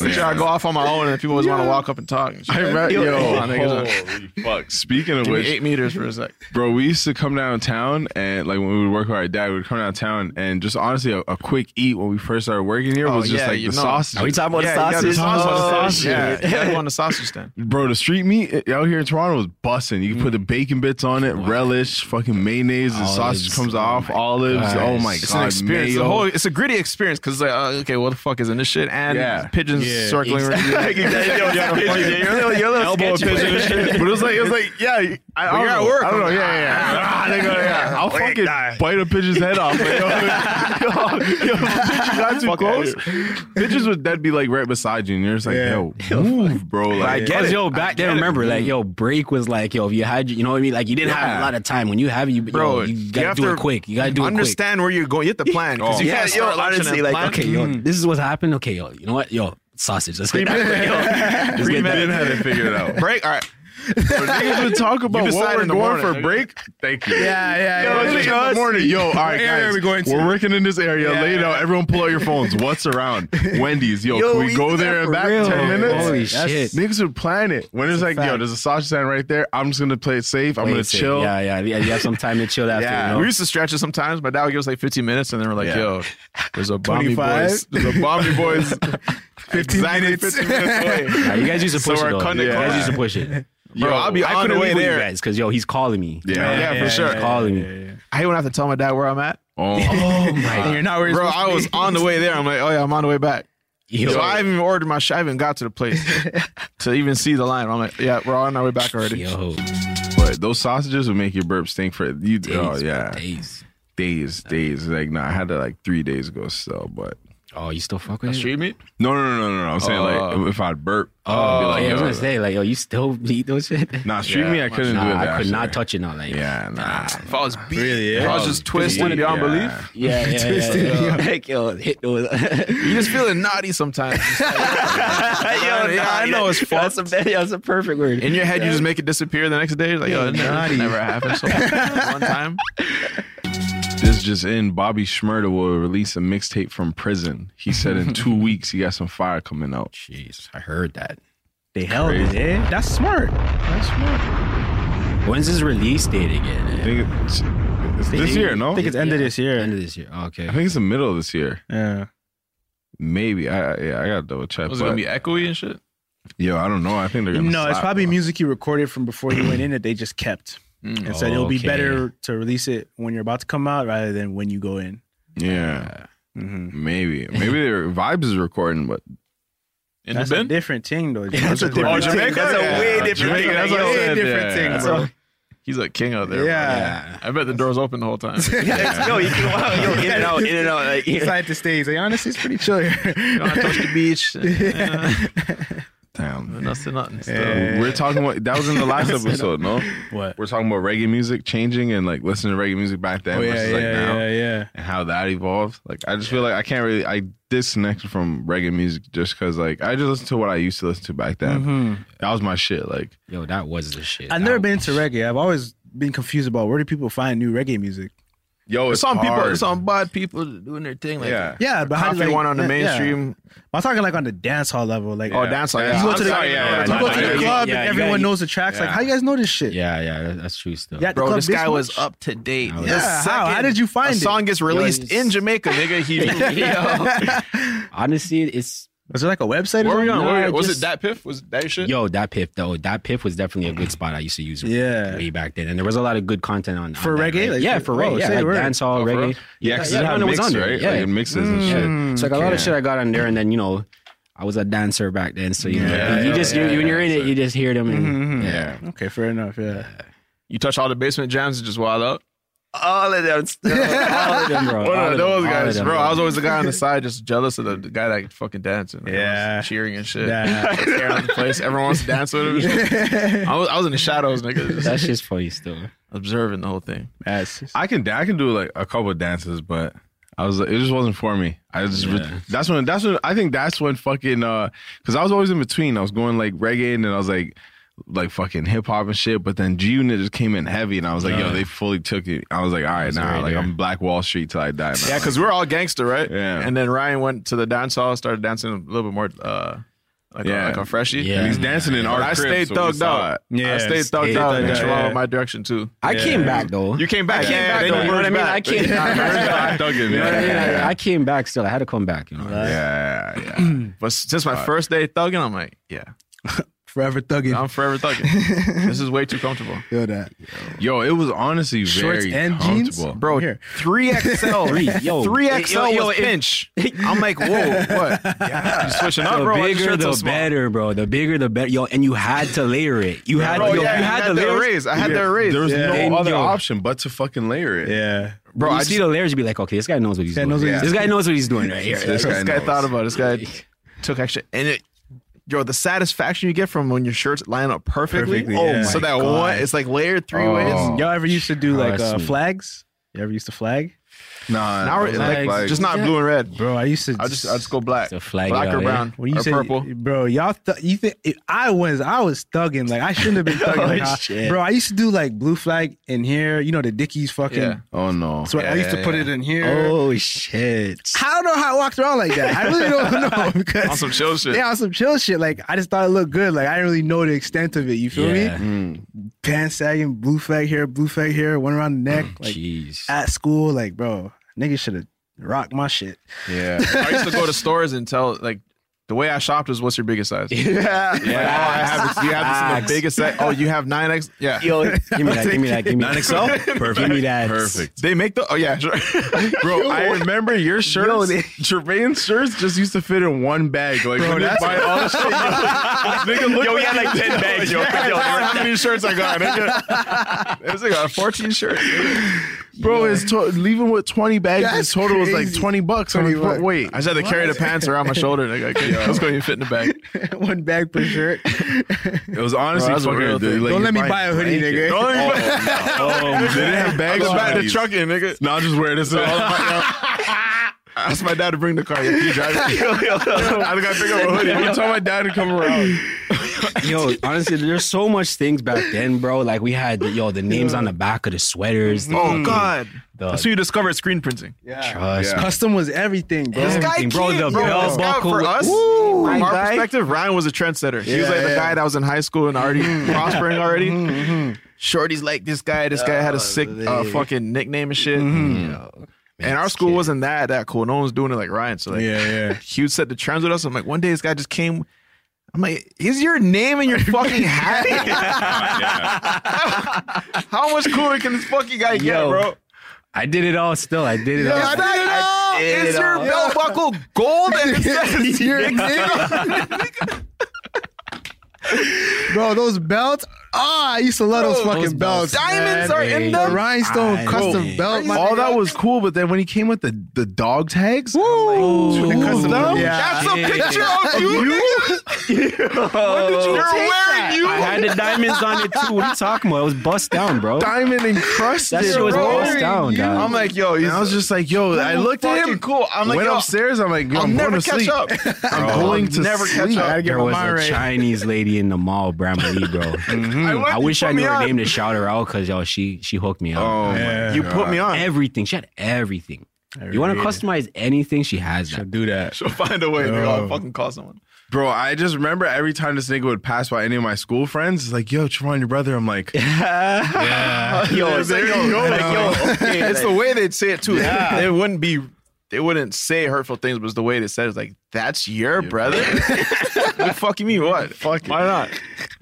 [SPEAKER 3] I'm trying to go off on my own, and people always want to walk up and talk. And shit. oh,
[SPEAKER 2] I remember. [LAUGHS] Yo,
[SPEAKER 3] My niggas are-
[SPEAKER 2] holy fuck. Speaking of
[SPEAKER 3] Give me
[SPEAKER 2] which,
[SPEAKER 3] eight meters for a sec.
[SPEAKER 2] Bro, we used to come downtown and like when we would work with our dad, we'd come downtown and just honestly a, a quick eat when we first started working here
[SPEAKER 3] Oh,
[SPEAKER 2] was just
[SPEAKER 3] yeah,
[SPEAKER 2] like the
[SPEAKER 3] you know.
[SPEAKER 2] sausage.
[SPEAKER 4] Are we talking about
[SPEAKER 3] yeah,
[SPEAKER 4] sausage?
[SPEAKER 3] You gotta go on the
[SPEAKER 4] Oh,
[SPEAKER 3] sausage. Yeah, you gotta go on the sausage stand.
[SPEAKER 2] Bro, the street meat i- out here in Toronto was busting. You could
[SPEAKER 3] Mm.
[SPEAKER 2] put the bacon bits on it, relish, fucking mayonnaise, the sausage
[SPEAKER 4] Olives.
[SPEAKER 2] comes
[SPEAKER 4] Oh
[SPEAKER 2] off,
[SPEAKER 4] my
[SPEAKER 2] olives.
[SPEAKER 4] gosh.
[SPEAKER 2] Oh my
[SPEAKER 3] It's
[SPEAKER 2] god,
[SPEAKER 3] an experience. It's a
[SPEAKER 2] mayo.
[SPEAKER 3] whole. It's a gritty experience because like, uh, okay, what the fuck is in this shit? And
[SPEAKER 2] Yeah.
[SPEAKER 3] pigeons circling. around. [LAUGHS] you
[SPEAKER 2] [LAUGHS] elbow
[SPEAKER 3] sketchy.
[SPEAKER 2] pigeon and shit. [LAUGHS] But it was like it was like yeah, I, I don't
[SPEAKER 3] you're at
[SPEAKER 2] know.
[SPEAKER 3] work.
[SPEAKER 2] I don't know. Yeah, [LAUGHS] yeah. Ah, yeah. Nigga, yeah. I'll fucking bite a pigeon's head off. [LAUGHS] Like, yo, yo, yo, if a pigeon got too close. Pigeons would that'd be like right beside you, and you're just like,
[SPEAKER 7] Yeah.
[SPEAKER 2] [LAUGHS] yo, move, bro. Like,
[SPEAKER 3] I get
[SPEAKER 4] Cause
[SPEAKER 3] it.
[SPEAKER 4] yo,
[SPEAKER 3] I
[SPEAKER 4] back
[SPEAKER 3] get
[SPEAKER 4] then,
[SPEAKER 3] it.
[SPEAKER 4] remember, like yo, break was like yo, if you had, you know what I mean, like you didn't have
[SPEAKER 2] Yeah.
[SPEAKER 4] a lot of time. When you have it, you,
[SPEAKER 3] Bro,
[SPEAKER 4] yo, Oh, you gotta
[SPEAKER 3] have
[SPEAKER 4] do
[SPEAKER 3] to
[SPEAKER 4] it quick. You gotta do it quick. Oh.
[SPEAKER 3] Understand where you're going. You have to plan. 'cause you
[SPEAKER 4] Yeah,
[SPEAKER 3] can't
[SPEAKER 4] yo,
[SPEAKER 3] start lunching
[SPEAKER 4] honestly,
[SPEAKER 3] and
[SPEAKER 4] like
[SPEAKER 3] plan.
[SPEAKER 4] okay, yo, this is what's happened. Okay, yo, you know what, yo, sausage. Let's
[SPEAKER 2] [LAUGHS]
[SPEAKER 3] [LAUGHS]
[SPEAKER 4] get that. quick, yo. Let's
[SPEAKER 2] we
[SPEAKER 4] get
[SPEAKER 2] didn't
[SPEAKER 4] that.
[SPEAKER 2] have it figured out.
[SPEAKER 3] break. All right.
[SPEAKER 2] But niggas would talk about
[SPEAKER 3] decide
[SPEAKER 2] what we're
[SPEAKER 3] in the
[SPEAKER 2] going
[SPEAKER 3] morning,
[SPEAKER 2] for
[SPEAKER 3] nigga.
[SPEAKER 2] break. Thank you.
[SPEAKER 7] Yeah, yeah,
[SPEAKER 2] Yo,
[SPEAKER 7] yeah.
[SPEAKER 2] it's in the morning. Yo, all right,
[SPEAKER 7] What area
[SPEAKER 2] guys.
[SPEAKER 7] are we going to?
[SPEAKER 2] are working in this area.
[SPEAKER 7] Yeah.
[SPEAKER 2] Lay it out. Everyone pull out your phones. What's [LAUGHS] around? Wendy's. Yo,
[SPEAKER 4] Yo,
[SPEAKER 2] can we
[SPEAKER 4] we
[SPEAKER 2] go
[SPEAKER 4] did
[SPEAKER 2] there
[SPEAKER 4] that
[SPEAKER 2] and
[SPEAKER 4] for
[SPEAKER 2] back
[SPEAKER 4] real.
[SPEAKER 2] 10 minutes?
[SPEAKER 4] Holy
[SPEAKER 2] That's-
[SPEAKER 4] shit.
[SPEAKER 2] Niggas would plan it. When it's like, yo,
[SPEAKER 7] fact.
[SPEAKER 2] there's a sausage stand right there. I'm just going to play it safe. I'm
[SPEAKER 4] Wait
[SPEAKER 2] going
[SPEAKER 4] a
[SPEAKER 2] to
[SPEAKER 4] sec.
[SPEAKER 2] chill.
[SPEAKER 4] Yeah, yeah, yeah. You have some time
[SPEAKER 3] [LAUGHS]
[SPEAKER 4] to chill after.
[SPEAKER 2] Yeah.
[SPEAKER 4] you know?
[SPEAKER 3] We used to stretch it sometimes. My dad would give us like 15 minutes, and then we're like,
[SPEAKER 2] Yeah.
[SPEAKER 3] "Yo, there's a
[SPEAKER 4] [LAUGHS]
[SPEAKER 3] Bombi
[SPEAKER 7] 25?
[SPEAKER 3] boys. There's a Bombi boys. 15 minutes. 15 minutes
[SPEAKER 4] [LAUGHS]
[SPEAKER 3] away.
[SPEAKER 4] Yeah, you guys used to
[SPEAKER 3] [LAUGHS] So
[SPEAKER 4] push
[SPEAKER 3] we're
[SPEAKER 4] it. Though.
[SPEAKER 3] cutting it
[SPEAKER 4] You guys
[SPEAKER 3] close.
[SPEAKER 4] used to push it.
[SPEAKER 3] Bro, I'll be
[SPEAKER 4] I
[SPEAKER 3] on the
[SPEAKER 4] couldn't
[SPEAKER 3] way
[SPEAKER 4] leave with you
[SPEAKER 3] there.
[SPEAKER 4] guys because yo, he's calling me.
[SPEAKER 3] Yeah,
[SPEAKER 2] Yeah.
[SPEAKER 3] for sure.
[SPEAKER 4] He's calling me.
[SPEAKER 3] I hate when I have to tell my dad where I'm at. [LAUGHS]
[SPEAKER 2] Oh.
[SPEAKER 4] Oh my
[SPEAKER 7] And you're not where you're
[SPEAKER 3] Bro,
[SPEAKER 7] supposed
[SPEAKER 3] I
[SPEAKER 7] to
[SPEAKER 3] was
[SPEAKER 7] be.
[SPEAKER 3] on the way there. I'm like, oh yeah, I'm on the way [LAUGHS] back.
[SPEAKER 4] Yo,
[SPEAKER 3] so I haven't even ordered my shit. I haven't got to the [LAUGHS] place to even see the line. I'm like, yeah, we're on our way back already.
[SPEAKER 4] yo,
[SPEAKER 2] But those sausages would make your burp stink for you.
[SPEAKER 4] days,
[SPEAKER 2] oh, yeah.
[SPEAKER 4] days.
[SPEAKER 2] Days, days. Like, nah, I had that like three days ago still, but.
[SPEAKER 4] Oh, you still fuck with it?
[SPEAKER 3] Street meat?
[SPEAKER 2] No, no, no, no, no. no. I'm saying,
[SPEAKER 3] Oh.
[SPEAKER 2] like, if I'd burp,
[SPEAKER 4] Oh,
[SPEAKER 2] I'd be like,
[SPEAKER 4] yeah, I was
[SPEAKER 2] yo,
[SPEAKER 4] gonna say like, yo, you still eat those shit?
[SPEAKER 2] Nah, street me, I couldn't do
[SPEAKER 4] Nah,
[SPEAKER 2] it.
[SPEAKER 4] I could
[SPEAKER 2] actually.
[SPEAKER 4] not touch it now. Like,
[SPEAKER 2] Yeah, nah.
[SPEAKER 3] If I was beat,
[SPEAKER 7] Really, yeah.
[SPEAKER 3] if I was just twisted
[SPEAKER 2] Yeah.
[SPEAKER 3] beyond belief.
[SPEAKER 4] [LAUGHS] yeah, yeah, yeah, yeah. Like, yo, hit [LAUGHS] those.
[SPEAKER 3] You just feeling naughty [LAUGHS] sometimes. Just like- yeah, I know it's false.
[SPEAKER 4] That's a, that's a perfect word.
[SPEAKER 3] [LAUGHS] In your head, you just make it disappear the next day. Like, yo, it never,
[SPEAKER 7] naughty.
[SPEAKER 3] never happened. [LAUGHS] So one time,
[SPEAKER 2] This just in, Bobby Schmurda will release a mixtape from prison. He said
[SPEAKER 4] [LAUGHS]
[SPEAKER 2] in two weeks he got some fire coming out.
[SPEAKER 4] Jeez, I heard that.
[SPEAKER 7] [LAUGHS] They held it, eh? That's smart. That's smart.
[SPEAKER 4] When's his release date again?
[SPEAKER 2] I think it's, it's this year, no?
[SPEAKER 7] I think it's end of this
[SPEAKER 4] End
[SPEAKER 7] year.
[SPEAKER 4] of this year. Oh, [LAUGHS] okay.
[SPEAKER 2] I think it's the middle of this year.
[SPEAKER 7] Yeah.
[SPEAKER 2] Maybe. I I- yeah, I gotta double check.
[SPEAKER 3] was it
[SPEAKER 2] but-
[SPEAKER 3] gonna be echoey and shit?
[SPEAKER 2] yo, I don't know. I think they're gonna
[SPEAKER 7] No, it's
[SPEAKER 2] slap,
[SPEAKER 7] probably
[SPEAKER 2] bro.
[SPEAKER 7] music you recorded from before you went in that they just kept and said it'll be
[SPEAKER 4] Okay.
[SPEAKER 7] better to release it when you're about to come out rather than when you go in.
[SPEAKER 2] Yeah. Maybe. Maybe their vibes is recording, but
[SPEAKER 3] In
[SPEAKER 7] That's
[SPEAKER 3] the
[SPEAKER 7] a
[SPEAKER 3] bin?
[SPEAKER 7] different thing, though.
[SPEAKER 4] That's a
[SPEAKER 3] Oh,
[SPEAKER 4] different-
[SPEAKER 3] Jamaica?
[SPEAKER 4] That's a way
[SPEAKER 3] Yeah.
[SPEAKER 4] different
[SPEAKER 3] Jamaica,
[SPEAKER 4] thing.
[SPEAKER 3] That's what I
[SPEAKER 7] Way
[SPEAKER 3] said.
[SPEAKER 7] different
[SPEAKER 3] yeah.
[SPEAKER 7] thing,
[SPEAKER 3] That's
[SPEAKER 7] bro.
[SPEAKER 2] [LAUGHS]
[SPEAKER 3] a- He's a king out there. bro.
[SPEAKER 7] Yeah.
[SPEAKER 3] I bet the door's open the whole time. [LAUGHS]
[SPEAKER 4] yo, you can wow, yo, in and out, in and out. Like,
[SPEAKER 7] Side to stage. Like, honestly, it's pretty chill [LAUGHS]
[SPEAKER 3] You know, I
[SPEAKER 7] here.
[SPEAKER 3] touch
[SPEAKER 7] [LAUGHS]
[SPEAKER 3] the beach.
[SPEAKER 2] damn.
[SPEAKER 3] Nothing, nothing. Still.
[SPEAKER 2] We're talking about that was in the last episode, no?
[SPEAKER 7] What?
[SPEAKER 2] We're talking about reggae music changing and like listening to reggae music back then
[SPEAKER 7] Oh, yeah,
[SPEAKER 2] versus
[SPEAKER 7] yeah,
[SPEAKER 2] like now.
[SPEAKER 7] yeah, yeah.
[SPEAKER 2] and how that evolved. Like I just feel like I can't really I disconnected from reggae music just because like I just listen to what I used to listen to back then. That was my shit. Like
[SPEAKER 4] yo, that was the shit.
[SPEAKER 7] I've
[SPEAKER 4] That
[SPEAKER 7] never
[SPEAKER 4] was-
[SPEAKER 7] been into reggae. I've always been confused about where do people find new reggae music.
[SPEAKER 2] Yo, it's,
[SPEAKER 3] It's on people.
[SPEAKER 2] hard.
[SPEAKER 3] It's on bad people doing their thing. Like,
[SPEAKER 2] Yeah.
[SPEAKER 7] Yeah, but how do
[SPEAKER 3] Coffee
[SPEAKER 7] you like,
[SPEAKER 3] one on the
[SPEAKER 7] yeah, yeah.
[SPEAKER 3] mainstream.
[SPEAKER 7] I'm talking like on the dance hall level, like
[SPEAKER 3] Oh, dance like
[SPEAKER 2] Yeah.
[SPEAKER 7] You go
[SPEAKER 2] I'm
[SPEAKER 7] to the,
[SPEAKER 2] sorry, yeah, yeah,
[SPEAKER 7] you go
[SPEAKER 2] yeah,
[SPEAKER 7] to the
[SPEAKER 2] yeah,
[SPEAKER 7] club
[SPEAKER 4] yeah,
[SPEAKER 7] and
[SPEAKER 4] you
[SPEAKER 7] everyone
[SPEAKER 4] gotta-
[SPEAKER 7] knows the tracks. Like,
[SPEAKER 2] yeah.
[SPEAKER 7] how you guys know this shit?
[SPEAKER 4] [LAUGHS] Yeah, yeah, that- that's true still.
[SPEAKER 7] You at the
[SPEAKER 3] Bro,
[SPEAKER 7] club
[SPEAKER 3] this guy
[SPEAKER 7] much?
[SPEAKER 3] was uh, up to date.
[SPEAKER 4] Yeah,
[SPEAKER 3] The
[SPEAKER 7] how? How
[SPEAKER 3] second
[SPEAKER 7] did you find
[SPEAKER 3] a
[SPEAKER 7] it?
[SPEAKER 3] song gets released
[SPEAKER 4] he's-
[SPEAKER 3] in Jamaica, nigga.
[SPEAKER 2] [LAUGHS]
[SPEAKER 3] He, yo,
[SPEAKER 4] Honestly, it's
[SPEAKER 7] Was there like a website? Or
[SPEAKER 3] where we going?
[SPEAKER 7] something?
[SPEAKER 4] Nah,
[SPEAKER 3] Where we going? was
[SPEAKER 4] just-
[SPEAKER 3] it that piff? Was it that your shit?
[SPEAKER 4] yo that piff though. That piff was definitely a good spot I used to use
[SPEAKER 7] Yeah.
[SPEAKER 4] way back then, and there was a lot of good content on on
[SPEAKER 7] For
[SPEAKER 4] that,
[SPEAKER 7] reggae?
[SPEAKER 4] right?
[SPEAKER 7] Like,
[SPEAKER 4] yeah,
[SPEAKER 7] for-
[SPEAKER 4] for reggae,
[SPEAKER 7] oh,
[SPEAKER 4] yeah,
[SPEAKER 7] say
[SPEAKER 4] like
[SPEAKER 7] word.
[SPEAKER 4] dancehall
[SPEAKER 3] Oh, for
[SPEAKER 4] reggae.
[SPEAKER 3] real?
[SPEAKER 2] Yeah, because
[SPEAKER 4] that
[SPEAKER 2] it had
[SPEAKER 4] one
[SPEAKER 2] a
[SPEAKER 4] was
[SPEAKER 2] mix,
[SPEAKER 4] on there,
[SPEAKER 2] right?
[SPEAKER 4] yeah.
[SPEAKER 2] Like it mixes and shit.
[SPEAKER 4] It's like a lot of
[SPEAKER 7] okay.
[SPEAKER 4] shit I got on there, and then you know, I was a dancer back then, so you know,
[SPEAKER 2] Yeah,
[SPEAKER 4] you
[SPEAKER 2] yeah,
[SPEAKER 4] just
[SPEAKER 2] yeah,
[SPEAKER 4] you, when you're in it,
[SPEAKER 2] yeah.
[SPEAKER 4] you just hear them. And,
[SPEAKER 2] Yeah.
[SPEAKER 7] Okay, fair enough. Yeah.
[SPEAKER 3] You touch all the basement jams and just wild out. [LAUGHS] All of them.
[SPEAKER 4] All [LAUGHS] of
[SPEAKER 3] [LAUGHS]
[SPEAKER 4] them, bro.
[SPEAKER 3] One
[SPEAKER 4] all
[SPEAKER 3] of mm-hmm. those
[SPEAKER 4] of them, all of
[SPEAKER 3] guys,
[SPEAKER 4] them,
[SPEAKER 3] bro. I was always the guy on the side, just jealous of the, the guy that could fucking dancing.
[SPEAKER 7] Yeah.
[SPEAKER 3] cheering and shit. [LAUGHS]
[SPEAKER 7] Yeah.
[SPEAKER 3] Tearing up the place. Everyone wants to dance with him. I was, I was in the shadows, nigga, just
[SPEAKER 4] [LAUGHS] That shit's funny still.
[SPEAKER 3] observing the whole thing.
[SPEAKER 7] That's-
[SPEAKER 2] I can I can do like a couple of dances, but I was like, it just wasn't for me. I just re- that's when that's when I think that's when fucking uh because I was always in between. I was going like reggae and then I was like like fucking hip hop and shit. But then G Unit just came in heavy and I was like, yo, they fully took it. I was like, all right, now nah, like I'm Black Wall Street till I die. Now.
[SPEAKER 3] Yeah, because we're all gangster, right?
[SPEAKER 2] Yeah.
[SPEAKER 3] And then Ryan went to the dance hall, started dancing a little bit more, uh, like, a,
[SPEAKER 2] Yeah.
[SPEAKER 3] like a freshie.
[SPEAKER 4] Yeah.
[SPEAKER 2] And he's dancing in our
[SPEAKER 3] But I
[SPEAKER 2] crib,
[SPEAKER 3] stayed
[SPEAKER 2] so we
[SPEAKER 3] thugged
[SPEAKER 2] saw
[SPEAKER 3] out.
[SPEAKER 2] it.
[SPEAKER 3] I
[SPEAKER 7] Yeah,
[SPEAKER 3] stayed
[SPEAKER 7] stayed
[SPEAKER 3] thugged out.
[SPEAKER 4] thugged
[SPEAKER 3] And
[SPEAKER 4] out,
[SPEAKER 3] Shalom
[SPEAKER 4] yeah.
[SPEAKER 3] with my direction too.
[SPEAKER 4] I came back though. [LAUGHS]
[SPEAKER 3] You came back.
[SPEAKER 4] I came
[SPEAKER 3] yeah,
[SPEAKER 4] back,
[SPEAKER 3] then
[SPEAKER 4] though, you know what I mean?
[SPEAKER 3] back.
[SPEAKER 4] I came-
[SPEAKER 2] [LAUGHS] I thug it,
[SPEAKER 4] You know what I mean?
[SPEAKER 2] yeah.
[SPEAKER 4] I, I came back still. I had to come back. You know.
[SPEAKER 2] [LAUGHS] Yeah, yeah.
[SPEAKER 3] But since my first day thugging, I'm like, yeah,
[SPEAKER 7] Forever thugging.
[SPEAKER 3] I'm forever thugging. this is way too comfortable.
[SPEAKER 7] Feel that.
[SPEAKER 2] Yo, it was honestly
[SPEAKER 7] Shorts
[SPEAKER 2] very
[SPEAKER 7] and jeans,
[SPEAKER 2] comfortable.
[SPEAKER 3] Bro,
[SPEAKER 7] Here.
[SPEAKER 3] three XL, [LAUGHS]
[SPEAKER 4] Three, yo.
[SPEAKER 3] three XL
[SPEAKER 4] Yo, yo,
[SPEAKER 3] was
[SPEAKER 4] it-
[SPEAKER 3] pinch. I'm like, whoa, what? [LAUGHS] You switching up,
[SPEAKER 4] The
[SPEAKER 3] bro? Why your
[SPEAKER 4] bigger
[SPEAKER 3] shirt so
[SPEAKER 4] the
[SPEAKER 3] small?
[SPEAKER 4] better, bro. The bigger the better, yo. And you had to layer it. You had,
[SPEAKER 3] Bro,
[SPEAKER 4] yo,
[SPEAKER 3] Oh, yeah,
[SPEAKER 4] you had to layer it.
[SPEAKER 3] raise. I had to raise.
[SPEAKER 2] There was
[SPEAKER 4] Yeah.
[SPEAKER 2] no other
[SPEAKER 4] Yo.
[SPEAKER 2] option but to fucking layer it.
[SPEAKER 7] Yeah.
[SPEAKER 4] Bro,
[SPEAKER 3] I
[SPEAKER 4] you
[SPEAKER 3] just-
[SPEAKER 4] see the layers, you be like, okay, this guy knows what he's
[SPEAKER 7] Guy
[SPEAKER 4] doing.
[SPEAKER 7] knows what he's
[SPEAKER 4] this guy knows what he's doing right here. [LAUGHS]
[SPEAKER 2] This
[SPEAKER 3] this
[SPEAKER 2] guy
[SPEAKER 3] guy
[SPEAKER 2] knows.
[SPEAKER 3] thought about it. This guy took action, and it, yo, the satisfaction you get from when your shirts line up perfectly.
[SPEAKER 7] Perfectly,
[SPEAKER 3] oh,
[SPEAKER 7] yeah.
[SPEAKER 3] so that one, it's like layered three
[SPEAKER 2] Oh.
[SPEAKER 3] ways.
[SPEAKER 7] Y'all ever used to do like
[SPEAKER 4] Trust
[SPEAKER 7] uh,
[SPEAKER 4] me.
[SPEAKER 7] flags? You ever used to flag?
[SPEAKER 2] Nah,
[SPEAKER 3] Now we're like,
[SPEAKER 2] like-
[SPEAKER 3] just not blue and red.
[SPEAKER 7] Bro, I used to.
[SPEAKER 3] I just I just go black,
[SPEAKER 4] It's a flag
[SPEAKER 3] black
[SPEAKER 4] out,
[SPEAKER 3] or
[SPEAKER 4] eh?
[SPEAKER 3] brown
[SPEAKER 7] When you
[SPEAKER 3] or
[SPEAKER 7] say
[SPEAKER 3] purple.
[SPEAKER 7] bro, y'all, th- you think if I was, I was thugging. Like I shouldn't
[SPEAKER 3] [LAUGHS]
[SPEAKER 7] have been thugging.
[SPEAKER 3] Oh,
[SPEAKER 7] like, I-
[SPEAKER 3] shit.
[SPEAKER 7] Bro, I used to do like blue flag in here. You know the Dickies fucking.
[SPEAKER 3] Yeah.
[SPEAKER 2] Oh no.
[SPEAKER 7] So I used to
[SPEAKER 3] yeah,
[SPEAKER 7] put
[SPEAKER 3] yeah.
[SPEAKER 7] it in here.
[SPEAKER 4] Oh shit!
[SPEAKER 7] I don't know how I walked around like that. I really don't know
[SPEAKER 3] [LAUGHS]
[SPEAKER 7] [LAUGHS] because
[SPEAKER 3] On some chill shit.
[SPEAKER 7] Yeah, on some chill shit. Like I just thought it looked good. Like I didn't really know the extent of it. You feel
[SPEAKER 4] Yeah.
[SPEAKER 7] me? Pants sagging, blue flag here, blue flag here, one around the neck.
[SPEAKER 3] Mm,
[SPEAKER 7] Like
[SPEAKER 4] Jeez.
[SPEAKER 7] at school, like bro, niggas should have rocked my shit. [LAUGHS]
[SPEAKER 2] yeah.
[SPEAKER 3] I used to go to stores and tell like. The way I shopped was, "What's your biggest size?" Yeah, oh, I have this, you have this in the biggest size. Oh, you have nine X. Yeah,
[SPEAKER 4] [LAUGHS] Yo, give me that. Give me that. Give me that.
[SPEAKER 2] Perfect.
[SPEAKER 4] Give me that.
[SPEAKER 2] Perfect.
[SPEAKER 3] they make the. Oh yeah, sure.
[SPEAKER 2] Bro, I remember your shirts.
[SPEAKER 3] [LAUGHS]
[SPEAKER 2] Trevane's shirts just used to fit in one bag. Like, when they buy all the shit, yo,
[SPEAKER 3] [LAUGHS]
[SPEAKER 2] nigga, look
[SPEAKER 3] we had like 10 bags, yo. yo how many shirts I got, [LAUGHS] nigga? It was like a 14 shirt.
[SPEAKER 2] bro, his to- leaving with 20 bags,
[SPEAKER 7] That's
[SPEAKER 2] his total was like
[SPEAKER 7] crazy.
[SPEAKER 2] 20 bucks. I'm
[SPEAKER 7] 20
[SPEAKER 2] like,
[SPEAKER 7] bucks.
[SPEAKER 2] wait.
[SPEAKER 3] I just had to carry the pants around my shoulder. Nigga. Like,
[SPEAKER 2] [LAUGHS]
[SPEAKER 3] yo, let's go, you fit in the bag.
[SPEAKER 7] one bag per
[SPEAKER 3] [LAUGHS]
[SPEAKER 7] shirt.
[SPEAKER 2] It was honestly
[SPEAKER 3] Bro, that's a
[SPEAKER 2] fucking
[SPEAKER 3] real
[SPEAKER 2] dude,
[SPEAKER 3] thing.
[SPEAKER 2] like,
[SPEAKER 7] don't
[SPEAKER 2] you
[SPEAKER 7] let me
[SPEAKER 2] buy-
[SPEAKER 7] buy a hoodie, nigga.
[SPEAKER 3] [LAUGHS]
[SPEAKER 2] [LAUGHS] Oh, they didn't have bags
[SPEAKER 3] Go
[SPEAKER 2] for
[SPEAKER 3] back to
[SPEAKER 2] these.
[SPEAKER 3] trucking, nigga.
[SPEAKER 2] No, I'll just wear this.
[SPEAKER 7] [LAUGHS]
[SPEAKER 3] I asked my dad to bring the car. Yeah, you drive. it. I got to pick up a hoodie.
[SPEAKER 2] I'm telling my dad to come around.
[SPEAKER 4] Yo, honestly, there's so much things back then, bro. Like we had, yo, the names on the back of the sweaters. The,
[SPEAKER 3] Oh God!
[SPEAKER 4] The-
[SPEAKER 3] That's when you discovered screen printing.
[SPEAKER 4] Trust.
[SPEAKER 2] Yeah.
[SPEAKER 7] Custom was everything, bro.
[SPEAKER 4] This guy-
[SPEAKER 3] Everything,
[SPEAKER 4] bro, the bell
[SPEAKER 3] This guy,
[SPEAKER 4] buckle
[SPEAKER 3] For
[SPEAKER 4] was-
[SPEAKER 3] us,
[SPEAKER 4] Woo,
[SPEAKER 3] from
[SPEAKER 4] my
[SPEAKER 3] our
[SPEAKER 4] guy.
[SPEAKER 3] perspective, Ryan was a trendsetter. he was like the
[SPEAKER 7] Yeah.
[SPEAKER 3] guy that was in high school and already prospering already. Shorty's like this guy. This guy had a sick uh, fucking nickname and shit. And our school wasn't that that cool. No one was doing it like Ryan. So like,
[SPEAKER 7] yeah.
[SPEAKER 3] Hugh set the trends with us. I'm like, one day this guy just came. I'm like, is your name in your fucking hat? [LAUGHS] How much cooler can this fucking guy get,
[SPEAKER 4] Yo.
[SPEAKER 3] bro?
[SPEAKER 4] I did it all. Still, I did it all.
[SPEAKER 3] It's like,
[SPEAKER 4] did
[SPEAKER 3] is
[SPEAKER 4] it
[SPEAKER 3] your
[SPEAKER 4] all.
[SPEAKER 3] bell buckle gold? And it says
[SPEAKER 7] Your Bro, those belts. Ah, I used to love those
[SPEAKER 3] Bro,
[SPEAKER 7] fucking
[SPEAKER 3] those
[SPEAKER 7] belts.
[SPEAKER 3] belts. Diamonds are in
[SPEAKER 7] The
[SPEAKER 3] them?
[SPEAKER 7] rhinestone
[SPEAKER 4] I- Bro,
[SPEAKER 7] custom belt. my
[SPEAKER 2] All
[SPEAKER 7] nigga.
[SPEAKER 2] that was cool, but then when he came with the, the dog tags, Woo!
[SPEAKER 4] Ooh,
[SPEAKER 2] Ooh,
[SPEAKER 7] custom-
[SPEAKER 2] them?
[SPEAKER 7] yeah.
[SPEAKER 3] That's a
[SPEAKER 4] Yeah.
[SPEAKER 3] picture of you. nigga.
[SPEAKER 4] What did you
[SPEAKER 3] You're wearing you
[SPEAKER 4] I had the diamonds on it too. What are you talking about? It was bust down, bro.
[SPEAKER 3] diamond encrusted.
[SPEAKER 4] That shit was
[SPEAKER 3] bro.
[SPEAKER 4] bust down, dog.
[SPEAKER 3] I'm like, yo, he's,
[SPEAKER 2] I was just like, yo, I looked at
[SPEAKER 3] fucking
[SPEAKER 2] him.
[SPEAKER 3] cool. I'm like,
[SPEAKER 2] went
[SPEAKER 3] yo,
[SPEAKER 2] upstairs. I'm like, yo,
[SPEAKER 3] I'll
[SPEAKER 2] I'm
[SPEAKER 3] never
[SPEAKER 2] going to
[SPEAKER 3] catch
[SPEAKER 2] sleep.
[SPEAKER 3] up.
[SPEAKER 2] I'm going to
[SPEAKER 3] never catch
[SPEAKER 2] sleep.
[SPEAKER 3] up. I gotta
[SPEAKER 4] there was a Chinese lady in the mall, Bramley,
[SPEAKER 3] [LAUGHS]
[SPEAKER 4] bro.
[SPEAKER 3] Mm-hmm. Hmm.
[SPEAKER 4] I wish I knew her name to shout her out because yo, she she hooked me up.
[SPEAKER 2] Oh,
[SPEAKER 7] Yeah.
[SPEAKER 2] my
[SPEAKER 3] You
[SPEAKER 2] God.
[SPEAKER 3] put me on.
[SPEAKER 4] Everything she had, everything. You want to customize anything? She has that.
[SPEAKER 7] do
[SPEAKER 3] [LAUGHS]
[SPEAKER 7] that.
[SPEAKER 3] She'll find a way. nigga.
[SPEAKER 7] Oh.
[SPEAKER 3] I'll fucking call someone.
[SPEAKER 2] Bro, I just remember every time this nigga would pass by any of my school friends, it's like, yo, Trevon, your brother. I'm like,
[SPEAKER 4] Yo,
[SPEAKER 3] It's like, Uh, [LAUGHS] yo, like, yo, okay, it's the way they'd say it too. They wouldn't be. They wouldn't say hurtful things, but it's the way they said it. It's like, that's your brother? [LAUGHS] what fuck you mean? What? Fuck Why not?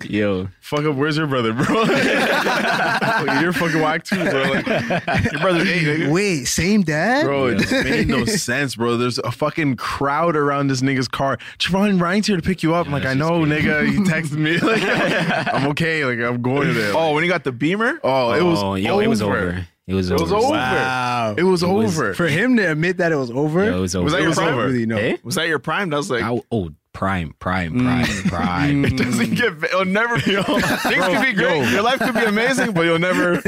[SPEAKER 4] yo,
[SPEAKER 2] fuck up, where's your brother, bro? Like, You're fucking whack too, bro. Like, your brother's eight,
[SPEAKER 7] [LAUGHS]
[SPEAKER 2] nigga.
[SPEAKER 7] Wait, same dad?
[SPEAKER 2] Bro, it just made no sense, bro. There's a fucking crowd around this nigga's car. Trevon, Ryan's here to pick you up. I'm like, I know, nigga. He texted me. [LAUGHS] Like, I'm okay. Like, I'm going to there.
[SPEAKER 3] Oh, when you got the beamer?
[SPEAKER 2] Oh, it was
[SPEAKER 4] oh, yo,
[SPEAKER 2] over.
[SPEAKER 4] it was over. It was
[SPEAKER 2] It was over.
[SPEAKER 7] Wow.
[SPEAKER 2] It was
[SPEAKER 4] was-
[SPEAKER 2] over.
[SPEAKER 7] For him to admit that it was over,
[SPEAKER 4] Yo, it was over.
[SPEAKER 2] Was that
[SPEAKER 7] I
[SPEAKER 2] your
[SPEAKER 7] don't
[SPEAKER 2] problem?
[SPEAKER 7] really know.
[SPEAKER 4] Eh?
[SPEAKER 3] Was that your prime? And I was like,
[SPEAKER 4] Ow- oh, prime, prime, prime, prime.
[SPEAKER 3] it [LAUGHS] doesn't get. It'll never be. things could be great. Your life could be amazing, but you'll never.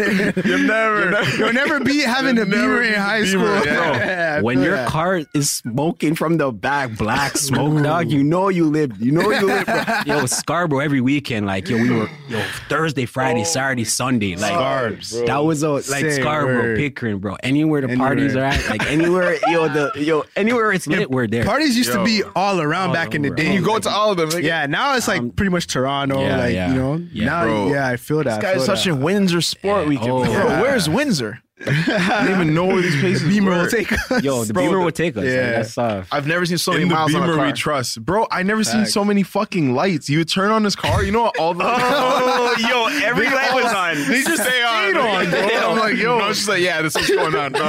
[SPEAKER 2] You'll never.
[SPEAKER 7] You'll never be having a
[SPEAKER 2] Never
[SPEAKER 7] beamer in
[SPEAKER 2] be
[SPEAKER 7] high school.
[SPEAKER 2] Beamer,
[SPEAKER 7] Yeah, I
[SPEAKER 4] when
[SPEAKER 7] feel
[SPEAKER 4] your
[SPEAKER 7] that.
[SPEAKER 4] car is smoking from the back, black smoke, dog, you know you lived. You know you lived. Bro. yo, Scarborough every weekend, like yo, we were yo Thursday, Friday, Saturday, Sunday, like
[SPEAKER 7] Scarbs,
[SPEAKER 4] that was a like
[SPEAKER 7] Say
[SPEAKER 4] Scarborough,
[SPEAKER 7] word.
[SPEAKER 4] Pickering, bro. Anywhere the parties are
[SPEAKER 7] Anywhere.
[SPEAKER 4] at, like anywhere, yo, the yo, anywhere it's lit, we're there. Oh,
[SPEAKER 7] Parties used to
[SPEAKER 2] Yo.
[SPEAKER 7] be all around
[SPEAKER 4] All
[SPEAKER 7] back in the
[SPEAKER 4] over,
[SPEAKER 7] day.
[SPEAKER 4] all
[SPEAKER 3] You go [LAUGHS] to all of them. Like,
[SPEAKER 7] yeah, now it's like pretty much Toronto.
[SPEAKER 4] Yeah,
[SPEAKER 7] like
[SPEAKER 4] yeah.
[SPEAKER 7] you know,
[SPEAKER 4] Yeah.
[SPEAKER 7] now
[SPEAKER 2] Bro.
[SPEAKER 7] yeah, I feel that.
[SPEAKER 3] This
[SPEAKER 7] I
[SPEAKER 3] guy's
[SPEAKER 7] feel
[SPEAKER 3] such
[SPEAKER 7] that.
[SPEAKER 3] a Windsor sport weekend.
[SPEAKER 4] Oh,
[SPEAKER 3] Bro,
[SPEAKER 4] yeah.
[SPEAKER 3] where's Windsor?
[SPEAKER 2] [LAUGHS] I didn't even know where [LAUGHS] these places
[SPEAKER 7] beamer
[SPEAKER 2] were.
[SPEAKER 7] will take us.
[SPEAKER 4] yo, the
[SPEAKER 3] Bro,
[SPEAKER 4] beamer
[SPEAKER 3] the-
[SPEAKER 4] would take us. Yeah,
[SPEAKER 7] yeah.
[SPEAKER 4] like, that's uh,
[SPEAKER 3] I've never seen so many
[SPEAKER 2] in the
[SPEAKER 3] miles on a
[SPEAKER 2] Beamer
[SPEAKER 3] car.
[SPEAKER 2] we trust, bro. I never seen so many fucking lights. You would turn on this car, you know what? All the
[SPEAKER 3] Oh, yo, every light was on.
[SPEAKER 2] they just stay on, on bro. I'm like, yo,
[SPEAKER 3] I was just like, yeah, this is going on.
[SPEAKER 2] yo,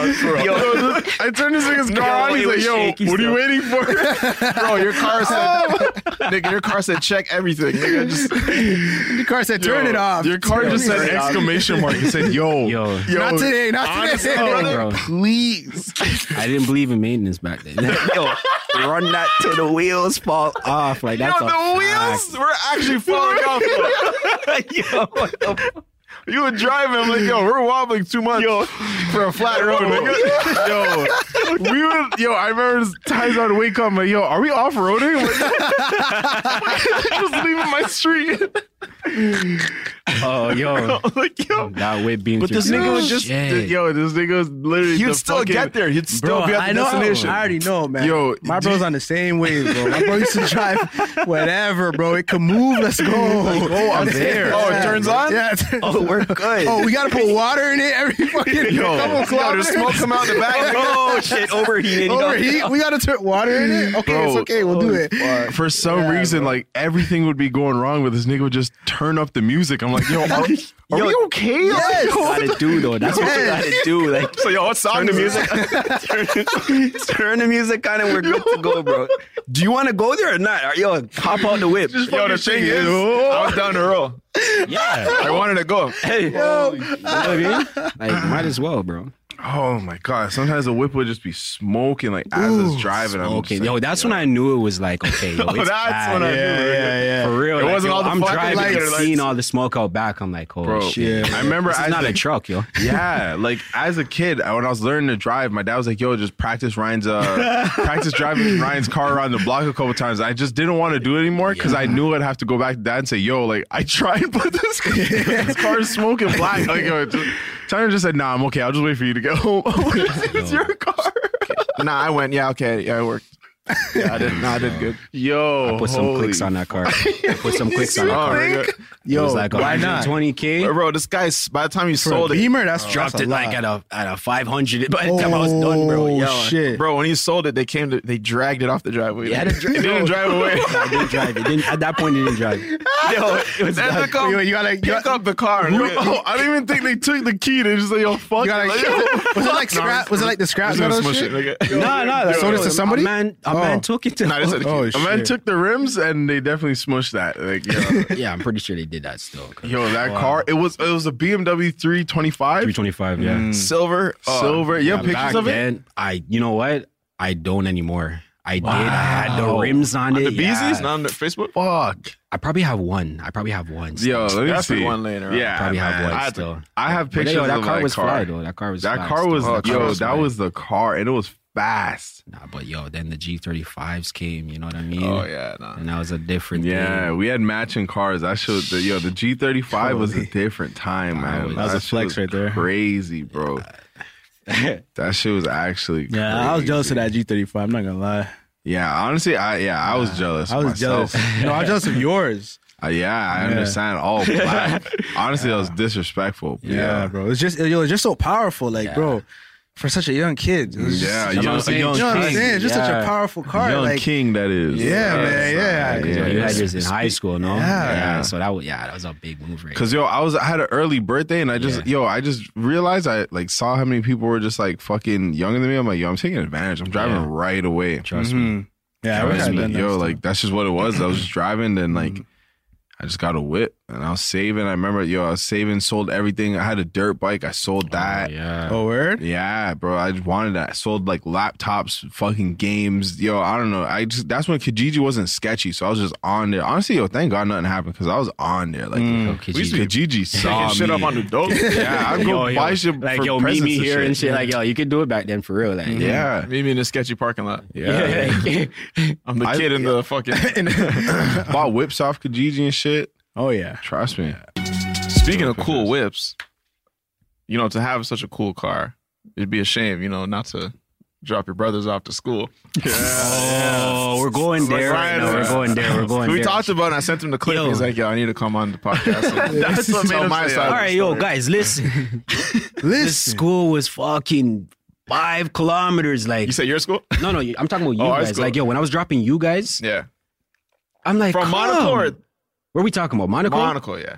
[SPEAKER 2] I turned this nigga's car
[SPEAKER 4] No,
[SPEAKER 2] on.
[SPEAKER 4] it
[SPEAKER 2] He's like,
[SPEAKER 4] was
[SPEAKER 2] yo, what
[SPEAKER 4] shaky
[SPEAKER 2] are you
[SPEAKER 4] still.
[SPEAKER 2] waiting for? [LAUGHS]
[SPEAKER 3] Bro, your car said, nigga, your car said check everything. Nigga, just
[SPEAKER 7] the car said, "Turn it off."
[SPEAKER 2] Your car just said exclamation mark. It said, yo,
[SPEAKER 4] Yo.
[SPEAKER 7] Not today, not today.
[SPEAKER 4] bro.
[SPEAKER 2] please.
[SPEAKER 4] I didn't believe in maintenance back [LAUGHS] then. yo, run that till the wheels fall off. Like that's
[SPEAKER 3] yo,
[SPEAKER 4] a
[SPEAKER 3] the
[SPEAKER 4] fact.
[SPEAKER 3] wheels were actually falling off.
[SPEAKER 2] [LAUGHS]
[SPEAKER 3] though.
[SPEAKER 4] yo, what the
[SPEAKER 3] You were driving. I'm like, yo, we're wobbling too much for a flat road.
[SPEAKER 2] [LAUGHS]
[SPEAKER 3] Nigga.
[SPEAKER 2] Yo, we would, yo, I remember times I'd wake up, I'm like, yo, are we off roading? [LAUGHS] just leaving my street. [LAUGHS]
[SPEAKER 4] Oh, [LAUGHS] yo.
[SPEAKER 2] like, yo.
[SPEAKER 4] That way being
[SPEAKER 2] But this nigga was just
[SPEAKER 4] Shit.
[SPEAKER 2] yo. This nigga was literally.
[SPEAKER 3] You'd
[SPEAKER 2] the
[SPEAKER 3] still
[SPEAKER 2] fucking-
[SPEAKER 3] get there. You'd still
[SPEAKER 4] Bro,
[SPEAKER 3] be at
[SPEAKER 4] I
[SPEAKER 3] the
[SPEAKER 4] know.
[SPEAKER 3] destination.
[SPEAKER 7] I already know, man.
[SPEAKER 2] Yo,
[SPEAKER 7] my
[SPEAKER 2] do
[SPEAKER 7] bro's
[SPEAKER 2] you-
[SPEAKER 7] on the same wave, bro. My bro
[SPEAKER 2] [LAUGHS]
[SPEAKER 7] used to drive whatever, bro. It could move. Let's go. oh,
[SPEAKER 2] I'm there.
[SPEAKER 3] Oh, it turns on?
[SPEAKER 7] Yeah.
[SPEAKER 4] [LAUGHS]
[SPEAKER 7] It turns
[SPEAKER 3] [LAUGHS]
[SPEAKER 7] oh,
[SPEAKER 4] we're good.
[SPEAKER 7] Oh, we gotta put water in it every
[SPEAKER 2] [LAUGHS]
[SPEAKER 7] fucking [LAUGHS] couple
[SPEAKER 3] Yo, there's
[SPEAKER 7] kilometers.
[SPEAKER 3] smoke coming out the back.
[SPEAKER 4] oh shit, overheated.
[SPEAKER 7] Overheat. We gotta turn water in it. Okay,
[SPEAKER 2] Bro.
[SPEAKER 7] it's okay. We'll
[SPEAKER 4] Oh,
[SPEAKER 7] do it.
[SPEAKER 2] For some reason, like everything would be going wrong, but this nigga would just turn up the music. I'm like, yo, are, are
[SPEAKER 4] Yo,
[SPEAKER 2] we okay?
[SPEAKER 7] Yes.
[SPEAKER 4] That's what you gotta do though. That's what you gotta [LAUGHS] do. Like
[SPEAKER 3] So, yo, what song is this?
[SPEAKER 2] [LAUGHS]
[SPEAKER 4] turn, turn the music on and we're good to go, bro. Do you wanna go there or not? Or, yo, hop on the whip.
[SPEAKER 3] Yo, the thing is, I was down the
[SPEAKER 2] [LAUGHS]
[SPEAKER 3] road.
[SPEAKER 4] yeah.
[SPEAKER 3] I wanted to go.
[SPEAKER 4] [LAUGHS] Hey, yo. You know what I mean? Like, might as well, bro.
[SPEAKER 2] Oh my god! Sometimes the whip would just be smoking like as it's driving. I'm
[SPEAKER 4] Okay,
[SPEAKER 2] just like, "Oh,
[SPEAKER 4] yo, that's when I knew it was like, okay, [LAUGHS] yo, it's
[SPEAKER 3] that's
[SPEAKER 4] bad.
[SPEAKER 3] when I knew
[SPEAKER 4] yeah,
[SPEAKER 3] it was
[SPEAKER 4] yeah, yeah. For real,
[SPEAKER 3] It
[SPEAKER 4] like,
[SPEAKER 3] wasn't
[SPEAKER 4] yo,
[SPEAKER 3] all the
[SPEAKER 4] I'm
[SPEAKER 3] fucking
[SPEAKER 4] driving
[SPEAKER 3] lights.
[SPEAKER 4] and seeing all the smoke out back. I'm like, oh
[SPEAKER 2] Bro,
[SPEAKER 4] shit,
[SPEAKER 2] I remember
[SPEAKER 4] this is
[SPEAKER 2] as
[SPEAKER 4] not
[SPEAKER 2] a-
[SPEAKER 4] a truck, yo.
[SPEAKER 2] [LAUGHS] Yeah, like as a kid, I- when I was learning to drive, my dad was like, "Yo, just practice
[SPEAKER 4] [LAUGHS]
[SPEAKER 2] Ryan's uh, practice driving Ryan's car around the block a couple times." I just didn't want to do it anymore because I knew I'd have to go back to dad and say, "Yo, like I tried, [LAUGHS] but this, this car is smoking black." Like, yo, just, Tanner just said, "Nah, I'm okay. I'll just wait for you to get home. [LAUGHS] it's your car."
[SPEAKER 3] [LAUGHS] Nah, I went. Yeah, okay. Yeah, I worked. Yeah, I did. Nah, I did good.
[SPEAKER 2] Yo,
[SPEAKER 4] Put some clicks on that car. Put some clicks on that
[SPEAKER 3] Oh,
[SPEAKER 4] car.
[SPEAKER 3] nigga. [LAUGHS]
[SPEAKER 4] Yo, it was like
[SPEAKER 7] why not?
[SPEAKER 4] 120k.
[SPEAKER 3] Bro, this guy's by the time you
[SPEAKER 7] For a
[SPEAKER 3] sold it,
[SPEAKER 7] Beamer, that's
[SPEAKER 4] dropped
[SPEAKER 7] that's
[SPEAKER 4] it
[SPEAKER 7] a
[SPEAKER 4] like
[SPEAKER 7] lot.
[SPEAKER 4] at a at a 500 by the time I was done, bro.
[SPEAKER 7] Oh,
[SPEAKER 4] Yo,
[SPEAKER 7] shit.
[SPEAKER 3] bro, when he sold it, they came to they dragged it off the driveway.
[SPEAKER 4] Yeah,
[SPEAKER 3] it [LAUGHS]
[SPEAKER 4] the dri-
[SPEAKER 3] didn't drive away.
[SPEAKER 4] I didn't drive. It didn't, at that point, it didn't drive.
[SPEAKER 3] Yo, it was
[SPEAKER 7] That's-
[SPEAKER 3] ethical.
[SPEAKER 7] you- you gotta- you
[SPEAKER 3] pick
[SPEAKER 7] gotta-
[SPEAKER 3] up the car. nigga.
[SPEAKER 2] Oh, I don't even think they took the key. They just like, "Yo, fuck."
[SPEAKER 7] You gotta,
[SPEAKER 2] it. [LAUGHS]
[SPEAKER 7] was it like scrap? Was it like the scrap?
[SPEAKER 2] Just gonna
[SPEAKER 7] metal
[SPEAKER 2] smush
[SPEAKER 7] shit?
[SPEAKER 2] it, nigga.
[SPEAKER 4] No, no.
[SPEAKER 7] Sold it to somebody?
[SPEAKER 4] A man, a man
[SPEAKER 7] Oh.
[SPEAKER 4] took it to.
[SPEAKER 3] Nah, they
[SPEAKER 4] [LAUGHS]
[SPEAKER 3] said the
[SPEAKER 7] Oh,
[SPEAKER 3] key.
[SPEAKER 2] A man
[SPEAKER 7] shit.
[SPEAKER 2] took the rims and they definitely smushed that. Like, yo,
[SPEAKER 4] yeah, I'm pretty sure they did that still. 'cause-
[SPEAKER 2] yo that car. It was it was a BMW 325
[SPEAKER 4] 325. Yeah.
[SPEAKER 3] silver, uh,
[SPEAKER 2] silver. You have
[SPEAKER 4] Back
[SPEAKER 2] pictures of it?
[SPEAKER 4] then, I. You know what? I don't anymore. I did. I had the rims on
[SPEAKER 3] The
[SPEAKER 4] it.
[SPEAKER 3] Beezys,
[SPEAKER 4] yeah.
[SPEAKER 3] not on the Facebook.
[SPEAKER 2] Fuck.
[SPEAKER 4] I probably have one. I probably have one. still.
[SPEAKER 2] Yo, let me
[SPEAKER 3] That's the
[SPEAKER 2] see.
[SPEAKER 3] one later on.
[SPEAKER 2] Yeah,
[SPEAKER 4] probably have
[SPEAKER 2] man.
[SPEAKER 4] one
[SPEAKER 2] I,
[SPEAKER 4] still.
[SPEAKER 2] I have
[SPEAKER 4] But
[SPEAKER 2] pictures
[SPEAKER 4] yo, that
[SPEAKER 2] of
[SPEAKER 4] car
[SPEAKER 2] that
[SPEAKER 4] was
[SPEAKER 2] car.
[SPEAKER 4] fly though. That car was
[SPEAKER 2] That
[SPEAKER 4] fly
[SPEAKER 2] car was
[SPEAKER 4] still.
[SPEAKER 2] yo,
[SPEAKER 4] Car
[SPEAKER 2] that
[SPEAKER 4] fly.
[SPEAKER 2] was the car, and it was fast.
[SPEAKER 4] Nah, but yo, then the G35s came. You know what I mean?
[SPEAKER 3] Oh yeah, nah.
[SPEAKER 4] And that was a different
[SPEAKER 2] Yeah,
[SPEAKER 4] thing.
[SPEAKER 2] we had matching cars. That showed the yo the G thirty five was a different time, man.
[SPEAKER 4] was-
[SPEAKER 7] That was a
[SPEAKER 2] shit
[SPEAKER 7] flex right there.
[SPEAKER 2] Crazy, bro. that shit was actually.
[SPEAKER 7] [LAUGHS] Yeah, I was jealous of
[SPEAKER 2] crazy.
[SPEAKER 7] that G35. I'm not gonna lie.
[SPEAKER 2] Yeah, honestly, I yeah, I was jealous.
[SPEAKER 7] I was
[SPEAKER 2] myself. [LAUGHS]
[SPEAKER 7] jealous. no, I was jealous of yours.
[SPEAKER 2] Uh, yeah, I understand. All
[SPEAKER 7] [LAUGHS]
[SPEAKER 2] black. honestly, that was disrespectful.
[SPEAKER 7] Yeah, bro. It's just yo, it's just so powerful, like, bro. For such a young kid, it was just-
[SPEAKER 2] Yeah,
[SPEAKER 7] you
[SPEAKER 2] young-
[SPEAKER 7] know what I'm saying?
[SPEAKER 2] young
[SPEAKER 7] You know what I'm
[SPEAKER 2] king.
[SPEAKER 7] saying? It's just such
[SPEAKER 4] Yeah.
[SPEAKER 7] a powerful card,
[SPEAKER 2] Young
[SPEAKER 7] like,
[SPEAKER 2] King, that is.
[SPEAKER 7] Yeah, man, yeah.
[SPEAKER 2] son,
[SPEAKER 4] Yeah, you
[SPEAKER 2] yeah.
[SPEAKER 4] had yours in high school, no?
[SPEAKER 7] Yeah.
[SPEAKER 4] So that was yeah, that was a big move, right?
[SPEAKER 2] Cause yo, I was I had an early birthday and I just yo, I just realized I like saw how many people were just like fucking younger than me. I'm like, yo, I'm taking advantage. I'm driving
[SPEAKER 4] Yeah.
[SPEAKER 2] right away.
[SPEAKER 4] Trust me.
[SPEAKER 7] Mm. yeah, I wish I
[SPEAKER 2] Trust
[SPEAKER 7] had
[SPEAKER 2] me.
[SPEAKER 7] done that
[SPEAKER 2] Mm. yo,
[SPEAKER 7] stuff.
[SPEAKER 2] like that's just what it was. I was just driving, then like I just got a whip and I was saving. I remember yo, I was saving, sold everything. I had a dirt bike, I sold that. yeah.
[SPEAKER 4] Yeah.
[SPEAKER 7] oh word,
[SPEAKER 2] bro. I just wanted that. I sold like laptops, fucking games. Yo, I don't know. I just that's when Kijiji wasn't sketchy, so I was just on there. Honestly, yo, thank God nothing happened because I was on there. Like,
[SPEAKER 4] Kijiji.
[SPEAKER 2] we used to Kijiji saw
[SPEAKER 3] Picking shit
[SPEAKER 2] me.
[SPEAKER 3] up on the dope.
[SPEAKER 2] Yeah, I'd go
[SPEAKER 4] Yo,
[SPEAKER 2] buy
[SPEAKER 4] yo,
[SPEAKER 2] shit
[SPEAKER 4] like
[SPEAKER 2] for
[SPEAKER 4] yo, meet me
[SPEAKER 2] presents
[SPEAKER 4] here and shit. Mm-hmm. Like yo, you could do it back then for real. Like
[SPEAKER 2] yeah.
[SPEAKER 3] Meet me in a sketchy parking lot.
[SPEAKER 2] Yeah.
[SPEAKER 4] [LAUGHS]
[SPEAKER 3] I'm the
[SPEAKER 2] I-
[SPEAKER 3] kid in the
[SPEAKER 2] [LAUGHS]
[SPEAKER 3] fucking.
[SPEAKER 2] Bought whips off Kijiji and shit.
[SPEAKER 7] oh yeah,
[SPEAKER 2] Trust me.
[SPEAKER 3] [LAUGHS] Speaking of cool whips, you know, to have such a cool car, it'd be a shame, you know, not to drop your brothers off to school.
[SPEAKER 4] Oh, we're going there. Right now. We're going there. [LAUGHS] We're going
[SPEAKER 3] we
[SPEAKER 4] there.
[SPEAKER 3] talked about it. I sent him the clip.
[SPEAKER 4] Yo.
[SPEAKER 3] He's like, yo, I need to come on the [LAUGHS] podcast. and
[SPEAKER 2] That's what made
[SPEAKER 3] tell
[SPEAKER 2] him
[SPEAKER 3] my
[SPEAKER 2] say,
[SPEAKER 3] side.
[SPEAKER 4] All
[SPEAKER 3] of the
[SPEAKER 4] right, yo,
[SPEAKER 3] story."
[SPEAKER 4] guys, [LAUGHS] listen. this school was fucking five kilometers. Like,
[SPEAKER 3] You say your [LAUGHS] school?
[SPEAKER 4] no, no, I'm talking [LAUGHS] about you
[SPEAKER 3] Oh, high
[SPEAKER 4] guys.
[SPEAKER 3] school.
[SPEAKER 4] Like, yo, when I was dropping you guys,
[SPEAKER 3] Yeah.
[SPEAKER 4] I'm like,
[SPEAKER 3] From
[SPEAKER 4] come.
[SPEAKER 3] Monaco or
[SPEAKER 4] What are we talking about? Monaco.
[SPEAKER 3] Monaco, yeah.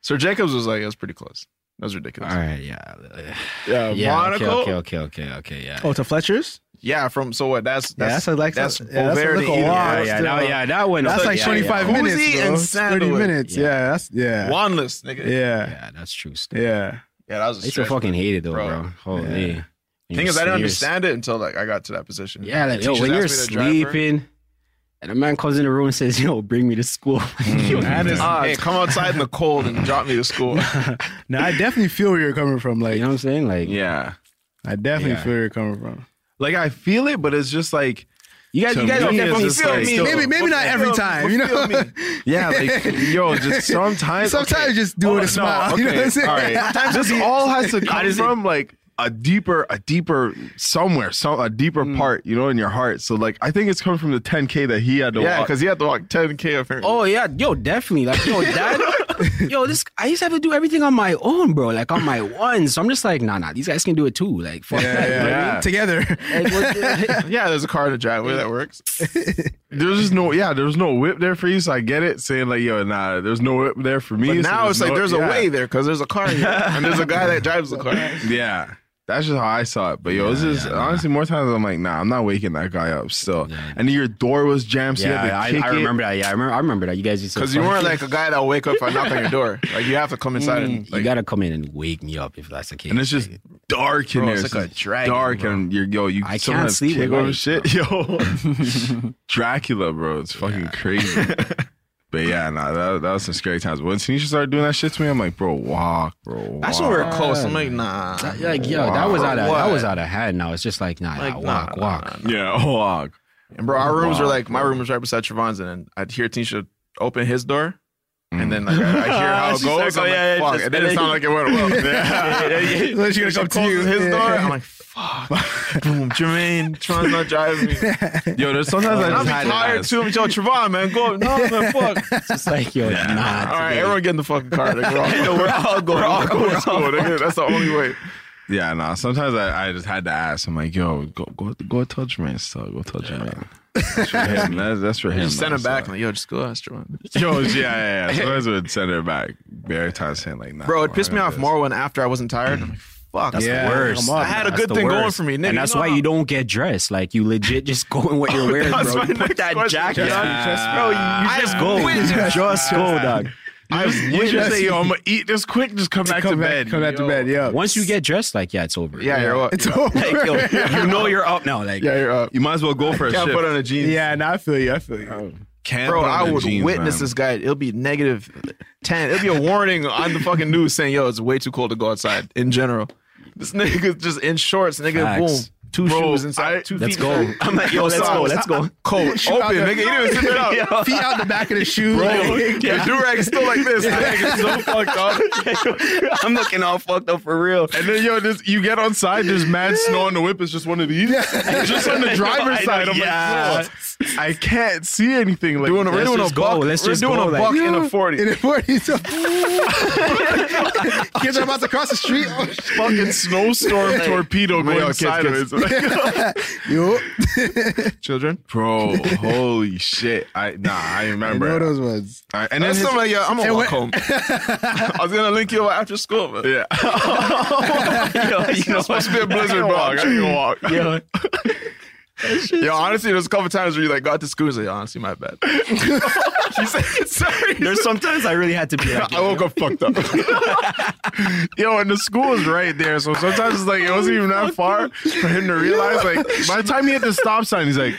[SPEAKER 3] Sir Jacobs was like, that's pretty close. That was ridiculous.
[SPEAKER 4] Mm-hmm. All right, yeah,
[SPEAKER 3] Yeah,
[SPEAKER 4] yeah.
[SPEAKER 3] Monaco.
[SPEAKER 4] Okay, okay, okay, okay, okay. Yeah.
[SPEAKER 7] oh to Fletcher's,
[SPEAKER 3] Yeah, from so what? That's
[SPEAKER 7] Yeah,
[SPEAKER 3] that's
[SPEAKER 7] that's a- like-
[SPEAKER 3] that's
[SPEAKER 7] yeah, that's a
[SPEAKER 3] Valverde
[SPEAKER 7] little
[SPEAKER 3] either.
[SPEAKER 7] walk.
[SPEAKER 4] yeah,
[SPEAKER 7] that's
[SPEAKER 4] yeah,
[SPEAKER 7] still-
[SPEAKER 4] that, yeah, that one.
[SPEAKER 7] that's
[SPEAKER 4] yeah,
[SPEAKER 7] like
[SPEAKER 4] yeah,
[SPEAKER 7] 25
[SPEAKER 4] yeah.
[SPEAKER 7] minutes,
[SPEAKER 3] Uzi and
[SPEAKER 7] bro. thirty
[SPEAKER 3] sandalwood.
[SPEAKER 7] minutes,
[SPEAKER 4] Yeah.
[SPEAKER 7] yeah, that's yeah,
[SPEAKER 3] Wanless, nigga. Yeah.
[SPEAKER 7] yeah,
[SPEAKER 4] Yeah, that's true. Still.
[SPEAKER 7] yeah.
[SPEAKER 3] that was a
[SPEAKER 4] I used to
[SPEAKER 3] stretch.
[SPEAKER 4] fucking hate it though,
[SPEAKER 3] Bro.
[SPEAKER 4] bro. Holy. When
[SPEAKER 3] Thing
[SPEAKER 4] you're
[SPEAKER 3] is, I didn't
[SPEAKER 4] serious-
[SPEAKER 3] understand it until like I got to that position.
[SPEAKER 4] Yeah, like,
[SPEAKER 3] The
[SPEAKER 4] yo,
[SPEAKER 3] teachers
[SPEAKER 4] when you're
[SPEAKER 3] asked me to drive her.
[SPEAKER 4] sleeping, and a man comes in the room and says, "Yo, bring me to school." [LAUGHS]
[SPEAKER 7] Mm-hmm.
[SPEAKER 4] Yo, that's-
[SPEAKER 3] Ah, hey, come outside in the cold and drop me to school.
[SPEAKER 4] [LAUGHS]
[SPEAKER 7] Now I definitely feel where you're coming from. Like
[SPEAKER 4] you know what I'm saying? Like,
[SPEAKER 2] Yeah.
[SPEAKER 7] I definitely
[SPEAKER 4] Yeah.
[SPEAKER 7] feel where you're coming from.
[SPEAKER 2] Like I feel it, but it's just like
[SPEAKER 4] you guys,
[SPEAKER 2] To
[SPEAKER 4] you guys
[SPEAKER 2] me,
[SPEAKER 4] don't get
[SPEAKER 2] it's
[SPEAKER 4] from
[SPEAKER 2] just like-
[SPEAKER 4] me.
[SPEAKER 7] Maybe maybe not every time, you know.
[SPEAKER 2] yeah, [LAUGHS] like yo, just sometimes
[SPEAKER 7] Sometimes
[SPEAKER 2] okay.
[SPEAKER 7] just do it
[SPEAKER 2] Hold
[SPEAKER 7] with a
[SPEAKER 2] on,
[SPEAKER 9] [LAUGHS]
[SPEAKER 2] Oh, no,
[SPEAKER 3] [LAUGHS]
[SPEAKER 7] smile. You know what I'm saying?
[SPEAKER 2] all right. Sometimes this all has to come from like a deeper, a deeper somewhere, some a deeper
[SPEAKER 3] Mm.
[SPEAKER 2] part, you know, in your heart. So like I think it's coming from the 10K that he had to
[SPEAKER 3] yeah,
[SPEAKER 2] walk.
[SPEAKER 3] because you have to walk 10k up here.
[SPEAKER 4] Oh yeah, yo, definitely. Like, yo, that, yo, this. I used to have to do everything on my own, bro. Like on my one. So I'm just like, nah, nah. These guys can do it too. Like, fuck that. you know what I mean?
[SPEAKER 7] Together.
[SPEAKER 2] [LAUGHS]
[SPEAKER 4] Like, what-
[SPEAKER 3] yeah, there's a car in the driveway that works.
[SPEAKER 2] there's just no yeah, there's no whip there for you. So I get it saying like yo, nah, there's no whip there for me.
[SPEAKER 3] But
[SPEAKER 2] so
[SPEAKER 3] now it's like
[SPEAKER 2] no-
[SPEAKER 3] there's
[SPEAKER 2] yeah.
[SPEAKER 3] a way there because there's a car here, and there's a guy that drives
[SPEAKER 2] [LAUGHS]
[SPEAKER 3] the car.
[SPEAKER 2] Yeah. That's just how I saw it. But yo, it's just honestly more times I'm like, nah, I'm not waking that guy up still. And your door was jammed, so you
[SPEAKER 4] yeah,
[SPEAKER 2] had to kick
[SPEAKER 4] I, I
[SPEAKER 2] it.
[SPEAKER 4] remember that. Yeah, I remember. I remember that. You guys used to
[SPEAKER 3] Because you
[SPEAKER 4] fucking-
[SPEAKER 3] weren't like a guy that'll wake up if I knock on your
[SPEAKER 2] [LAUGHS]
[SPEAKER 3] door. Like you have to come inside
[SPEAKER 2] Mm,
[SPEAKER 3] and
[SPEAKER 4] you
[SPEAKER 3] like,
[SPEAKER 4] gotta come in and wake me up if that's the case.
[SPEAKER 2] and it's just dark in
[SPEAKER 3] Bro,
[SPEAKER 2] there.
[SPEAKER 3] it's like a
[SPEAKER 2] just
[SPEAKER 3] dragon,
[SPEAKER 2] dark
[SPEAKER 3] bro.
[SPEAKER 2] and you're yo, you
[SPEAKER 4] I can't
[SPEAKER 2] sometimes
[SPEAKER 4] sleep
[SPEAKER 2] kick
[SPEAKER 4] at
[SPEAKER 2] over
[SPEAKER 4] night,
[SPEAKER 3] [LAUGHS]
[SPEAKER 2] shit, yo. Dracula, bro, it's fucking crazy. But yeah, nah, that, that was some scary times. When Tanisha started doing that shit to me, I'm like, bro, walk, bro. Walk.
[SPEAKER 3] that's when we were close. I'm like, nah.
[SPEAKER 4] That- like yo, that was out of that was out of hand. Now it's just like nah,
[SPEAKER 3] Like,
[SPEAKER 4] nah walk,
[SPEAKER 3] nah,
[SPEAKER 4] walk.
[SPEAKER 2] Yeah, [LAUGHS] walk.
[SPEAKER 3] And bro, our rooms were like my room was right beside Siobhan's, and then I'd hear Tisha open his door,
[SPEAKER 4] Mm.
[SPEAKER 3] and then like
[SPEAKER 4] [LAUGHS]
[SPEAKER 3] I, I hear how it
[SPEAKER 4] She's like,
[SPEAKER 3] goes.
[SPEAKER 4] oh,
[SPEAKER 3] I'm
[SPEAKER 4] yeah, yeah,
[SPEAKER 3] like, fuck.
[SPEAKER 4] just-
[SPEAKER 3] It didn't sound like it went
[SPEAKER 4] [LAUGHS]
[SPEAKER 3] well. [LAUGHS] yeah.
[SPEAKER 7] Unless you're gonna come to you.
[SPEAKER 3] His
[SPEAKER 7] Yeah.
[SPEAKER 3] door. I'm like, fuck. Boom, Jermaine, Tron's not
[SPEAKER 4] [LAUGHS]
[SPEAKER 3] driving me.
[SPEAKER 2] Yo, there's sometimes I
[SPEAKER 3] I'm
[SPEAKER 2] just had to
[SPEAKER 3] tired
[SPEAKER 2] ask.
[SPEAKER 3] too. I'm like, yo, Trevon, man, go. No,
[SPEAKER 4] [LAUGHS]
[SPEAKER 3] man, fuck.
[SPEAKER 4] It's just like yo, nah.
[SPEAKER 3] All right, everyone get in the fucking car.
[SPEAKER 4] [LAUGHS]
[SPEAKER 3] Nigga. We're all going. We're all going, to school. Nigga. That's the only way.
[SPEAKER 2] Yeah, nah. Sometimes I, I just had to ask. I'm like, yo, go go go tell Jermaine stuff. Go tell Jermaine. That's for him. That's, that's
[SPEAKER 3] [LAUGHS]
[SPEAKER 2] for him.
[SPEAKER 3] Just send
[SPEAKER 2] nah,
[SPEAKER 3] him back.
[SPEAKER 2] so.
[SPEAKER 3] I'm like, yo, just go ask Trevon.
[SPEAKER 2] Yo, yeah, yeah,
[SPEAKER 3] [LAUGHS]
[SPEAKER 2] yeah. Sometimes I would send her back. Every time saying like, nah,
[SPEAKER 3] Bro, it
[SPEAKER 2] I
[SPEAKER 3] pissed me
[SPEAKER 2] gotta
[SPEAKER 3] off
[SPEAKER 2] do
[SPEAKER 3] more when after I wasn't tired. I'm like, fuck.
[SPEAKER 4] That's
[SPEAKER 7] Yeah,
[SPEAKER 4] the worst.
[SPEAKER 7] come on,
[SPEAKER 3] I had a
[SPEAKER 4] That's
[SPEAKER 3] good
[SPEAKER 4] the
[SPEAKER 3] thing going
[SPEAKER 4] worst.
[SPEAKER 3] for me, nigga.
[SPEAKER 4] and that's
[SPEAKER 3] know
[SPEAKER 4] why
[SPEAKER 3] how-
[SPEAKER 4] you don't get dressed. Like you legit just go in
[SPEAKER 3] [LAUGHS]
[SPEAKER 4] what you're wearing,
[SPEAKER 3] That's
[SPEAKER 4] bro.
[SPEAKER 3] my
[SPEAKER 4] You
[SPEAKER 3] next
[SPEAKER 4] put that
[SPEAKER 3] question.
[SPEAKER 4] jacket
[SPEAKER 3] Yeah.
[SPEAKER 4] on, bro. You
[SPEAKER 3] I
[SPEAKER 4] just go, you just go, dog.
[SPEAKER 2] I wish
[SPEAKER 9] just-
[SPEAKER 2] I say, yo, I'm gonna eat this quick. Just come back to
[SPEAKER 9] come
[SPEAKER 2] bed.
[SPEAKER 9] back, come back to
[SPEAKER 2] yo.
[SPEAKER 9] bed. Yeah,
[SPEAKER 4] Once you get dressed, like yeah, it's over.
[SPEAKER 3] Yeah, you're up.
[SPEAKER 9] it's over.
[SPEAKER 4] Like, yo, you know
[SPEAKER 3] [LAUGHS]
[SPEAKER 4] you're up now. Like
[SPEAKER 9] yeah, you're up.
[SPEAKER 2] You might as well go for [LAUGHS] a
[SPEAKER 3] Can't
[SPEAKER 2] shift.
[SPEAKER 3] put on a jeans.
[SPEAKER 9] Yeah, no, I feel you. I feel you.
[SPEAKER 2] Oh. Can't
[SPEAKER 3] Bro,
[SPEAKER 2] put on
[SPEAKER 3] I
[SPEAKER 2] the
[SPEAKER 3] would
[SPEAKER 2] jeans,
[SPEAKER 3] witness
[SPEAKER 2] man.
[SPEAKER 3] this guy. It'll be negative 10. It'll be a warning on the fucking news saying, yo, it's way too cold to go outside in general. This nigga just in shorts, nigga,
[SPEAKER 4] Facts.
[SPEAKER 3] boom. Two
[SPEAKER 2] Bro,
[SPEAKER 3] shoes inside.
[SPEAKER 2] I-
[SPEAKER 3] two
[SPEAKER 4] let's
[SPEAKER 3] feet.
[SPEAKER 4] go.
[SPEAKER 3] inside.
[SPEAKER 4] I'm like, yo,
[SPEAKER 3] No
[SPEAKER 4] let's go,
[SPEAKER 3] socks. [LAUGHS]
[SPEAKER 4] let's go.
[SPEAKER 3] Cold, open, nigga. He didn't even [LAUGHS] zip it up.
[SPEAKER 4] [LAUGHS]
[SPEAKER 9] Feet out the back of the shoe.
[SPEAKER 3] Bro, the durag's still like this. The nigga's
[SPEAKER 4] [LAUGHS]
[SPEAKER 3] so fucked up.
[SPEAKER 4] I'm looking all fucked up for real.
[SPEAKER 2] And then yo, this, you get outside, there's mad snow on the whip. It's just one
[SPEAKER 4] [LAUGHS]
[SPEAKER 2] of these. just on the driver's
[SPEAKER 4] I know,
[SPEAKER 2] side. I'm
[SPEAKER 4] yeah.
[SPEAKER 2] like, yo, I can't see anything. Like,
[SPEAKER 3] Doing a- we're
[SPEAKER 4] Let's
[SPEAKER 3] doing a
[SPEAKER 4] just go,
[SPEAKER 3] buck.
[SPEAKER 4] let's
[SPEAKER 3] we're
[SPEAKER 4] just
[SPEAKER 3] doing a
[SPEAKER 4] go, like-
[SPEAKER 3] buck
[SPEAKER 2] [LAUGHS]
[SPEAKER 3] in a 40.
[SPEAKER 9] in the
[SPEAKER 3] [LAUGHS]
[SPEAKER 9] forties. Kids are about to cross the
[SPEAKER 3] [LAUGHS]
[SPEAKER 9] street. Oh, shit.
[SPEAKER 2] fucking snowstorm torpedo
[SPEAKER 3] Man,
[SPEAKER 2] going
[SPEAKER 3] yo, kids,
[SPEAKER 2] sideways.
[SPEAKER 3] kids. [LAUGHS]
[SPEAKER 9] Yo,
[SPEAKER 3] Children.
[SPEAKER 2] Bro, holy shit! I nah, I
[SPEAKER 9] you
[SPEAKER 2] remember.
[SPEAKER 9] know those ones.
[SPEAKER 2] All right, and then
[SPEAKER 3] That's
[SPEAKER 2] his,
[SPEAKER 3] something like, yo, I'm gonna
[SPEAKER 9] And
[SPEAKER 3] walk
[SPEAKER 9] what-
[SPEAKER 3] home. I was gonna link you up after school, man. [LAUGHS]
[SPEAKER 2] yeah,
[SPEAKER 4] Yo, [LAUGHS] you know,
[SPEAKER 3] It's supposed to be a blizzard, bro. I gotta go [LAUGHS] walk.
[SPEAKER 4] yo,
[SPEAKER 3] Yo, honestly, there's a couple times where you like got to school and like, "Oh, honestly, my bad. [LAUGHS] she said, [LAUGHS] sorry.
[SPEAKER 4] there's sometimes I really had to be like,
[SPEAKER 2] I woke up fucked
[SPEAKER 3] [LAUGHS]
[SPEAKER 2] up. yo, and the school is right there, so sometimes it's like it wasn't even that far for him to realize. Like by the time he hit the stop sign, he's like,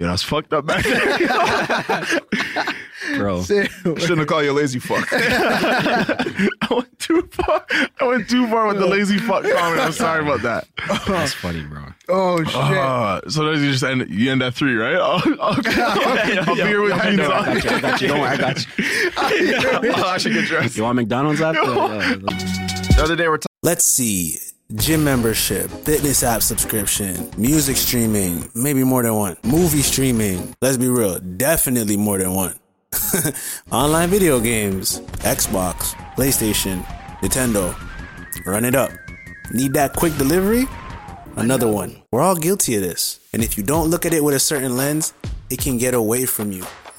[SPEAKER 2] "Yo, that's fucked up back there." [LAUGHS]
[SPEAKER 4] bro.
[SPEAKER 3] Shouldn't have called you a lazy fuck.
[SPEAKER 2] [LAUGHS] I went too far. I went too far with the lazy fuck comment. I'm sorry about that.
[SPEAKER 4] That's funny, bro.
[SPEAKER 9] Oh shit!
[SPEAKER 2] [LAUGHS] Uh, so then you just end. You end at three, right? [LAUGHS] Oh, okay. A beer with jeans
[SPEAKER 4] I
[SPEAKER 2] on.
[SPEAKER 4] got you. I got you. Don't worry, I got you.
[SPEAKER 3] I should get dressed. [LAUGHS]
[SPEAKER 4] You want McDonald's after? Yeah, yeah.
[SPEAKER 3] The other day we're talking
[SPEAKER 7] Let's see. Gym membership, fitness app subscription, music streaming, maybe more than one. Movie streaming, let's be real, definitely more than one. [LAUGHS] Online video games, Xbox, PlayStation, Nintendo. Run it up. Need that quick delivery? Another one. We're all guilty of this. And if you don't look at it with a certain lens, it can get away from you.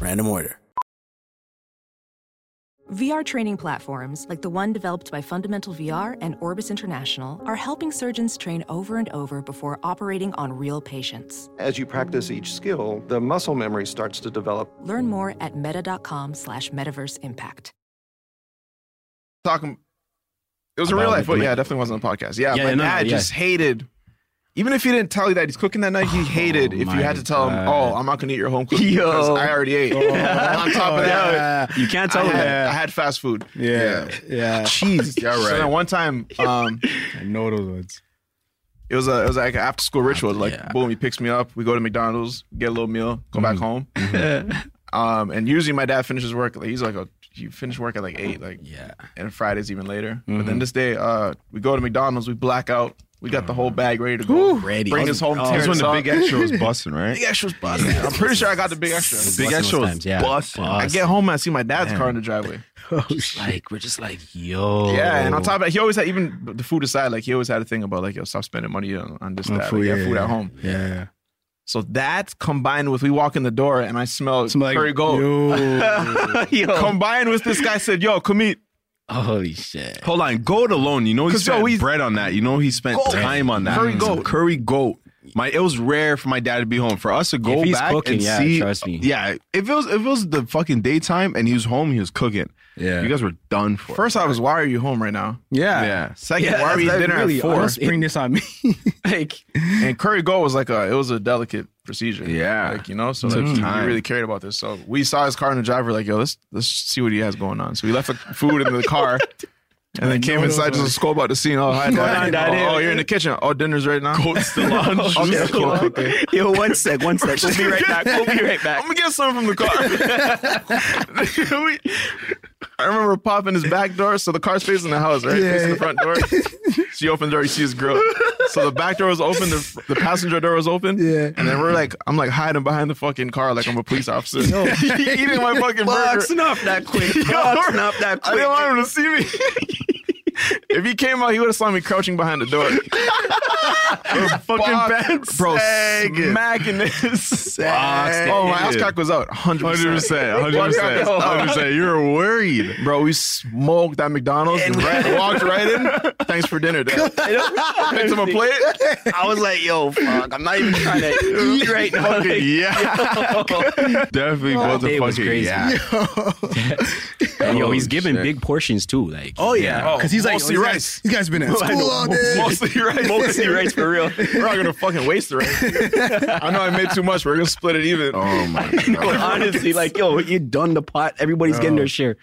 [SPEAKER 7] Random order.
[SPEAKER 6] VR training platforms, like the one developed by Fundamental VR and Orbis International, are helping surgeons train over and over before operating on real patients.
[SPEAKER 10] As you practice each skill, the muscle memory starts to develop.
[SPEAKER 6] Learn more at meta.com slash metaverse impact.
[SPEAKER 3] talking. It was in
[SPEAKER 4] About
[SPEAKER 3] real life,
[SPEAKER 4] like
[SPEAKER 3] but
[SPEAKER 4] the-
[SPEAKER 3] yeah, it definitely wasn't on a podcast. Yeah,
[SPEAKER 4] Yeah,
[SPEAKER 3] my
[SPEAKER 4] no, no,
[SPEAKER 3] dad
[SPEAKER 4] yeah.
[SPEAKER 3] just hated. Even if he didn't tell you that he's cooking that night, he hated if you
[SPEAKER 4] my
[SPEAKER 3] had to tell him,
[SPEAKER 4] God.
[SPEAKER 3] "Oh, I'm not gonna eat your home cooking because I already ate." on top of that,
[SPEAKER 4] You can't
[SPEAKER 3] I
[SPEAKER 4] tell him that.
[SPEAKER 3] had, I had fast food.
[SPEAKER 9] yeah, yeah.
[SPEAKER 3] cheese. Yeah, right. So then one [LAUGHS] time, um,
[SPEAKER 9] I know those ones.
[SPEAKER 3] it was a it was like an after school ritual. Like, boom, he picks me up. We go to McDonald's, get a little meal, go
[SPEAKER 2] Mm-hmm.
[SPEAKER 3] back home. [LAUGHS] um, and usually my dad finishes work. Like, he's like, oh, you finish work at like eight. Like,
[SPEAKER 4] Yeah.
[SPEAKER 3] and Fridays even later. But
[SPEAKER 2] Mm-hmm.
[SPEAKER 3] then this day, uh, we go to McDonald's, we black out. We got the whole
[SPEAKER 2] Mm-hmm.
[SPEAKER 3] bag ready to go.
[SPEAKER 4] Ready.
[SPEAKER 3] Bring us home.
[SPEAKER 4] Oh,
[SPEAKER 3] tear
[SPEAKER 2] That's when
[SPEAKER 3] us
[SPEAKER 2] the
[SPEAKER 3] up.
[SPEAKER 2] big extra
[SPEAKER 3] [LAUGHS]
[SPEAKER 2] was busting, right?
[SPEAKER 3] Big extra's busting. I'm pretty sure I got the big extra.
[SPEAKER 2] Big
[SPEAKER 4] Busting
[SPEAKER 2] extra
[SPEAKER 4] those
[SPEAKER 2] was
[SPEAKER 4] times, yeah.
[SPEAKER 2] busting.
[SPEAKER 3] I get home and I see my dad's car in the driveway.
[SPEAKER 4] Like we're just like, yo.
[SPEAKER 3] Yeah, and on top of that, he always had even the food aside, like he always had a thing about like yo, stop spending money on, on this, that. Food, like, yeah, food at home.
[SPEAKER 9] Yeah,
[SPEAKER 3] So that combined with we walk in the door and I smell
[SPEAKER 9] Smell like-
[SPEAKER 3] curry gold.
[SPEAKER 2] [LAUGHS]
[SPEAKER 9] Yo.
[SPEAKER 3] [LAUGHS]
[SPEAKER 4] yo.
[SPEAKER 3] Combined with this guy said, "Yo, come eat."
[SPEAKER 4] Holy shit.
[SPEAKER 2] Hold on, goat alone. You know he
[SPEAKER 3] 'Cause, yo,
[SPEAKER 2] spent
[SPEAKER 3] he's-
[SPEAKER 2] bread on that. You know he spent time on that.
[SPEAKER 3] Curry
[SPEAKER 2] Mm.
[SPEAKER 3] goat.
[SPEAKER 2] Curry goat. My it was rare for my dad to be home. For us to go
[SPEAKER 4] If he's
[SPEAKER 2] back
[SPEAKER 4] cooking,
[SPEAKER 2] and
[SPEAKER 4] yeah,
[SPEAKER 2] see,
[SPEAKER 4] trust me.
[SPEAKER 2] yeah. If it was if it was the fucking daytime and he was home, he was cooking.
[SPEAKER 9] Yeah.
[SPEAKER 2] you guys were done for. [LAUGHS]
[SPEAKER 3] First, I [LAUGHS] was, "Why are you home right now?"
[SPEAKER 9] yeah.
[SPEAKER 2] yeah,
[SPEAKER 3] Second, "Why are you
[SPEAKER 9] That
[SPEAKER 3] at dinner
[SPEAKER 9] really,
[SPEAKER 3] at four?
[SPEAKER 9] don't spring this on me.
[SPEAKER 4] [LAUGHS] Like
[SPEAKER 3] and curry gold was like a it was a delicate procedure.
[SPEAKER 2] Yeah.
[SPEAKER 3] like you know, so
[SPEAKER 2] Took
[SPEAKER 3] like, he
[SPEAKER 2] time.
[SPEAKER 3] really cared about this.
[SPEAKER 2] [LAUGHS]
[SPEAKER 3] So we saw his car in the driver, like yo, let's let's see what he has going on. So we left the food in the car. And then came inside just to scope out the scene. Oh,
[SPEAKER 2] [LAUGHS]
[SPEAKER 3] hi,
[SPEAKER 4] Nah,
[SPEAKER 3] daddy.
[SPEAKER 4] daddy.
[SPEAKER 3] Oh, oh, you're in the kitchen. Oh, dinner's right now. [LAUGHS] Coat's still
[SPEAKER 4] on,
[SPEAKER 3] okay,
[SPEAKER 4] shoes still
[SPEAKER 3] cool,
[SPEAKER 4] on.
[SPEAKER 2] [LAUGHS]
[SPEAKER 3] okay.
[SPEAKER 4] Yo, one sec, one sec. We'll be right back. We'll be right back.
[SPEAKER 3] I'm gonna get some from the car. We- [LAUGHS] I remember popping his back door, so the car's facing the house, right? Facing the front door. she opens the door, you see his grill. So the back door was open, the, the passenger door was open. Yeah. And then we're like, I'm like hiding behind the fucking car like I'm a police officer.
[SPEAKER 4] Yo.
[SPEAKER 3] [LAUGHS] eating my fucking burger.
[SPEAKER 4] Boxing up that
[SPEAKER 3] [LAUGHS]
[SPEAKER 4] quick.
[SPEAKER 3] Yo,
[SPEAKER 4] Boxing up that
[SPEAKER 3] I didn't
[SPEAKER 4] quick.
[SPEAKER 3] want him to see me. if he came out, he would have saw me crouching behind the [LAUGHS] door. fucking
[SPEAKER 2] pants
[SPEAKER 3] Bro,
[SPEAKER 2] sagging.
[SPEAKER 3] smacking this.
[SPEAKER 2] Sagging.
[SPEAKER 3] Oh, my ass crack was out. 100%.
[SPEAKER 2] 100%, 100%, 100%.
[SPEAKER 3] You were worried. Bro, we smoked at McDonald's and [LAUGHS] right, walked right in. Thanks for dinner, Dad. [LAUGHS] Picked up a plate.
[SPEAKER 4] I was like, yo, fuck. I'm not even trying to eat
[SPEAKER 3] [LAUGHS]
[SPEAKER 4] right now.
[SPEAKER 2] Fucking yeah. Definitely
[SPEAKER 4] That
[SPEAKER 2] was a
[SPEAKER 4] day was
[SPEAKER 2] fucking
[SPEAKER 4] crazy.
[SPEAKER 2] yeah.
[SPEAKER 4] And yo, he's
[SPEAKER 2] Oh,
[SPEAKER 4] giving
[SPEAKER 2] shit.
[SPEAKER 4] big portions too. Like,
[SPEAKER 7] Oh yeah,
[SPEAKER 3] Oh,
[SPEAKER 7] because he's like
[SPEAKER 3] mostly
[SPEAKER 7] these guys-
[SPEAKER 3] rice.
[SPEAKER 7] These guys
[SPEAKER 3] [LAUGHS]
[SPEAKER 7] been at school all day.
[SPEAKER 3] Mostly rice.
[SPEAKER 4] mostly rice
[SPEAKER 3] [LAUGHS]
[SPEAKER 4] for real.
[SPEAKER 3] We're not gonna fucking waste the rice. [LAUGHS] I know I made too much. We're gonna split it even.
[SPEAKER 2] Oh
[SPEAKER 3] [LAUGHS]
[SPEAKER 2] my god.
[SPEAKER 4] But honestly, like, yo, you done the pot. Everybody's getting their share.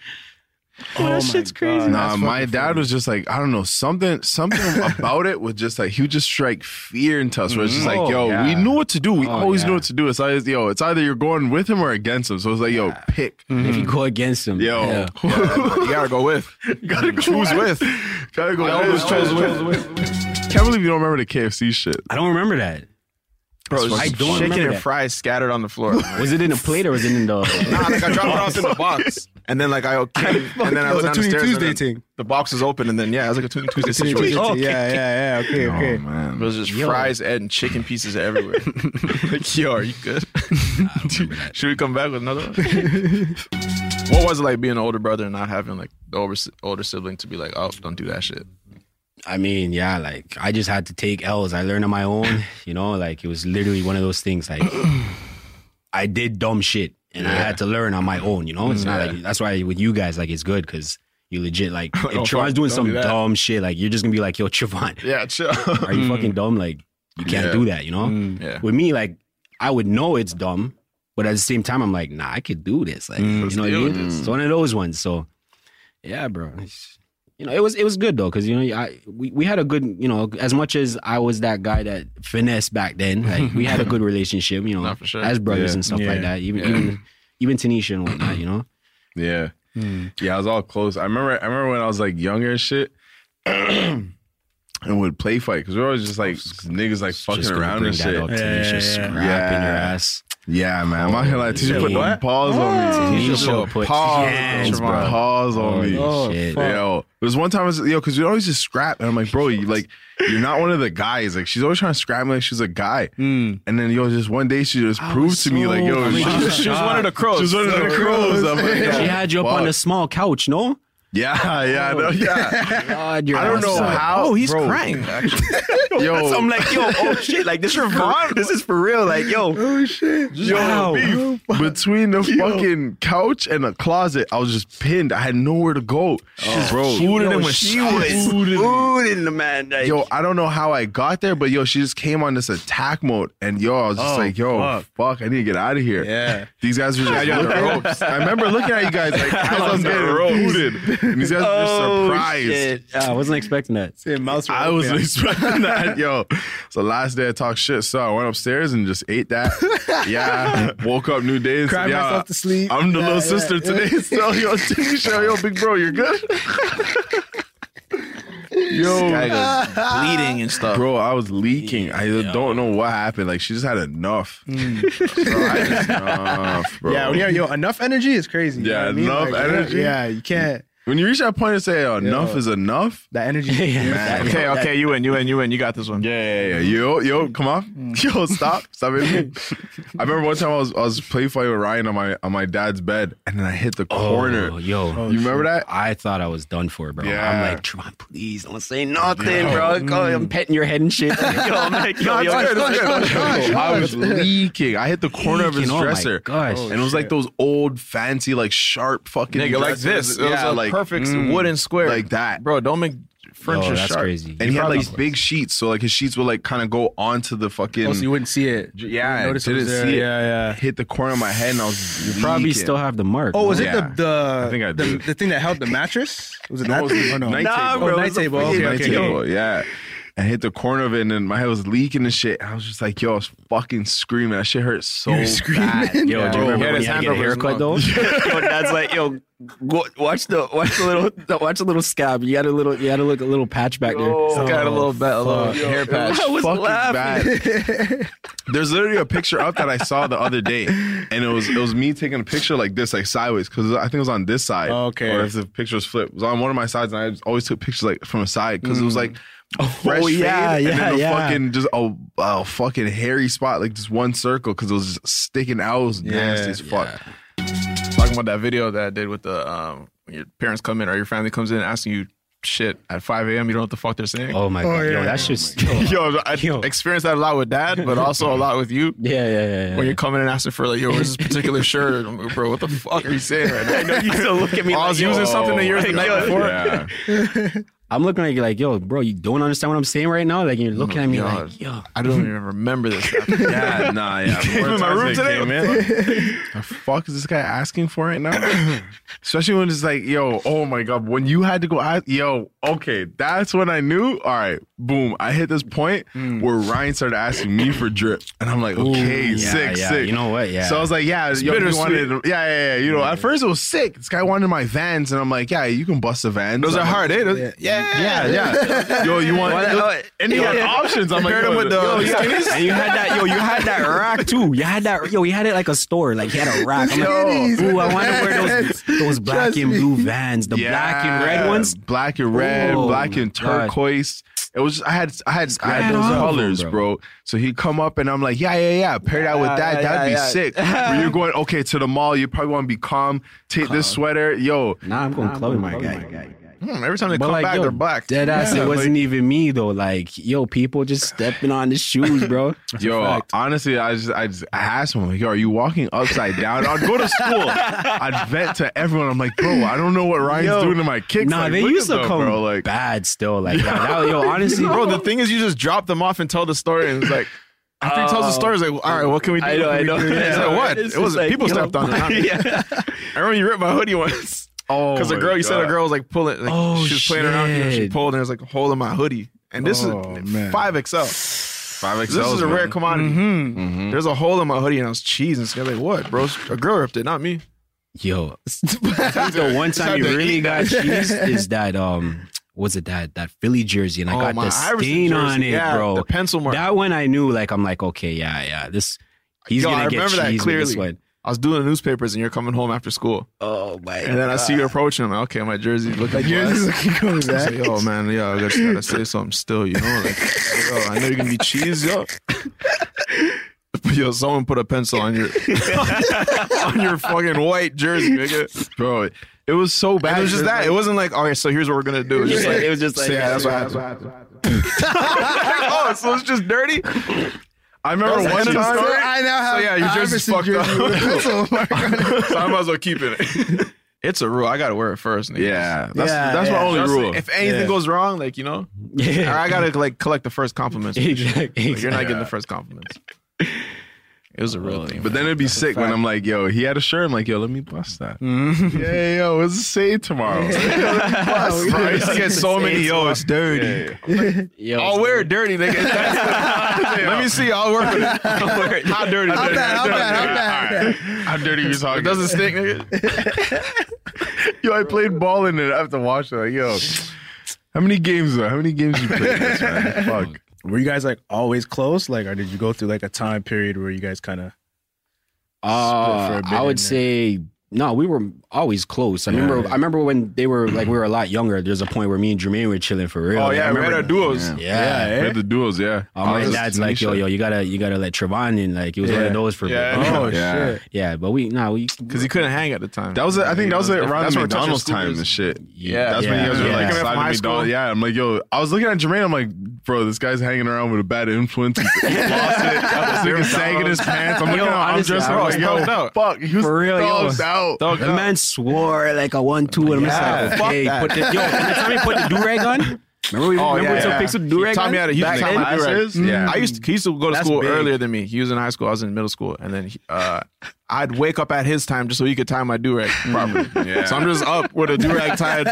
[SPEAKER 4] Oh, that shit's crazy.
[SPEAKER 2] Nah, Uh, my dad was just like, I don't know, something something
[SPEAKER 4] [LAUGHS]
[SPEAKER 2] about it was just like he would just strike fear into us. Where it's just like,
[SPEAKER 4] Mhm.
[SPEAKER 2] yo,
[SPEAKER 4] Oh,
[SPEAKER 2] we
[SPEAKER 4] yeah.
[SPEAKER 2] knew what to do. We
[SPEAKER 4] Oh,
[SPEAKER 2] always knew
[SPEAKER 4] yeah.
[SPEAKER 2] what to do. It's either yo, it's either you're going with him or against him. So it's like, yo, pick.
[SPEAKER 4] If you go against him,
[SPEAKER 2] Yo,
[SPEAKER 4] Mm-hmm.
[SPEAKER 2] [LAUGHS]
[SPEAKER 4] yeah.
[SPEAKER 3] you gotta go [LAUGHS] with.
[SPEAKER 2] gotta
[SPEAKER 3] Choose with.
[SPEAKER 2] Gotta go.
[SPEAKER 3] I always chose with.
[SPEAKER 2] Can't believe you don't remember the KFC shit.
[SPEAKER 4] I don't remember that.
[SPEAKER 3] Bro,
[SPEAKER 4] I
[SPEAKER 3] it's
[SPEAKER 4] don't
[SPEAKER 3] chicken
[SPEAKER 4] remember
[SPEAKER 3] and
[SPEAKER 4] that.
[SPEAKER 3] fries scattered on the floor. nah,
[SPEAKER 4] Was it in a plate or was it in the?
[SPEAKER 3] like I dropped it off in the [LAUGHS] box, and then like I [LAUGHS] came, and then I
[SPEAKER 7] That
[SPEAKER 3] was
[SPEAKER 7] was a
[SPEAKER 3] down the
[SPEAKER 7] Tuesday
[SPEAKER 3] stairs. and then
[SPEAKER 7] Tuesday thing.
[SPEAKER 3] The box was open, and then yeah, it was like a [LAUGHS] Tuesday Tuesday situation.
[SPEAKER 7] Yeah,
[SPEAKER 4] Okay.
[SPEAKER 7] yeah, yeah. Okay, okay.
[SPEAKER 2] Oh man.
[SPEAKER 3] It was just
[SPEAKER 4] Yo.
[SPEAKER 3] fries and chicken pieces everywhere. [LAUGHS] like, yo, are you [LAUGHS] good? Should we come back with another one? [LAUGHS] what was it like being an older brother and not having like the older, si- older sibling to be like, oh, don't do that shit?
[SPEAKER 4] I mean, yeah, like I just had to take L's. I learned on my own, you know, like it was literally one of those things like [CLEARS THROAT] I did dumb shit and I had to learn on my own, you know? It's not like that's why with you guys, like it's good because you
[SPEAKER 3] [LAUGHS]
[SPEAKER 4] legit like if
[SPEAKER 3] Oh, fuck,
[SPEAKER 4] Trevon's doing
[SPEAKER 3] don't
[SPEAKER 4] some
[SPEAKER 3] do that.
[SPEAKER 4] dumb shit, like you're just gonna be like, yo, Trevon, [LAUGHS]
[SPEAKER 3] Yeah, chill.
[SPEAKER 4] are you fucking dumb? Like you can't
[SPEAKER 2] Yeah.
[SPEAKER 4] do that, you know?
[SPEAKER 3] [LAUGHS] Mm. yeah. Mm.
[SPEAKER 4] With me, like I would know it's dumb, but at the same time, I'm like, nah, I could do this.
[SPEAKER 2] Mm.
[SPEAKER 4] Like, you know what I
[SPEAKER 3] deal with
[SPEAKER 4] mean? It's one of those ones. So, yeah, bro. It's- You know, it was it was good though, because you know, I we, we had a good, you know, as much as I was that guy that finesse back then, like we had a
[SPEAKER 2] [LAUGHS]
[SPEAKER 4] good relationship, you know,
[SPEAKER 3] Nah, for sure.
[SPEAKER 4] as brothers and stuff like
[SPEAKER 7] Yeah.
[SPEAKER 4] that. Even
[SPEAKER 3] Yeah.
[SPEAKER 4] even even Tanisha and whatnot, you know.
[SPEAKER 2] Yeah. Yeah, I was all close. I remember I remember when I was like younger and shit. [CLEARS THROAT] and would play fight because we were always just like niggas like fucking
[SPEAKER 4] Just gonna
[SPEAKER 2] around
[SPEAKER 4] bring
[SPEAKER 2] and
[SPEAKER 4] that
[SPEAKER 2] shit.
[SPEAKER 4] up,
[SPEAKER 7] Yeah,
[SPEAKER 4] Tanisha,
[SPEAKER 7] yeah,
[SPEAKER 4] scrapping
[SPEAKER 2] yeah.
[SPEAKER 4] your ass.
[SPEAKER 2] Yeah, man. I'm not gonna lie. Teacher
[SPEAKER 4] Yeah.
[SPEAKER 2] put
[SPEAKER 4] What? Oh.
[SPEAKER 2] pause on me.
[SPEAKER 4] Tanisha
[SPEAKER 2] Teacher
[SPEAKER 4] should
[SPEAKER 2] put
[SPEAKER 4] put
[SPEAKER 2] pause,
[SPEAKER 4] hands,
[SPEAKER 2] on me.
[SPEAKER 4] bro. Oh,
[SPEAKER 2] pause on
[SPEAKER 4] Holy
[SPEAKER 2] me.
[SPEAKER 4] shit.
[SPEAKER 2] Yo, there's one time, I was, yo, because we always just scrap, and I'm like, bro, you like, you're not one of the guys. Like, she's always trying to scrap me like she's a guy. And then, yo, just one day, she just proved to me, like, yo,
[SPEAKER 3] She
[SPEAKER 2] she,
[SPEAKER 3] was- she was one of the crows.
[SPEAKER 2] she's one of the crows. I'm like, yo,
[SPEAKER 4] She had you up on
[SPEAKER 2] fuck.
[SPEAKER 4] a small couch, no?
[SPEAKER 2] Yeah, yeah, no, Oh, [LAUGHS] yeah.
[SPEAKER 4] God, your
[SPEAKER 2] [LAUGHS] I don't
[SPEAKER 4] ass
[SPEAKER 2] know
[SPEAKER 4] sucked.
[SPEAKER 2] how.
[SPEAKER 3] Oh, he's
[SPEAKER 2] bro.
[SPEAKER 3] crying. Actually.
[SPEAKER 2] [LAUGHS] Yo,
[SPEAKER 4] So I'm like, yo, oh shit, like this is for, this is for real, like yo. Oh shit,
[SPEAKER 2] Yo, beef. [LAUGHS] between the fucking couch and the closet, I was just pinned. I had nowhere to go. bro,
[SPEAKER 3] Food in
[SPEAKER 2] Yo,
[SPEAKER 3] him with
[SPEAKER 2] she
[SPEAKER 3] shit.
[SPEAKER 2] was
[SPEAKER 4] food in the man. Like,
[SPEAKER 2] Yo, I don't know how I got there, but yo, she just came on this attack mode, and yo, I was just like, yo, fuck. I need to get out of here.
[SPEAKER 3] Yeah.
[SPEAKER 2] These guys were just
[SPEAKER 3] on the
[SPEAKER 2] looking- [LAUGHS] I remember looking at you guys like as I was
[SPEAKER 3] the
[SPEAKER 2] getting rooted, and these guys were just surprised. [LAUGHS]
[SPEAKER 4] Yeah, I wasn't expecting that.
[SPEAKER 2] I wasn't expecting that. Yo, it's the last day I talked shit, so I went upstairs and just ate that. Yeah, woke up new day. and
[SPEAKER 7] Cried
[SPEAKER 2] said, yeah,
[SPEAKER 7] myself to sleep.
[SPEAKER 2] I'm the
[SPEAKER 7] Yeah,
[SPEAKER 2] little
[SPEAKER 7] yeah,
[SPEAKER 2] sister today. [LAUGHS] Still, yo, TV show, yo, big bro, you're [LAUGHS] good.
[SPEAKER 3] Guy
[SPEAKER 2] yo,
[SPEAKER 3] goes bleeding and stuff.
[SPEAKER 2] bro, I was leaking. I don't know what happened. Like she just had enough. Bro, I
[SPEAKER 7] Mm.
[SPEAKER 2] just- enough, bro.
[SPEAKER 7] Yeah, when you have yo, enough energy is crazy. you know
[SPEAKER 2] Yeah,
[SPEAKER 7] what I mean?
[SPEAKER 2] enough
[SPEAKER 7] Like, yeah,
[SPEAKER 2] energy.
[SPEAKER 7] Yeah, you can't.
[SPEAKER 2] when you reach that point and say "Oh, enough is enough.
[SPEAKER 3] [LAUGHS]
[SPEAKER 7] That energy.
[SPEAKER 4] Yeah,
[SPEAKER 3] Okay, okay, you win, you win, you win. You got this one.
[SPEAKER 2] Yeah, yeah, yeah. Yo, yo, come on. [LAUGHS]
[SPEAKER 7] Mm.
[SPEAKER 2] Yo, stop. Stop
[SPEAKER 7] [LAUGHS]
[SPEAKER 2] it. I remember one time I was I was play fighting with Ryan on my on my dad's bed and then I hit the corner.
[SPEAKER 4] Oh, yo,
[SPEAKER 2] you remember that?
[SPEAKER 7] [LAUGHS]
[SPEAKER 4] I thought I was done for, bro.
[SPEAKER 2] Yeah.
[SPEAKER 4] I'm like, Trevon, please don't say nothing, bro. Go, I'm petting your head and shit. Yo, I'm like, yo, yo,
[SPEAKER 2] That's good,
[SPEAKER 7] Oh,
[SPEAKER 2] that's good, that's good. [LAUGHS]
[SPEAKER 7] gosh,
[SPEAKER 2] I
[SPEAKER 7] [LAUGHS]
[SPEAKER 2] was leaking. I hit the corner of his
[SPEAKER 4] Leaking, oh my
[SPEAKER 2] dresser.
[SPEAKER 4] gosh.
[SPEAKER 2] and it was like those old fancy, like sharp fucking
[SPEAKER 3] Nigga, like
[SPEAKER 2] dressers.
[SPEAKER 3] this. It was
[SPEAKER 2] yeah,
[SPEAKER 3] a
[SPEAKER 2] like mm.
[SPEAKER 3] perfect wooden square.
[SPEAKER 2] like that. Oh,
[SPEAKER 3] Bro, don't make French is sharp.
[SPEAKER 2] And he had like big sheets, so like his sheets would like kind of go onto the fucking.
[SPEAKER 7] Oh, so you wouldn't see it.
[SPEAKER 2] J-
[SPEAKER 7] You wouldn't
[SPEAKER 2] Yeah, I
[SPEAKER 7] notice it
[SPEAKER 2] didn't
[SPEAKER 7] was there.
[SPEAKER 2] see it.
[SPEAKER 7] Yeah, yeah.
[SPEAKER 2] Hit the corner of my head, and I was.
[SPEAKER 4] You probably
[SPEAKER 2] leaking.
[SPEAKER 4] still have the mark.
[SPEAKER 7] Oh, was it
[SPEAKER 2] Yeah.
[SPEAKER 7] the the,
[SPEAKER 2] I think I
[SPEAKER 7] the
[SPEAKER 2] did.
[SPEAKER 7] the thing that held the mattress? Was it
[SPEAKER 2] No,
[SPEAKER 7] that
[SPEAKER 2] it was
[SPEAKER 7] thing?
[SPEAKER 2] the
[SPEAKER 7] or no?
[SPEAKER 2] [LAUGHS] night
[SPEAKER 7] Oh,
[SPEAKER 2] table.
[SPEAKER 7] night table. Okay,
[SPEAKER 2] Night
[SPEAKER 7] okay,
[SPEAKER 2] table,
[SPEAKER 7] okay.
[SPEAKER 2] yeah. I hit the corner of it, and then my head was leaking and shit. I was just like, "Yo, I was fucking screaming. That shit hurt so
[SPEAKER 4] You were
[SPEAKER 2] bad."
[SPEAKER 4] Yo, do you
[SPEAKER 2] Bro,
[SPEAKER 4] remember
[SPEAKER 2] yeah,
[SPEAKER 4] when
[SPEAKER 2] his
[SPEAKER 4] you had to
[SPEAKER 2] hand
[SPEAKER 4] get a
[SPEAKER 2] over his
[SPEAKER 4] haircut though? [LAUGHS]
[SPEAKER 2] mouth.
[SPEAKER 11] yo, dad's like, yo, go, watch the watch the little watch the little scab. You had a little you had a look a little patch back there.
[SPEAKER 3] got a little bit, a little hair patch.
[SPEAKER 11] I was
[SPEAKER 2] Fucking
[SPEAKER 11] laughing.
[SPEAKER 3] [LAUGHS]
[SPEAKER 2] There's literally a picture up that I saw the other day, and it was it was me taking a picture like this, like sideways, because I think it was on this side.
[SPEAKER 3] Oh,
[SPEAKER 7] Okay.
[SPEAKER 2] Or if the picture was flipped, it was on one of my sides, and I just always took pictures like from a side because it was
[SPEAKER 3] Mm.
[SPEAKER 2] like
[SPEAKER 3] Oh,
[SPEAKER 2] a fresh
[SPEAKER 11] yeah,
[SPEAKER 2] fade, and
[SPEAKER 11] yeah,
[SPEAKER 2] then the
[SPEAKER 11] yeah.
[SPEAKER 2] fucking just a, a fucking hairy spot, like just one circle, because it was just sticking out. It was nasty as fuck.
[SPEAKER 3] Talking about that video that I did with the um, when your parents come in or your family comes in asking you shit at 5 a.m. You don't know what the fuck they're saying.
[SPEAKER 4] Oh my
[SPEAKER 7] Oh,
[SPEAKER 4] god, yo,
[SPEAKER 7] yeah.
[SPEAKER 4] that shit's
[SPEAKER 3] [LAUGHS]
[SPEAKER 4] [LAUGHS]
[SPEAKER 3] Yo, I experienced that a lot with dad, but also a lot with you.
[SPEAKER 4] yeah, yeah, yeah. yeah.
[SPEAKER 3] When you're coming and asking for like, yo, where's
[SPEAKER 11] [LAUGHS]
[SPEAKER 3] this particular shirt? I'm like, bro, what the fuck are you saying right now?
[SPEAKER 11] I know you still look at me.
[SPEAKER 3] [LAUGHS] I
[SPEAKER 11] like,
[SPEAKER 3] was using
[SPEAKER 11] yo,
[SPEAKER 3] something of yours the night before.
[SPEAKER 2] Oh Yeah.
[SPEAKER 4] I'm looking at you like, yo, bro, you don't understand what I'm saying right now. Like you're looking at me like, yo,
[SPEAKER 3] I don't even remember this.
[SPEAKER 11] [LAUGHS]
[SPEAKER 2] Yeah, nah,
[SPEAKER 3] [LAUGHS]
[SPEAKER 2] yeah. Came
[SPEAKER 3] in my room today?
[SPEAKER 2] Came in, like, the fuck is this guy asking for right now? Especially when it's like, yo, oh my god, when you had to go ask, yo, okay, that's when I knew. All right, boom, I hit this point where Ryan started asking me for drip, and I'm like, okay,
[SPEAKER 4] yeah,
[SPEAKER 2] sick,
[SPEAKER 4] yeah,
[SPEAKER 2] sick.
[SPEAKER 4] you know what, yeah.
[SPEAKER 2] So I was like, yeah, yo, you
[SPEAKER 3] bittersweet.
[SPEAKER 2] wanted, yeah, yeah, yeah. You know, at first it was sick. This guy wanted my Vans, and I'm like, yeah, you can bust the Vans.
[SPEAKER 3] Those are
[SPEAKER 2] I'm like,
[SPEAKER 3] hard, eh? Those-
[SPEAKER 2] Yeah, yeah. yo, you want any
[SPEAKER 3] yeah,
[SPEAKER 2] other
[SPEAKER 3] yeah.
[SPEAKER 2] options? I'm like,
[SPEAKER 3] Compared
[SPEAKER 2] yo,
[SPEAKER 3] them with the-
[SPEAKER 2] yo,
[SPEAKER 3] yeah.
[SPEAKER 4] and you had that, yo, you had that rack too. You had that, yo, you had it like a store. Like you had a rack. I'm like,
[SPEAKER 7] Yo.
[SPEAKER 4] ooh, I want to wear those those black
[SPEAKER 7] Trust
[SPEAKER 4] and
[SPEAKER 7] me.
[SPEAKER 4] blue vans, the black and red
[SPEAKER 2] Yeah,
[SPEAKER 4] ones.
[SPEAKER 2] black and red,
[SPEAKER 4] Oh
[SPEAKER 2] black
[SPEAKER 4] my
[SPEAKER 2] and
[SPEAKER 4] God.
[SPEAKER 2] turquoise. It was I had I had I
[SPEAKER 4] Grab
[SPEAKER 2] had those
[SPEAKER 4] all of 'em,
[SPEAKER 2] colors,
[SPEAKER 4] bro.
[SPEAKER 2] bro. So he'd come up and I'm like, yeah, yeah, yeah. Pair that with that, that'd be sick. Where you're going, okay, to the mall, you probably want to be calm. Take this sweater, yo.
[SPEAKER 4] Nah, I'm going clubbing, my guy.
[SPEAKER 3] Hmm, every time they
[SPEAKER 4] But
[SPEAKER 3] come
[SPEAKER 4] like,
[SPEAKER 3] back,
[SPEAKER 4] yo,
[SPEAKER 3] they're black.
[SPEAKER 4] Dead ass,
[SPEAKER 3] Yeah,
[SPEAKER 4] it
[SPEAKER 3] like-
[SPEAKER 4] wasn't even me though. Like, yo, people just stepping on the shoes, bro.
[SPEAKER 2] Yo, honestly, I just, I just I asked him, like, yo, are you walking upside down? I'd go to school. I'd vent to everyone. I'm like, bro, I don't know what Ryan's
[SPEAKER 4] Yo,
[SPEAKER 2] doing to my kicks.
[SPEAKER 4] Nah,
[SPEAKER 2] Like,
[SPEAKER 4] they
[SPEAKER 2] look
[SPEAKER 4] used
[SPEAKER 2] at
[SPEAKER 4] to
[SPEAKER 2] them,
[SPEAKER 4] come
[SPEAKER 2] bro. Like,
[SPEAKER 4] bad still. Like, [LAUGHS] that, yo, honestly,
[SPEAKER 3] Bro, the thing is, you just drop them off and tell the story, and it's like after he tells the story, it's like, all right, what can we do?
[SPEAKER 11] Oh. I know,
[SPEAKER 3] What
[SPEAKER 11] I
[SPEAKER 3] can
[SPEAKER 11] know.
[SPEAKER 3] we do?" It's like what?
[SPEAKER 11] It's
[SPEAKER 3] it was
[SPEAKER 11] just like,
[SPEAKER 3] people
[SPEAKER 11] yo.
[SPEAKER 3] stepped on it. not
[SPEAKER 7] [LAUGHS]
[SPEAKER 3] me.
[SPEAKER 11] [LAUGHS] Yeah.
[SPEAKER 3] I remember you ripped my hoodie [LAUGHS] once.
[SPEAKER 2] oh,
[SPEAKER 3] Because a
[SPEAKER 2] my
[SPEAKER 3] girl, you said a
[SPEAKER 2] God.
[SPEAKER 3] girl was like pulling, like
[SPEAKER 4] Oh,
[SPEAKER 3] she was playing around, with you and she
[SPEAKER 4] shit.
[SPEAKER 3] pulled, and it was like a hole in my hoodie. And this
[SPEAKER 7] Oh,
[SPEAKER 3] is
[SPEAKER 7] man.
[SPEAKER 3] five XL.
[SPEAKER 2] Five
[SPEAKER 3] This is Mm-hmm. a
[SPEAKER 2] man.
[SPEAKER 3] rare commodity.
[SPEAKER 4] Mm-hmm.
[SPEAKER 3] There's a hole in my hoodie, and I was cheesing. So I was like, what, bro? A girl ripped it, not me.
[SPEAKER 4] [LAUGHS] Yo, I think the one time you really got cheese is that um was it that that Philly jersey and I
[SPEAKER 3] Oh,
[SPEAKER 4] got
[SPEAKER 3] my
[SPEAKER 4] the
[SPEAKER 3] Iverson
[SPEAKER 4] stain on
[SPEAKER 3] jersey.
[SPEAKER 4] it,
[SPEAKER 3] Yeah,
[SPEAKER 4] bro.
[SPEAKER 3] the pencil mark.
[SPEAKER 4] That one I knew, like I'm like, okay, yeah, yeah, this he's
[SPEAKER 3] Yo, I
[SPEAKER 4] gonna get
[SPEAKER 3] remember that
[SPEAKER 4] cheese with this
[SPEAKER 3] clearly.
[SPEAKER 4] one. [LAUGHS]
[SPEAKER 3] I was doing the newspapers, and you're coming home after school.
[SPEAKER 4] Oh my!
[SPEAKER 3] And then I see you approaching. I'm like, okay, my jersey's looking like
[SPEAKER 7] Yours is looking cool,
[SPEAKER 3] I
[SPEAKER 7] Zach.
[SPEAKER 3] was like, yo, man, yo, I just gotta say something still, you know? Like, yo, I know you're gonna be cheese, yo. [LAUGHS] Yo, someone put a pencil on your [LAUGHS] on your fucking white jersey, nigga.
[SPEAKER 2] bro. It was so
[SPEAKER 3] And
[SPEAKER 2] bad.
[SPEAKER 3] it was just that. It wasn't like, okay, so here's what we're gonna do. It was just like,
[SPEAKER 11] It was just like
[SPEAKER 3] so yeah, that's what happened. [LAUGHS] oh, so it's just dirty.
[SPEAKER 2] I remember
[SPEAKER 3] That was
[SPEAKER 2] one
[SPEAKER 3] actually
[SPEAKER 2] time.
[SPEAKER 3] a story.
[SPEAKER 7] I now have
[SPEAKER 3] So, yeah, your
[SPEAKER 7] an
[SPEAKER 3] jersey's
[SPEAKER 7] Iverson
[SPEAKER 3] fucked
[SPEAKER 7] jersey
[SPEAKER 3] up.
[SPEAKER 2] [LAUGHS]
[SPEAKER 7] with a pencil mark on it.
[SPEAKER 3] So I might as well keep it. [LAUGHS] It's a rule. I gotta wear it first, nigga.
[SPEAKER 2] Yeah, that's
[SPEAKER 4] Yeah,
[SPEAKER 2] that's my
[SPEAKER 4] yeah.
[SPEAKER 2] only
[SPEAKER 3] Just,
[SPEAKER 2] rule.
[SPEAKER 3] If anything goes wrong, like you know, or
[SPEAKER 4] yeah,
[SPEAKER 3] I gotta like collect the first compliments.
[SPEAKER 4] exactly.
[SPEAKER 3] Like, you're not getting the first compliments. It was a real thing.
[SPEAKER 2] but then it'd be sick when I'm like, yo, he had a shirt. I'm like, yo, let me bust that.
[SPEAKER 7] Mm.
[SPEAKER 2] Yeah, yo, what's it say
[SPEAKER 7] [LAUGHS]
[SPEAKER 2] tomorrow? [LAUGHS]
[SPEAKER 3] plus, bro, I used to get so many. Yo, it's dirty.
[SPEAKER 4] Yo,
[SPEAKER 3] I'll wear it dirty, nigga. It's [LAUGHS] dirty. Let me see. I'll work with it. I'll wear it. How dirty?
[SPEAKER 7] How bad? How
[SPEAKER 2] [LAUGHS]
[SPEAKER 7] bad? How bad?
[SPEAKER 2] How dirty you talking?
[SPEAKER 3] It doesn't stink, nigga.
[SPEAKER 2] yo, I played ball in it. I have to watch it. Like, yo, how many games? Are, how many games you played? This,
[SPEAKER 7] [LAUGHS]
[SPEAKER 2] man? Fuck.
[SPEAKER 7] Were you guys like always close? Like, or did you go through like a time period where you guys kind of?
[SPEAKER 4] Uh,
[SPEAKER 7] for a bit
[SPEAKER 4] I
[SPEAKER 7] in
[SPEAKER 4] would
[SPEAKER 7] there.
[SPEAKER 4] say no. We were always close. I remember. I remember when they were like we were a lot younger. There's a point where me and Jermaine were chilling for real.
[SPEAKER 3] Oh
[SPEAKER 4] Like, I
[SPEAKER 3] yeah, we had
[SPEAKER 4] remember-
[SPEAKER 3] our duos.
[SPEAKER 4] Yeah,
[SPEAKER 2] We had the duos. Yeah.
[SPEAKER 4] Oh, my
[SPEAKER 2] Honest
[SPEAKER 4] dad's like, yo,
[SPEAKER 2] Tanisha.
[SPEAKER 4] yo, you gotta, you gotta let Trevon in. Like, it was one
[SPEAKER 3] Yeah.
[SPEAKER 4] of those for
[SPEAKER 3] Yeah.
[SPEAKER 4] me.
[SPEAKER 3] Oh,
[SPEAKER 2] Yeah.
[SPEAKER 7] shit!
[SPEAKER 4] [LAUGHS] Yeah, but we, nah, we.
[SPEAKER 3] Because he couldn't hang at the time.
[SPEAKER 2] That was, I think, that was like
[SPEAKER 3] That's
[SPEAKER 2] around the
[SPEAKER 3] where touching
[SPEAKER 2] McDonald's
[SPEAKER 3] school
[SPEAKER 2] time
[SPEAKER 3] is.
[SPEAKER 2] and shit.
[SPEAKER 3] Yeah,
[SPEAKER 2] That's when you guys
[SPEAKER 3] Yeah.
[SPEAKER 2] were
[SPEAKER 3] Yeah.
[SPEAKER 2] like
[SPEAKER 3] Coming from
[SPEAKER 2] siding
[SPEAKER 3] high
[SPEAKER 2] me
[SPEAKER 3] school.
[SPEAKER 2] down. Yeah, I'm like, yo, I was looking at Jermaine. I'm like, bro, this guy's hanging around with a bad influence.
[SPEAKER 4] [LAUGHS]
[SPEAKER 2] He's lost it. This nigga sagging his pants. I'm looking
[SPEAKER 4] Yo,
[SPEAKER 2] at him. I'm
[SPEAKER 4] honestly,
[SPEAKER 2] dressed
[SPEAKER 4] I
[SPEAKER 2] up.
[SPEAKER 4] was
[SPEAKER 2] Like, yo,
[SPEAKER 3] thugged out.
[SPEAKER 2] fuck, he was
[SPEAKER 4] For real, yo.
[SPEAKER 2] thugged out.
[SPEAKER 4] The man swore like a one-two, and I'm
[SPEAKER 3] Yeah,
[SPEAKER 4] just like,
[SPEAKER 3] fuck
[SPEAKER 4] okay,
[SPEAKER 3] that.
[SPEAKER 4] put the yo. By the time he put the do rag on,
[SPEAKER 11] Remember we- remember we took pics with Durag
[SPEAKER 3] Taught
[SPEAKER 11] on?
[SPEAKER 3] me how to. He
[SPEAKER 11] Back
[SPEAKER 3] taught me
[SPEAKER 11] then?
[SPEAKER 3] how to do
[SPEAKER 11] Glasses?
[SPEAKER 3] Durag.
[SPEAKER 11] Yeah.
[SPEAKER 3] I used to. He used to go to
[SPEAKER 11] That's
[SPEAKER 3] school
[SPEAKER 11] big.
[SPEAKER 3] earlier than me. He was in high school. I was in middle school, and then uh, I'd wake up at his time just so he could tie my do rag properly.
[SPEAKER 2] Mm. Yeah.
[SPEAKER 3] So I'm just up with a do rag
[SPEAKER 2] [LAUGHS]
[SPEAKER 3] tied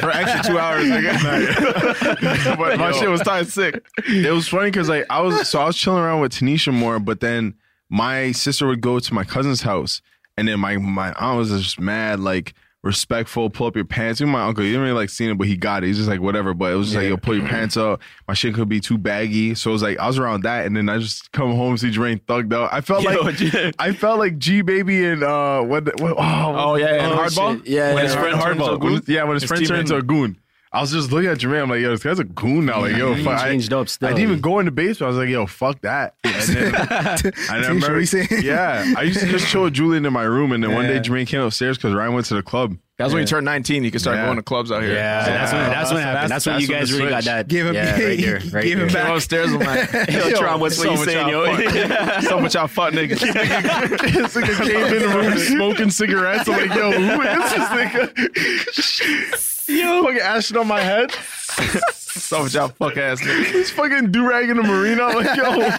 [SPEAKER 3] for extra two hours. I guess. [LAUGHS] but my shit was tied sick.
[SPEAKER 2] It was funny because like I was so I was chilling around with Tanisha more, but then my sister would go to my cousin's house, and then my my aunt was just mad like. Respectful, pull up your pants. Even my uncle, he didn't really like seeing it, but he got it. He's just like whatever. But it was just like, yo, pull your pants up. My shit could be too baggy. So it was like I was around that, and then I just come home see Jermaine thugged out. I felt
[SPEAKER 3] Yo,
[SPEAKER 2] [LAUGHS] like
[SPEAKER 3] yeah.
[SPEAKER 2] I felt like G baby and uh what, the- what oh,
[SPEAKER 3] Oh, yeah, yeah.
[SPEAKER 2] and
[SPEAKER 3] Oh,
[SPEAKER 2] hardball
[SPEAKER 3] shit. Yeah,
[SPEAKER 2] when
[SPEAKER 3] yeah.
[SPEAKER 2] his friend
[SPEAKER 3] Turns into a
[SPEAKER 2] hardball when,
[SPEAKER 3] goon?
[SPEAKER 2] yeah when his,
[SPEAKER 3] His
[SPEAKER 2] friend turned
[SPEAKER 3] teammate.
[SPEAKER 2] into a goon. I was just looking at Jermaine. I'm like, yo, this guy's a goon now. Like, yo,
[SPEAKER 4] He
[SPEAKER 2] fuck, I,
[SPEAKER 4] changed up still.
[SPEAKER 2] I didn't even go in the basement. I was like, yo,
[SPEAKER 4] [LAUGHS]
[SPEAKER 2] fuck that. And then, I
[SPEAKER 7] Team
[SPEAKER 2] remember,
[SPEAKER 7] Sharice.
[SPEAKER 2] yeah, I used to just chill with Julian in my room, and then one day
[SPEAKER 3] Yeah.
[SPEAKER 2] Jermaine came upstairs because Ryan went to the club.
[SPEAKER 3] That's when you
[SPEAKER 2] Yeah.
[SPEAKER 3] turn 19. You can start
[SPEAKER 2] Yeah.
[SPEAKER 3] going to clubs out here.
[SPEAKER 2] Yeah, that's when-
[SPEAKER 4] that's when it happened. That's when you guys really got that- Give him- [LAUGHS] yeah, right there, right give him there. back.
[SPEAKER 3] Came upstairs. I'm
[SPEAKER 2] [LAUGHS]
[SPEAKER 3] like, yo, Tron, what's what you saying, yo? so much y'all fuck
[SPEAKER 2] [LAUGHS]
[SPEAKER 3] niggas.
[SPEAKER 2] this nigga came in the room smoking cigarettes. I'm like, yo, who is this nigga? [LAUGHS] yo, fucking ashing on my [LAUGHS] head.
[SPEAKER 3] so much y'all fuck ass niggas.
[SPEAKER 2] He's fucking do rag in the marina. I'm like, yo,
[SPEAKER 3] Bro,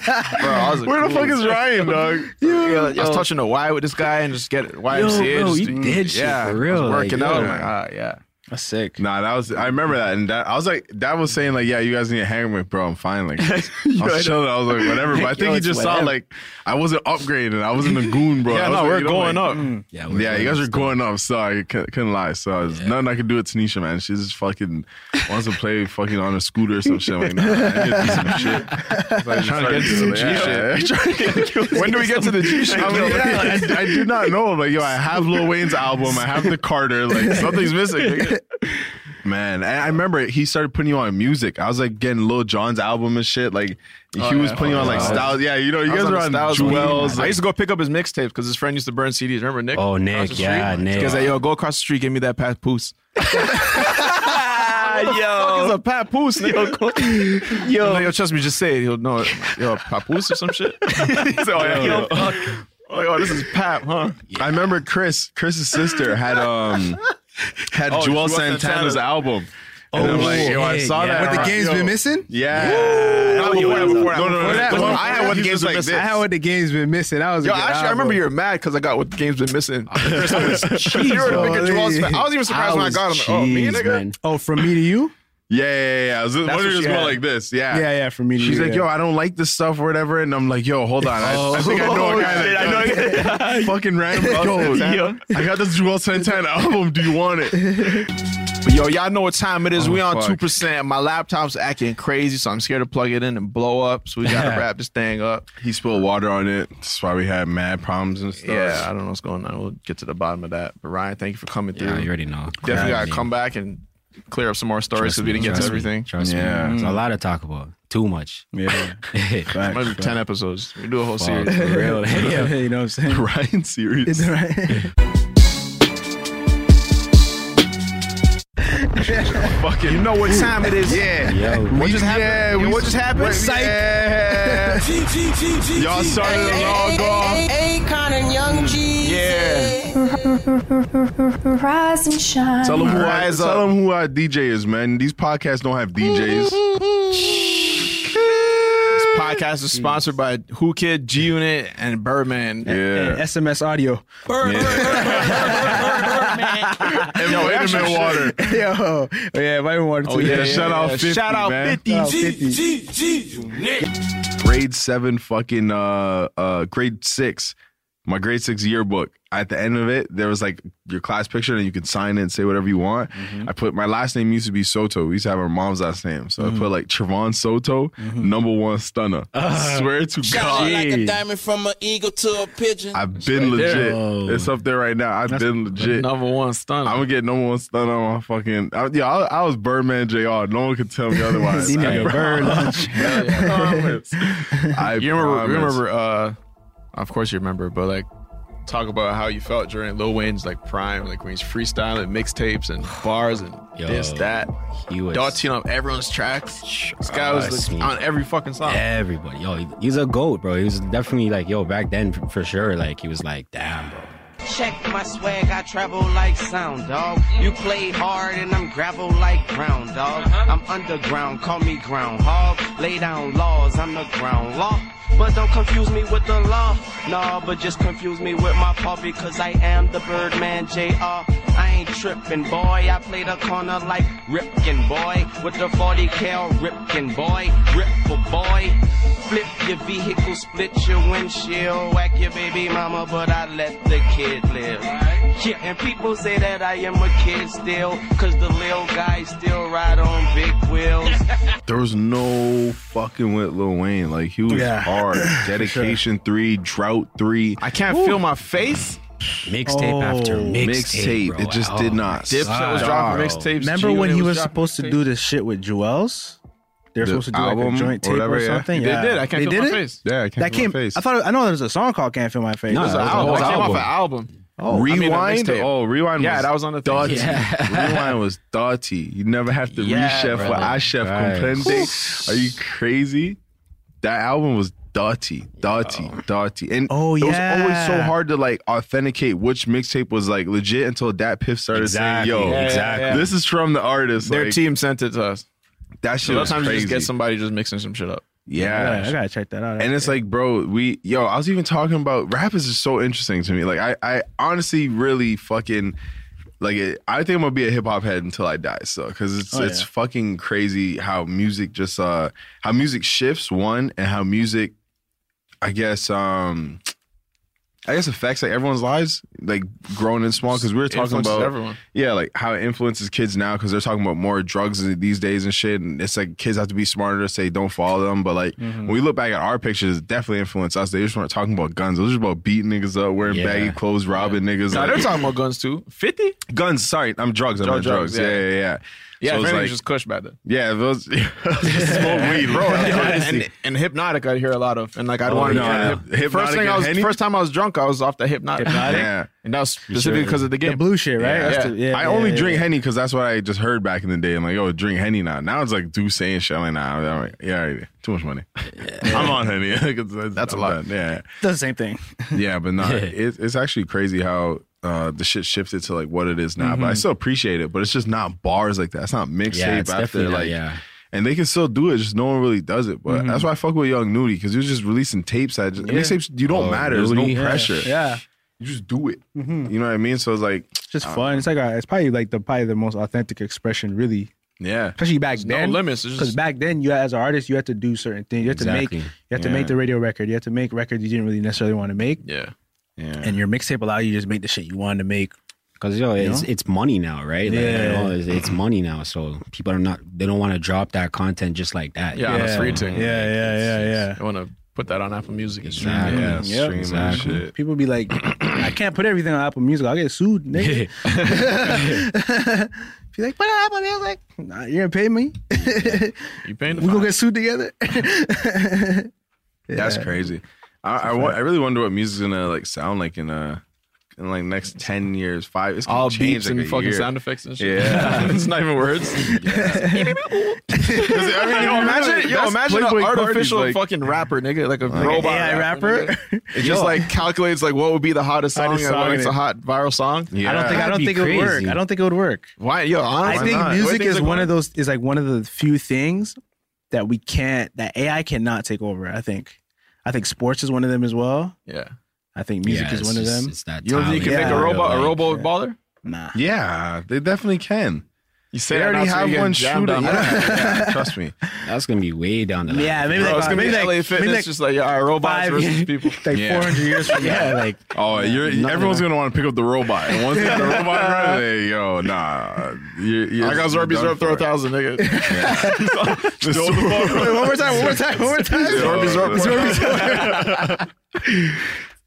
[SPEAKER 3] I was a
[SPEAKER 2] where the
[SPEAKER 3] cool
[SPEAKER 2] fuck is
[SPEAKER 3] dude.
[SPEAKER 2] Ryan, dog?
[SPEAKER 3] I was touching the Y with this guy and just get it. YMCA.
[SPEAKER 4] bro,
[SPEAKER 3] just,
[SPEAKER 4] you did shit
[SPEAKER 3] yeah,
[SPEAKER 4] for
[SPEAKER 3] I was
[SPEAKER 4] real, like,
[SPEAKER 3] working out.
[SPEAKER 4] yo.
[SPEAKER 3] I'm like, ah, yeah.
[SPEAKER 7] That's sick.
[SPEAKER 2] Nah, that was I remember that, and that I was like, that was saying like, yeah, you guys need to hang with, bro. I'm
[SPEAKER 3] [LAUGHS]
[SPEAKER 2] fine. Like, I was chilling. I was like, whatever. But I think
[SPEAKER 3] Yo,
[SPEAKER 2] he
[SPEAKER 3] it's
[SPEAKER 2] just saw
[SPEAKER 3] whatever.
[SPEAKER 2] like I wasn't upgraded. I wasn't a goon, bro. I
[SPEAKER 3] yeah,
[SPEAKER 2] was
[SPEAKER 3] no,
[SPEAKER 2] like,
[SPEAKER 3] we're
[SPEAKER 2] you know,
[SPEAKER 3] going mm,
[SPEAKER 2] like- mm.
[SPEAKER 3] up.
[SPEAKER 4] Yeah,
[SPEAKER 2] Yeah, you guys are going up. So I cou- couldn't lie. So there's nothing I could do with Tanisha, man. She just fucking wants to play fucking on a scooter or some shit. I'm like, nah, I need to do
[SPEAKER 3] [LAUGHS]
[SPEAKER 2] some shit. It's Like, trying
[SPEAKER 4] [LAUGHS]
[SPEAKER 2] to get to some G shit. [LAUGHS]
[SPEAKER 3] When do we get to the G shit?
[SPEAKER 2] I'm
[SPEAKER 3] [LAUGHS]
[SPEAKER 2] like, yeah, I, I do not know. Like, yo, I have Lil Wayne's album. I have the
[SPEAKER 3] [LAUGHS]
[SPEAKER 2] Carter. Like, something's missing. nigga. Man, and I remember he started putting you on music. I was like getting Lil Jon's album and shit. Like, he was putting you on like Styles. Yeah, you know,
[SPEAKER 3] Oh,
[SPEAKER 2] you
[SPEAKER 3] I was
[SPEAKER 2] guys were on
[SPEAKER 3] the Styles Weed. I
[SPEAKER 2] Jewels. like-
[SPEAKER 3] used to go pick up his mixtapes because his friend used to burn CDs. Remember Nick?
[SPEAKER 4] Oh, Nick, yeah, Nick.
[SPEAKER 3] Because yo, go across the street, give me that Pat Poos.
[SPEAKER 11] yo.
[SPEAKER 3] It's a papoose. Yo, [LAUGHS] yo. yo, trust me, just say it. He'll know it. Yo, papoose or some shit. [LAUGHS] He's like, oh, yeah, yo, fuck. Oh, yo, this is pap, huh?
[SPEAKER 2] I remember Chris, Chris's sister had um had
[SPEAKER 3] Oh,
[SPEAKER 2] Joel
[SPEAKER 3] Joel
[SPEAKER 2] Santana's
[SPEAKER 3] Santana.
[SPEAKER 2] album.
[SPEAKER 7] Oh,
[SPEAKER 2] And I'm like, yo, I
[SPEAKER 4] shit,
[SPEAKER 2] saw
[SPEAKER 4] yeah.
[SPEAKER 2] that.
[SPEAKER 4] What
[SPEAKER 7] The
[SPEAKER 2] I'm like,
[SPEAKER 7] game's
[SPEAKER 2] yo,
[SPEAKER 7] been missing.
[SPEAKER 2] Yeah.
[SPEAKER 3] Not before that, before that.
[SPEAKER 2] No, no, no.
[SPEAKER 3] Before that,
[SPEAKER 2] It was-
[SPEAKER 3] I had what the
[SPEAKER 2] he was
[SPEAKER 3] games
[SPEAKER 2] like
[SPEAKER 3] were missing.
[SPEAKER 2] this.
[SPEAKER 7] I had what the game's been missing. I was a
[SPEAKER 3] Yo,
[SPEAKER 7] good
[SPEAKER 3] actually, I
[SPEAKER 7] album.
[SPEAKER 3] remember you're mad because I got what the game's been
[SPEAKER 7] [LAUGHS]
[SPEAKER 3] missing. [LAUGHS] you were the biggest Joel's fan. I was even surprised when I got him. oh, me, nigga.
[SPEAKER 7] Oh, from me to you.
[SPEAKER 2] Yeah, yeah, yeah. yeah. I was just
[SPEAKER 3] what
[SPEAKER 2] wondering
[SPEAKER 3] she
[SPEAKER 2] just going
[SPEAKER 3] had.
[SPEAKER 2] like this. Yeah.
[SPEAKER 7] Yeah, yeah. From me to you.
[SPEAKER 2] She's like,
[SPEAKER 7] yeah.
[SPEAKER 2] yo, I don't like this stuff or whatever. And I'm like, yo, hold on. I, I think I know a guy
[SPEAKER 3] shit,
[SPEAKER 2] that
[SPEAKER 3] I know a
[SPEAKER 2] does. [LAUGHS] fucking random. Yo,
[SPEAKER 3] Santana.
[SPEAKER 2] I got this Joel Santana album. Do you want it?
[SPEAKER 3] But yo, y'all know what time it is. we on
[SPEAKER 2] fuck.
[SPEAKER 3] two percent. My laptop's acting crazy, so I'm scared to plug it in and blow up. So we
[SPEAKER 4] [LAUGHS]
[SPEAKER 3] gotta wrap this thing up.
[SPEAKER 2] He spilled water on it. That's why we had mad problems and stuff.
[SPEAKER 3] Yeah, I don't know what's going on. We'll get to the bottom of that. But Ryan, thank you for coming through.
[SPEAKER 4] Yeah, you already know.
[SPEAKER 3] Definitely
[SPEAKER 4] Yeah,
[SPEAKER 3] gotta come back and clear up some more stories
[SPEAKER 4] Trust
[SPEAKER 3] because we
[SPEAKER 4] me,
[SPEAKER 3] didn't get to
[SPEAKER 4] trust me,
[SPEAKER 3] everything.
[SPEAKER 4] Trust
[SPEAKER 2] Yeah.
[SPEAKER 4] me. There's a lot to talk about. Too much.
[SPEAKER 7] Yeah.
[SPEAKER 4] Fuck,
[SPEAKER 3] Maybe ten episodes. We do a whole
[SPEAKER 4] for
[SPEAKER 3] series. [LAUGHS]
[SPEAKER 2] [LAUGHS]
[SPEAKER 4] real. Yeah.
[SPEAKER 7] you know what I'm saying?
[SPEAKER 2] Ryan
[SPEAKER 7] Is
[SPEAKER 2] series.
[SPEAKER 7] that right?
[SPEAKER 2] fucking
[SPEAKER 3] You know what time it is? Yeah.
[SPEAKER 4] Yo.
[SPEAKER 3] What just happened? Yeah, what just happened? Yeah.
[SPEAKER 2] Y'all started it Mm. all gone.
[SPEAKER 6] Akon and Young Jesus.
[SPEAKER 3] Yeah.
[SPEAKER 5] Rise and shine.
[SPEAKER 2] [LAUGHS] Tell them who I
[SPEAKER 3] Rise
[SPEAKER 2] tell
[SPEAKER 3] up.
[SPEAKER 2] them who our DJ is, man. These podcasts don't have DJs.
[SPEAKER 3] This podcast is sponsored by Who Kid, G Unit, and Birdman.
[SPEAKER 2] Yeah.
[SPEAKER 7] SMS audio.
[SPEAKER 2] And vitamin water.
[SPEAKER 7] Yo, oh, yeah, might want to.
[SPEAKER 3] Oh, yeah, yeah,
[SPEAKER 2] shout out
[SPEAKER 3] yeah.
[SPEAKER 2] 50,
[SPEAKER 3] Shout out
[SPEAKER 2] man.
[SPEAKER 3] 50.
[SPEAKER 7] Oh, 50.
[SPEAKER 2] Grade seven fucking uh uh grade six. My grade six yearbook. At the end of it, there was like your class picture, and you could sign it and say whatever you want.
[SPEAKER 3] Mm-hmm.
[SPEAKER 2] I put my last name used to be Soto. We used to have our mom's last name, so
[SPEAKER 3] Mm-hmm.
[SPEAKER 2] I put like Trevon Soto, number one stunner.
[SPEAKER 3] Ah.
[SPEAKER 2] swear to
[SPEAKER 6] Shot
[SPEAKER 2] God,
[SPEAKER 6] like a diamond from an eagle to a pigeon.
[SPEAKER 2] I've been legit.
[SPEAKER 4] Oh.
[SPEAKER 2] It's up there right now. I've been legit.
[SPEAKER 3] Number one stunner.
[SPEAKER 2] I'm gonna get number one stunner on my fucking. I, yeah, I, I was Birdman JR. No one could
[SPEAKER 3] [LAUGHS]
[SPEAKER 2] tell me otherwise.
[SPEAKER 7] You
[SPEAKER 2] I
[SPEAKER 7] nigga
[SPEAKER 2] pro-
[SPEAKER 7] bird [LAUGHS] lunch.
[SPEAKER 2] I promise. I
[SPEAKER 3] you remember,
[SPEAKER 2] promise.
[SPEAKER 3] you remember uh of course you remember but like talk about how you felt during lil wayne's like prime like when he's freestyling mixtapes
[SPEAKER 2] [SIGHS]
[SPEAKER 3] and bars and
[SPEAKER 4] Yo,
[SPEAKER 3] this that
[SPEAKER 4] He was
[SPEAKER 3] Dalton on everyone's tracks this guy
[SPEAKER 2] Oh,
[SPEAKER 3] was
[SPEAKER 4] Trust
[SPEAKER 3] like,
[SPEAKER 4] me.
[SPEAKER 3] on every fucking song
[SPEAKER 4] everybody. Yo, he- he's a goat, bro. He was definitely like, yo, back then for, for sure. Like he was like, damn, bro.
[SPEAKER 6] Check my swag, I travel like sound dog. You played hard and I'm gravel like ground dog. I'm underground, call me groundhog. Lay down laws, I'm the ground law. But don't confuse me with the law. Nah, but just confuse me with my paw because I am the Birdman JR. I ain't tripping, boy. I play the corner like Ripkin, boy. With the 40 cal Ripkin, boy. Ripple, boy. Flip your vehicle, split your windshield. Whack your baby mama, but I let the kid live. Yeah, and people say that I am a kid still. Cause the lil guy still ride on big wheels.
[SPEAKER 2] There was no fucking with Lil Wayne. Like he was
[SPEAKER 6] Yeah.
[SPEAKER 7] [CLEARS THROAT]
[SPEAKER 2] hard. Dedication three, drought three. I
[SPEAKER 3] can't feel my face.
[SPEAKER 4] Mixtape after mixtape, bro.
[SPEAKER 2] It just did
[SPEAKER 4] Oh
[SPEAKER 2] not.
[SPEAKER 4] my Dipset was God. dropping mixtapes,
[SPEAKER 7] Remember
[SPEAKER 4] G-Unit
[SPEAKER 7] when he
[SPEAKER 4] was
[SPEAKER 7] was
[SPEAKER 4] dropping
[SPEAKER 7] supposed to do this shit with Jewels? They were
[SPEAKER 2] The
[SPEAKER 7] supposed to do like
[SPEAKER 2] album
[SPEAKER 7] a joint
[SPEAKER 2] or
[SPEAKER 7] tape or,
[SPEAKER 2] whatever, yeah.
[SPEAKER 7] something.
[SPEAKER 2] They
[SPEAKER 7] yeah.
[SPEAKER 2] did, I Can't
[SPEAKER 7] They
[SPEAKER 2] Feel My
[SPEAKER 7] did it?
[SPEAKER 2] Face. Yeah, I Can't
[SPEAKER 7] that
[SPEAKER 2] Feel My
[SPEAKER 7] came.
[SPEAKER 2] Face.
[SPEAKER 7] I thought. I know there was a song called "Can't Feel My Face."
[SPEAKER 2] No,
[SPEAKER 7] That
[SPEAKER 2] it was
[SPEAKER 7] a
[SPEAKER 2] an
[SPEAKER 7] whole
[SPEAKER 2] album. It came off
[SPEAKER 7] album.
[SPEAKER 2] an
[SPEAKER 3] album.
[SPEAKER 7] Oh, I mean, a
[SPEAKER 2] Rewind.
[SPEAKER 7] mixtape.
[SPEAKER 2] oh, rewind.
[SPEAKER 7] Yeah,
[SPEAKER 2] was
[SPEAKER 7] that was on the thing.
[SPEAKER 2] Doughty.
[SPEAKER 7] Yeah.
[SPEAKER 2] Rewind was Doughty. You never have to
[SPEAKER 7] Yeah,
[SPEAKER 2] rechef
[SPEAKER 7] brother.
[SPEAKER 2] what I chef
[SPEAKER 7] Right.
[SPEAKER 2] comprende. Are you crazy? That album was Doughty, Doughty, Doughty, and
[SPEAKER 7] Oh,
[SPEAKER 2] it was always so
[SPEAKER 7] yeah.
[SPEAKER 2] hard to like authenticate which mixtape was like legit until Dat Piff started
[SPEAKER 3] Exactly,
[SPEAKER 2] saying, "Yo,
[SPEAKER 3] Yeah, exactly. yeah.
[SPEAKER 2] this is from the artist."
[SPEAKER 3] Their
[SPEAKER 2] like,
[SPEAKER 3] team sent it to us.
[SPEAKER 2] That shit
[SPEAKER 3] So
[SPEAKER 2] was
[SPEAKER 3] sometimes you just
[SPEAKER 2] crazy.
[SPEAKER 3] get somebody just mixing some shit up.
[SPEAKER 2] Yeah.
[SPEAKER 7] I gotta check that out.
[SPEAKER 2] And it's like, bro, we yo, I was even talking about rap is just so interesting to me. Like I I honestly really fucking like it, I think I'm gonna be a hip hop head until I die. So cause it's
[SPEAKER 3] Oh,
[SPEAKER 2] it's
[SPEAKER 3] yeah.
[SPEAKER 2] fucking crazy how music just uh how music shifts one and how music I guess um I guess affects like everyone's lives, like growing and small. Because we were talking
[SPEAKER 3] Influences
[SPEAKER 2] about
[SPEAKER 3] everyone.
[SPEAKER 2] yeah, like how it influences kids now because they're talking about more drugs these days and shit. And it's like kids have to be smarter to say don't follow them. But like
[SPEAKER 3] Mm-hmm.
[SPEAKER 2] when we look back at our pictures, it definitely influenced us. They just weren't talking about guns. It was just about beating niggas up, wearing
[SPEAKER 3] Yeah.
[SPEAKER 2] baggy clothes, robbing niggas.
[SPEAKER 3] Nah,
[SPEAKER 2] like-
[SPEAKER 3] they're talking about guns too. Fifty?
[SPEAKER 2] guns. Sorry, I'm drugs. I'm
[SPEAKER 3] Drug-
[SPEAKER 2] drugs. drugs.
[SPEAKER 3] drugs,
[SPEAKER 2] Yeah,
[SPEAKER 3] yeah.
[SPEAKER 2] yeah, yeah.
[SPEAKER 3] Yeah,
[SPEAKER 2] so
[SPEAKER 3] if
[SPEAKER 2] it's
[SPEAKER 3] anything,
[SPEAKER 2] like,
[SPEAKER 3] just Kush back then.
[SPEAKER 2] yeah, if it
[SPEAKER 3] [LAUGHS]
[SPEAKER 2] was, [LAUGHS] smoke weed,
[SPEAKER 3] bro.
[SPEAKER 2] bro.
[SPEAKER 3] and, and, and hypnotic, I'd hear a lot of, and like I'd
[SPEAKER 2] Oh,
[SPEAKER 3] want to.
[SPEAKER 2] yeah. Hypnotic
[SPEAKER 3] first thing
[SPEAKER 2] and
[SPEAKER 3] I was,
[SPEAKER 2] Henny?
[SPEAKER 3] first time I was drunk, I was off the hypnotic,
[SPEAKER 2] Hypnotic? Yeah.
[SPEAKER 3] and that was specifically because of the game,
[SPEAKER 2] Yeah.
[SPEAKER 3] Yeah,
[SPEAKER 2] I only drink Henny because that's what I just heard back in the day. I'm like, yo, drink Henny now. Now it's like, do saying shit. I'm like, nah, I'm like, yeah, all right. too much money. [LAUGHS] I'm on Henny. that's a lot. Yeah.
[SPEAKER 7] Does the same thing.
[SPEAKER 2] [LAUGHS] Yeah,
[SPEAKER 3] [LAUGHS]
[SPEAKER 2] but not. it, it's actually crazy how uh, the shit shifted to like what it is now. But I
[SPEAKER 3] Mhm.
[SPEAKER 2] still appreciate it. But it's just not bars like that. It's not mixtape
[SPEAKER 3] Yeah, it's
[SPEAKER 2] after
[SPEAKER 3] definitely not,
[SPEAKER 2] like.
[SPEAKER 3] yeah.
[SPEAKER 2] And they can still do it, just no one really does it. But
[SPEAKER 7] Mm-hmm.
[SPEAKER 3] Mhm.
[SPEAKER 2] that's why I fuck with Young Nudie because he was just releasing tapes. That just,
[SPEAKER 3] Yeah.
[SPEAKER 2] mixtapes, you don't
[SPEAKER 3] Oh,
[SPEAKER 2] matter. There's no
[SPEAKER 3] Nudie. Yeah.
[SPEAKER 2] pressure.
[SPEAKER 7] Yeah. Mm-hmm.
[SPEAKER 2] you just do it. You know what I mean? So it's like
[SPEAKER 7] It's just
[SPEAKER 2] I don't
[SPEAKER 7] fun. It's like a, it's probably like the probably the most authentic expression, really.
[SPEAKER 2] Yeah,
[SPEAKER 7] especially back
[SPEAKER 3] no
[SPEAKER 7] then.
[SPEAKER 3] limits. It's
[SPEAKER 7] Because
[SPEAKER 3] just-
[SPEAKER 7] back then, you as an artist, you had to do certain things. You had to
[SPEAKER 3] Exactly.
[SPEAKER 7] make you had to
[SPEAKER 3] Yeah.
[SPEAKER 7] make the radio record. You had to make records you didn't really necessarily want to make.
[SPEAKER 3] Yeah.
[SPEAKER 2] Yeah.
[SPEAKER 7] And your mixtape allowed you to just make the shit you wanted to make.
[SPEAKER 4] Cause yo,
[SPEAKER 7] You
[SPEAKER 4] it's
[SPEAKER 7] know?
[SPEAKER 4] it's money now, right? Like, you
[SPEAKER 7] Yeah.
[SPEAKER 4] know, it's, it's money now, so people are not they don't want to drop that content just like that.
[SPEAKER 3] Yeah, on a free thing.
[SPEAKER 7] Yeah, yeah, yeah, yeah.
[SPEAKER 3] I want to put that on Apple Music and stream
[SPEAKER 4] Exactly.
[SPEAKER 3] it.
[SPEAKER 4] Yeah,
[SPEAKER 7] Yep.
[SPEAKER 4] streaming
[SPEAKER 7] Exactly.
[SPEAKER 4] shit.
[SPEAKER 7] People be like, I can't put everything on Apple Music. I'll get sued, nigga. [LAUGHS] Be like, put it on Apple Music. Nah, you gonna pay me? [LAUGHS]
[SPEAKER 3] You paying?
[SPEAKER 7] we gonna get
[SPEAKER 3] [LAUGHS]
[SPEAKER 7] sued together. [LAUGHS]
[SPEAKER 2] That's
[SPEAKER 7] Yeah.
[SPEAKER 2] crazy. I I, wa- I really wonder what music's gonna like sound like in uh in like next ten years, five. It's gonna
[SPEAKER 3] All
[SPEAKER 2] change,
[SPEAKER 3] beeps
[SPEAKER 2] like,
[SPEAKER 3] and
[SPEAKER 2] a
[SPEAKER 3] fucking
[SPEAKER 2] year.
[SPEAKER 3] sound effects and shit. [LAUGHS]
[SPEAKER 2] Yeah,
[SPEAKER 3] It's not even words.
[SPEAKER 2] I mean,
[SPEAKER 3] yo, imagine, yo,
[SPEAKER 2] that's
[SPEAKER 3] imagine an
[SPEAKER 2] Playboy Carti's,
[SPEAKER 3] artificial
[SPEAKER 2] like-
[SPEAKER 3] fucking rapper, nigga, like a
[SPEAKER 2] Like an
[SPEAKER 3] robot
[SPEAKER 2] AI
[SPEAKER 3] nigga. It just like calculates like what would be the hottest
[SPEAKER 7] I
[SPEAKER 3] song
[SPEAKER 7] just
[SPEAKER 3] and
[SPEAKER 7] saw
[SPEAKER 3] what makes
[SPEAKER 7] it.
[SPEAKER 3] a hot viral song.
[SPEAKER 7] I don't think I don't think it would work. I don't think it would work.
[SPEAKER 3] Why, yo? Honestly,
[SPEAKER 7] I think
[SPEAKER 3] why not? Why
[SPEAKER 7] music
[SPEAKER 3] things
[SPEAKER 7] is
[SPEAKER 3] like
[SPEAKER 7] one
[SPEAKER 3] why-
[SPEAKER 7] of those is like one of the few things that we can't that AI cannot take over. I think. I think sports is one of them as well.
[SPEAKER 3] Yeah.
[SPEAKER 7] I think music
[SPEAKER 3] Yeah,
[SPEAKER 7] is
[SPEAKER 3] it's
[SPEAKER 7] one
[SPEAKER 3] just-
[SPEAKER 7] of them.
[SPEAKER 3] it's that You don't think you can talent. make a robot- a robot baller?
[SPEAKER 7] Nah.
[SPEAKER 2] Yeah, they definitely can.
[SPEAKER 3] You
[SPEAKER 4] say
[SPEAKER 2] they
[SPEAKER 4] that now,
[SPEAKER 2] already
[SPEAKER 4] so
[SPEAKER 2] have
[SPEAKER 4] you're
[SPEAKER 2] one
[SPEAKER 4] getting jammed
[SPEAKER 2] shooter.
[SPEAKER 3] [LAUGHS]
[SPEAKER 4] on that.
[SPEAKER 2] Yeah, trust me.
[SPEAKER 4] That's gonna be way down the line.
[SPEAKER 7] Yeah, maybe
[SPEAKER 3] Bro,
[SPEAKER 7] like
[SPEAKER 3] it's gonna
[SPEAKER 7] maybe
[SPEAKER 3] be
[SPEAKER 7] like,
[SPEAKER 3] LA Fitness,
[SPEAKER 7] maybe like
[SPEAKER 3] just like yeah, our robots
[SPEAKER 7] five-
[SPEAKER 3] versus people.
[SPEAKER 7] like 400 years from now. like
[SPEAKER 2] Oh, you're,
[SPEAKER 7] nothing
[SPEAKER 2] everyone's
[SPEAKER 7] like-
[SPEAKER 2] gonna want to pick up the robot. And once they
[SPEAKER 7] [LAUGHS]
[SPEAKER 2] get the robot, right, they, yo, nah. You're, you're
[SPEAKER 3] I got Zorbies
[SPEAKER 2] done
[SPEAKER 3] up throw
[SPEAKER 2] for.
[SPEAKER 3] a thousand, nigga. [LAUGHS]
[SPEAKER 2] [LAUGHS] Throw the ball.
[SPEAKER 3] Wait, one more time, one more time,
[SPEAKER 2] [LAUGHS]
[SPEAKER 3] one more time.
[SPEAKER 2] Zorbies are up.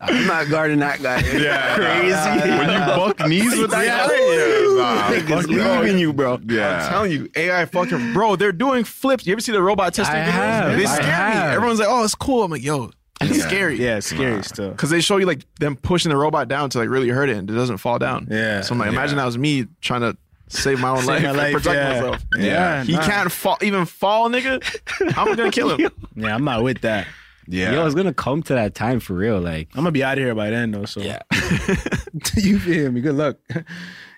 [SPEAKER 11] I'm not guarding that
[SPEAKER 4] [LAUGHS]
[SPEAKER 11] guy.
[SPEAKER 3] [LAUGHS]
[SPEAKER 2] [LAUGHS] Yeah,
[SPEAKER 11] crazy.
[SPEAKER 2] When you buck knees with that
[SPEAKER 3] Yeah.
[SPEAKER 2] guy, yeah, nah.
[SPEAKER 3] Niggas leaving you, bro.
[SPEAKER 2] Yeah.
[SPEAKER 3] I'm telling you, AI fucking bro, they're doing flips. You ever see the robot testing?
[SPEAKER 7] I
[SPEAKER 3] videos?
[SPEAKER 7] have,
[SPEAKER 3] They
[SPEAKER 7] I
[SPEAKER 3] scare
[SPEAKER 7] have.
[SPEAKER 3] me. Everyone's like, oh, it's cool. I'm like, yo, it's scary.
[SPEAKER 7] Yeah, it's scary still.
[SPEAKER 3] Cause they show you like them pushing the robot down to like really hurt it and it doesn't fall down.
[SPEAKER 7] Yeah.
[SPEAKER 3] So I'm like, imagine that was me trying to save my own
[SPEAKER 7] [LAUGHS] Save
[SPEAKER 3] life,
[SPEAKER 7] my
[SPEAKER 3] and
[SPEAKER 7] life,
[SPEAKER 3] protect
[SPEAKER 7] yeah.
[SPEAKER 3] myself.
[SPEAKER 7] Yeah,
[SPEAKER 3] He
[SPEAKER 7] nah. [LAUGHS]
[SPEAKER 3] can't fall even fall, nigga. I'm gonna kill him.
[SPEAKER 7] Yeah, I'm not with that.
[SPEAKER 2] Yeah.
[SPEAKER 4] Yo, it's gonna come to that time for real. Like
[SPEAKER 7] I'm gonna be out of here by then though. So yeah, you feel me? Good luck.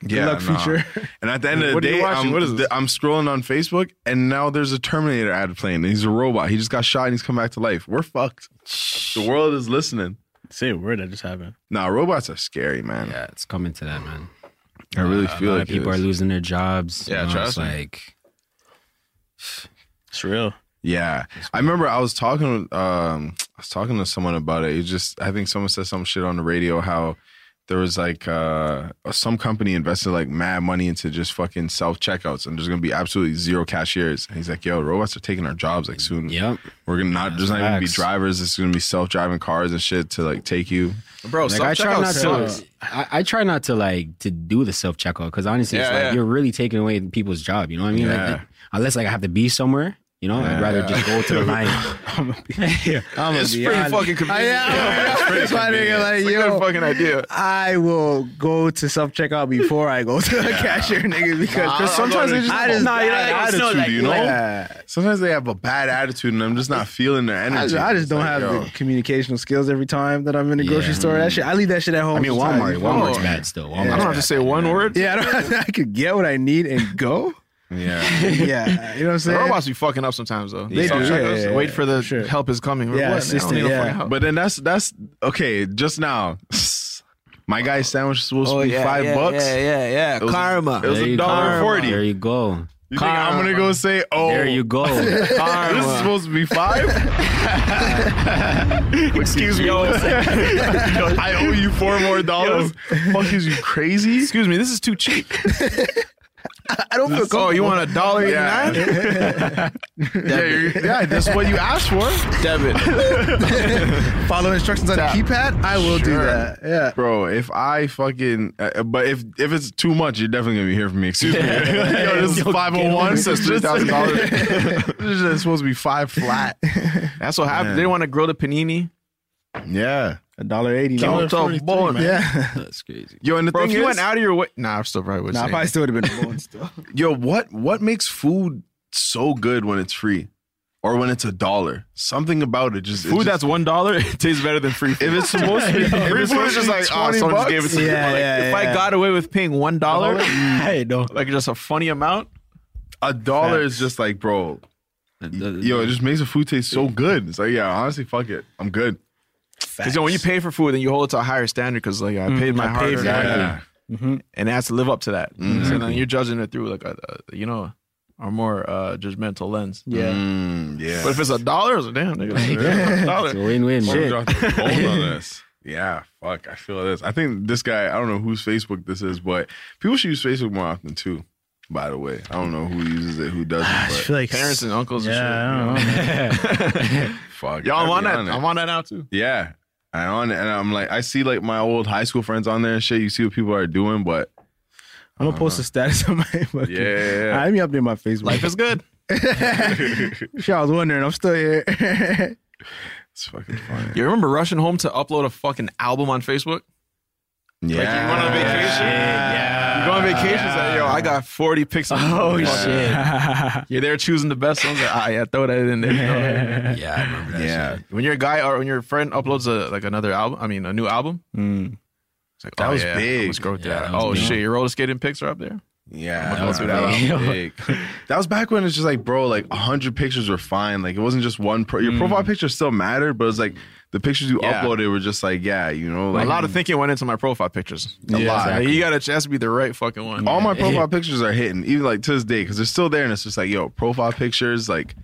[SPEAKER 7] Good luck,
[SPEAKER 2] nah.
[SPEAKER 7] future.
[SPEAKER 2] And at the end of the
[SPEAKER 7] What are you
[SPEAKER 2] day,
[SPEAKER 7] watching?
[SPEAKER 2] I'm,
[SPEAKER 7] What is
[SPEAKER 2] th- I'm scrolling on Facebook, and now there's a Terminator ad playing. And he's a robot. He just got shot, and he's come back to life. We're fucked. The world is listening.
[SPEAKER 7] Say a word that just happened.
[SPEAKER 2] Nah, robots are scary, man.
[SPEAKER 4] Yeah, it's coming to that, man.
[SPEAKER 2] I really
[SPEAKER 4] Uh, a
[SPEAKER 2] feel
[SPEAKER 4] lot of
[SPEAKER 2] like
[SPEAKER 4] people
[SPEAKER 2] it
[SPEAKER 4] are
[SPEAKER 2] is.
[SPEAKER 4] losing their jobs. you
[SPEAKER 2] Yeah,
[SPEAKER 4] know,
[SPEAKER 2] trust
[SPEAKER 4] it's
[SPEAKER 2] me.
[SPEAKER 4] like
[SPEAKER 7] It's real.
[SPEAKER 2] Yeah, I remember I was talking. Um, I was talking to someone about it. It just, I think someone said some shit on the radio how there was like uh, some company invested like mad money into just fucking self checkouts, and there's gonna be absolutely zero cashiers. And he's like, "Yo, robots are taking our jobs like soon.
[SPEAKER 4] Yep,
[SPEAKER 2] we're gonna not. there's not even gonna be
[SPEAKER 4] facts.
[SPEAKER 2] drivers. It's gonna be self driving cars and shit to like take you."
[SPEAKER 3] Bro,
[SPEAKER 4] like, I try
[SPEAKER 3] self-checkout
[SPEAKER 4] not [LAUGHS]
[SPEAKER 3] sucks.
[SPEAKER 4] to. I, I try not to like to do the self checkout because honestly, it's
[SPEAKER 3] Yeah,
[SPEAKER 4] like
[SPEAKER 3] yeah.
[SPEAKER 4] you're really taking away people's job. You know what I mean? Like,
[SPEAKER 2] Yeah.
[SPEAKER 4] unless like I have to be somewhere. You know, I'd rather just go
[SPEAKER 3] [LAUGHS]
[SPEAKER 4] to the line.
[SPEAKER 7] I'm
[SPEAKER 3] It's pretty fucking convenient.
[SPEAKER 7] I, yeah,
[SPEAKER 2] it's pretty
[SPEAKER 7] that's why nigga
[SPEAKER 2] convenient.
[SPEAKER 7] like
[SPEAKER 2] It's a
[SPEAKER 7] yo.
[SPEAKER 2] good fucking idea.
[SPEAKER 7] I will go to self checkout before I go to the cashier, nigga, because
[SPEAKER 2] Nah, 'cause sometimes they just-
[SPEAKER 7] I just
[SPEAKER 2] Nah,
[SPEAKER 7] I
[SPEAKER 2] you're like,
[SPEAKER 7] just-
[SPEAKER 2] it's not like- you know?
[SPEAKER 7] Yeah.
[SPEAKER 2] Sometimes they have a bad attitude, and I'm just not feeling their
[SPEAKER 7] I
[SPEAKER 2] energy.
[SPEAKER 7] just, I just
[SPEAKER 2] It's
[SPEAKER 7] don't
[SPEAKER 2] like,
[SPEAKER 7] have
[SPEAKER 2] yo.
[SPEAKER 7] the communicational skills every time that I'm in the grocery
[SPEAKER 4] Yeah.
[SPEAKER 7] store. That shit, I leave that shit at home.
[SPEAKER 4] I mean, Walmart.
[SPEAKER 7] sometimes.
[SPEAKER 4] Walmart's
[SPEAKER 3] Oh.
[SPEAKER 4] bad still.
[SPEAKER 3] I
[SPEAKER 4] Walmart's
[SPEAKER 3] don't have
[SPEAKER 4] bad.
[SPEAKER 3] to say one word.
[SPEAKER 7] Yeah, I, don't, [LAUGHS] I could get what I need and go. [LAUGHS]
[SPEAKER 2] Yeah.
[SPEAKER 7] yeah, you know what I'm
[SPEAKER 3] The
[SPEAKER 7] saying.
[SPEAKER 3] robots be fucking up sometimes though.
[SPEAKER 7] They do, yeah,
[SPEAKER 3] Self-checkouts,
[SPEAKER 7] yeah, yeah,
[SPEAKER 3] Wait for the
[SPEAKER 7] sure.
[SPEAKER 3] help is coming. Or
[SPEAKER 7] Yeah,
[SPEAKER 3] what?
[SPEAKER 7] assistant,
[SPEAKER 3] I don't need
[SPEAKER 7] yeah.
[SPEAKER 3] to find out.
[SPEAKER 2] But then that's that's okay. Just now, [SIGHS] my guy's sandwich is supposed
[SPEAKER 7] Oh,
[SPEAKER 2] to be five bucks.
[SPEAKER 11] Yeah, yeah, yeah.
[SPEAKER 2] was-
[SPEAKER 11] Karma.
[SPEAKER 2] it was
[SPEAKER 4] There
[SPEAKER 2] a
[SPEAKER 4] you go.
[SPEAKER 2] dollar forty.
[SPEAKER 4] There you go.
[SPEAKER 2] You think I'm gonna go say, oh,
[SPEAKER 4] There you
[SPEAKER 7] [LAUGHS]
[SPEAKER 4] go.
[SPEAKER 2] this is supposed to be five? Excuse me. I owe you four more dollars. Fuck is you crazy?
[SPEAKER 3] Excuse me, this is too cheap.
[SPEAKER 7] I don't feel
[SPEAKER 3] oh, you want a dollar
[SPEAKER 2] Yeah.
[SPEAKER 3] eighty nine?
[SPEAKER 2] Yeah, you're- yeah, that's what you asked for.
[SPEAKER 3] Debit.
[SPEAKER 7] [LAUGHS] follow instructions on the keypad. I will do
[SPEAKER 2] Sure.
[SPEAKER 7] that. Yeah.
[SPEAKER 2] Bro, if I fucking, uh, but if if it's too much, you're definitely gonna be here for me. Excuse me. Yo, this is 501.
[SPEAKER 3] This is $3,000.
[SPEAKER 2] This is supposed to be five
[SPEAKER 7] [LAUGHS]
[SPEAKER 2] flat.
[SPEAKER 3] That's what happened.
[SPEAKER 2] Man.
[SPEAKER 3] They want to grill the panini.
[SPEAKER 2] Yeah.
[SPEAKER 7] A dollar eighty.
[SPEAKER 3] Count
[SPEAKER 7] man.
[SPEAKER 3] the bone.
[SPEAKER 7] Yeah.
[SPEAKER 4] That's crazy.
[SPEAKER 2] Yo, and the
[SPEAKER 3] Bro,
[SPEAKER 2] thing
[SPEAKER 3] if you
[SPEAKER 2] is,
[SPEAKER 3] went out of your way, nah, I still probably would.
[SPEAKER 7] Nah, I
[SPEAKER 3] say
[SPEAKER 7] probably
[SPEAKER 3] it.
[SPEAKER 7] still would have been alone still.
[SPEAKER 2] Yo, what what makes food so good when it's free, or when it's a dollar? Something about it just it
[SPEAKER 3] food
[SPEAKER 2] just-
[SPEAKER 3] that's one dollar [LAUGHS] it tastes better than free food. [LAUGHS]
[SPEAKER 2] if it's supposed to be
[SPEAKER 3] Free
[SPEAKER 2] free
[SPEAKER 3] food is just like, oh, someone just gave it to me.
[SPEAKER 7] Yeah,
[SPEAKER 3] Like,
[SPEAKER 7] yeah,
[SPEAKER 3] if I
[SPEAKER 7] yeah. Oh.
[SPEAKER 3] got away with paying one dollar,
[SPEAKER 7] I
[SPEAKER 4] [LAUGHS]
[SPEAKER 7] know.
[SPEAKER 3] [LAUGHS] like just a funny amount,
[SPEAKER 2] a dollar is just like bro. Yo, it just makes the food taste so good. It's like yeah, honestly, fuck it, I'm good.
[SPEAKER 3] because when you pay for food, then you hold it to a higher standard. Because like Mm, I paid Mm-hmm. my hard, earned money,
[SPEAKER 2] Yeah,
[SPEAKER 3] and it has to live up to that. So then you're judging it through like a, a you know a more uh, judgmental lens.
[SPEAKER 7] Yeah.
[SPEAKER 2] Mm, yeah.
[SPEAKER 3] But if it's a dollar, it's a damn nigga. it's [LAUGHS] a
[SPEAKER 4] It's a
[SPEAKER 3] dollar.
[SPEAKER 4] win-win.
[SPEAKER 2] Wanna
[SPEAKER 4] Shit.
[SPEAKER 3] [LAUGHS]
[SPEAKER 2] drop the bone on this. Yeah, fuck. I feel this. I think this guy. I don't know whose Facebook this is, but people should use Facebook more often too. By the way, I don't know who uses it, who
[SPEAKER 7] I just
[SPEAKER 2] doesn't.
[SPEAKER 7] feel like
[SPEAKER 3] Parents and uncles and
[SPEAKER 7] Yeah, I don't
[SPEAKER 3] shit.
[SPEAKER 7] know. man. [LAUGHS]
[SPEAKER 2] But [LAUGHS]
[SPEAKER 3] [LAUGHS]
[SPEAKER 2] fuck,
[SPEAKER 3] Y'all
[SPEAKER 2] I
[SPEAKER 3] I'm
[SPEAKER 2] be
[SPEAKER 3] on that.
[SPEAKER 2] it.
[SPEAKER 3] I'm on that now too.
[SPEAKER 2] Yeah. And on and I'm like, I see like my old high school friends on there and shit. You see what people are doing, but
[SPEAKER 7] I'm gonna post a status on my fucking.
[SPEAKER 2] Yeah, yeah, yeah.
[SPEAKER 7] I me update my Facebook.
[SPEAKER 3] Life is good.
[SPEAKER 2] [LAUGHS]
[SPEAKER 7] Shit, I was wondering. I'm still here.
[SPEAKER 2] it's fucking funny.
[SPEAKER 3] You remember rushing home to upload a fucking album on Facebook?
[SPEAKER 2] Yeah.
[SPEAKER 3] Like you went on vacation. You go on vacation, it's like, yo, I got 40 pixels. Oh, shit. You're there choosing the best ones. Like, ah, yeah, throw that in there.
[SPEAKER 4] Yeah, I remember that.
[SPEAKER 2] yeah.
[SPEAKER 3] when your guy or when your friend uploads a like another album, I mean, a new album, it's like,
[SPEAKER 2] That
[SPEAKER 3] oh,
[SPEAKER 2] was
[SPEAKER 3] yeah,
[SPEAKER 2] big.
[SPEAKER 3] I'm gonna scroll through
[SPEAKER 4] Yeah,
[SPEAKER 3] that.
[SPEAKER 4] that was
[SPEAKER 3] Oh,
[SPEAKER 4] big.
[SPEAKER 3] shit, your roller skating pics are up there?
[SPEAKER 2] Yeah.
[SPEAKER 3] That was
[SPEAKER 2] that,
[SPEAKER 4] big.
[SPEAKER 2] was big.
[SPEAKER 3] [LAUGHS]
[SPEAKER 2] that was back when it's just like, bro, like hundred pictures were fine. Like it wasn't just one pro your profile picture still mattered, but it's like the pictures you
[SPEAKER 3] Mm. Yeah.
[SPEAKER 2] uploaded were just like, yeah, you know, like mm.
[SPEAKER 3] a lot of thinking went into my profile pictures. A
[SPEAKER 2] Yeah,
[SPEAKER 3] lot. Like,
[SPEAKER 2] exactly.
[SPEAKER 3] you got to has to be the right fucking one.
[SPEAKER 2] all my profile pictures are hitting, even like to this day, because they're still there and it's just like, yo, profile pictures, like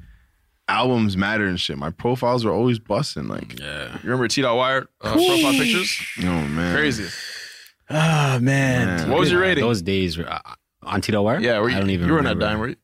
[SPEAKER 2] albums matter and shit. My profiles were always busting. Like
[SPEAKER 3] You [LAUGHS] remember T. Dot Wire uh, profile pictures?
[SPEAKER 2] oh man.
[SPEAKER 3] Crazy.
[SPEAKER 7] oh man.
[SPEAKER 3] What was your rating?
[SPEAKER 4] Those days were uh, on Tito Wire.
[SPEAKER 3] yeah, were you,
[SPEAKER 4] I don't even.
[SPEAKER 3] you were in
[SPEAKER 4] remember.
[SPEAKER 3] that dime, were you?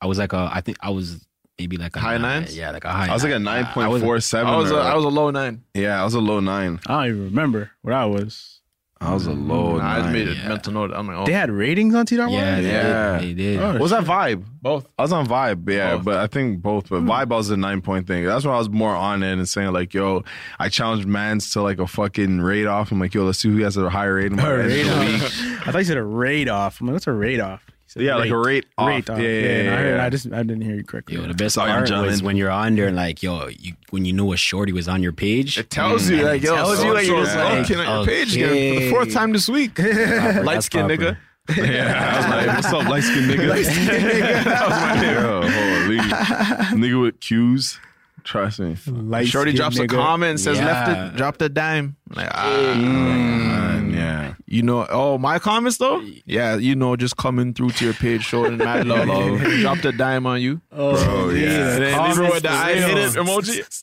[SPEAKER 4] I was like a. I think I was maybe like a
[SPEAKER 3] High
[SPEAKER 4] nine.
[SPEAKER 3] nines?
[SPEAKER 4] Yeah, like a high.
[SPEAKER 2] I was like a
[SPEAKER 4] nine.
[SPEAKER 2] nine
[SPEAKER 4] I
[SPEAKER 2] point
[SPEAKER 4] wasn't-
[SPEAKER 2] four seven.
[SPEAKER 3] I was, a,
[SPEAKER 2] or,
[SPEAKER 3] I was a low nine.
[SPEAKER 2] yeah, I was a low nine. Mm,
[SPEAKER 7] I don't even remember what I was.
[SPEAKER 2] I was a low
[SPEAKER 3] Nah, I just
[SPEAKER 2] Oh, nine.
[SPEAKER 3] made a
[SPEAKER 4] yeah.
[SPEAKER 3] mental note. I'm like, oh,
[SPEAKER 7] They had ratings on TDR.
[SPEAKER 4] Yeah, they
[SPEAKER 2] Yeah.
[SPEAKER 4] did. They did.
[SPEAKER 7] Oh,
[SPEAKER 2] What was that vibe?
[SPEAKER 3] both.
[SPEAKER 2] I was on vibe, yeah,
[SPEAKER 3] Both.
[SPEAKER 2] but I think both. But vibe, I was a nine point thing. That's when I was more on it and saying like, "Yo, I challenged Mans to like a fucking raid off." I'm like, "Yo, let's see who has a higher rating." by the end of the week."
[SPEAKER 7] I thought you said a raid off. I'm like, what's a raid off?
[SPEAKER 2] Yeah, like a rate off.
[SPEAKER 7] Rate
[SPEAKER 2] Yeah, yeah,
[SPEAKER 7] no, I, heard,
[SPEAKER 2] yeah.
[SPEAKER 7] I just I didn't hear you correctly.
[SPEAKER 4] Yo, the best
[SPEAKER 2] Sorry, I'm
[SPEAKER 4] part
[SPEAKER 2] jumping.
[SPEAKER 4] was when you're on there and like, yo, you, when you knew a shorty was on your page. It
[SPEAKER 3] tells
[SPEAKER 2] Mm.
[SPEAKER 3] you, like, yo,
[SPEAKER 4] tells
[SPEAKER 3] so-
[SPEAKER 4] you like
[SPEAKER 3] so-
[SPEAKER 4] you're just
[SPEAKER 3] so-
[SPEAKER 4] like,
[SPEAKER 3] looking at your page again for the fourth time this week.
[SPEAKER 4] proper,
[SPEAKER 3] Light
[SPEAKER 4] that's
[SPEAKER 3] skin
[SPEAKER 4] proper.
[SPEAKER 3] nigga.
[SPEAKER 2] Yeah, I was like, what's up, light skinned nigga? [LAUGHS] that was my nigga. [LAUGHS] holy. nigga with cues. Trust me.
[SPEAKER 7] Light
[SPEAKER 3] Shorty
[SPEAKER 7] skin
[SPEAKER 3] drops a
[SPEAKER 7] nigga.
[SPEAKER 3] comment and says,
[SPEAKER 2] Yeah.
[SPEAKER 3] "Left it, dropped a dime." I'm Like, ah, man,
[SPEAKER 2] yeah.
[SPEAKER 3] You know, oh my comments though. Yeah, you know, just coming through to your page, showing mad love,
[SPEAKER 2] Love.
[SPEAKER 3] dropped a dime on you.
[SPEAKER 2] Oh, Bro, yeah.
[SPEAKER 3] And then leave her with the I hate it emoji.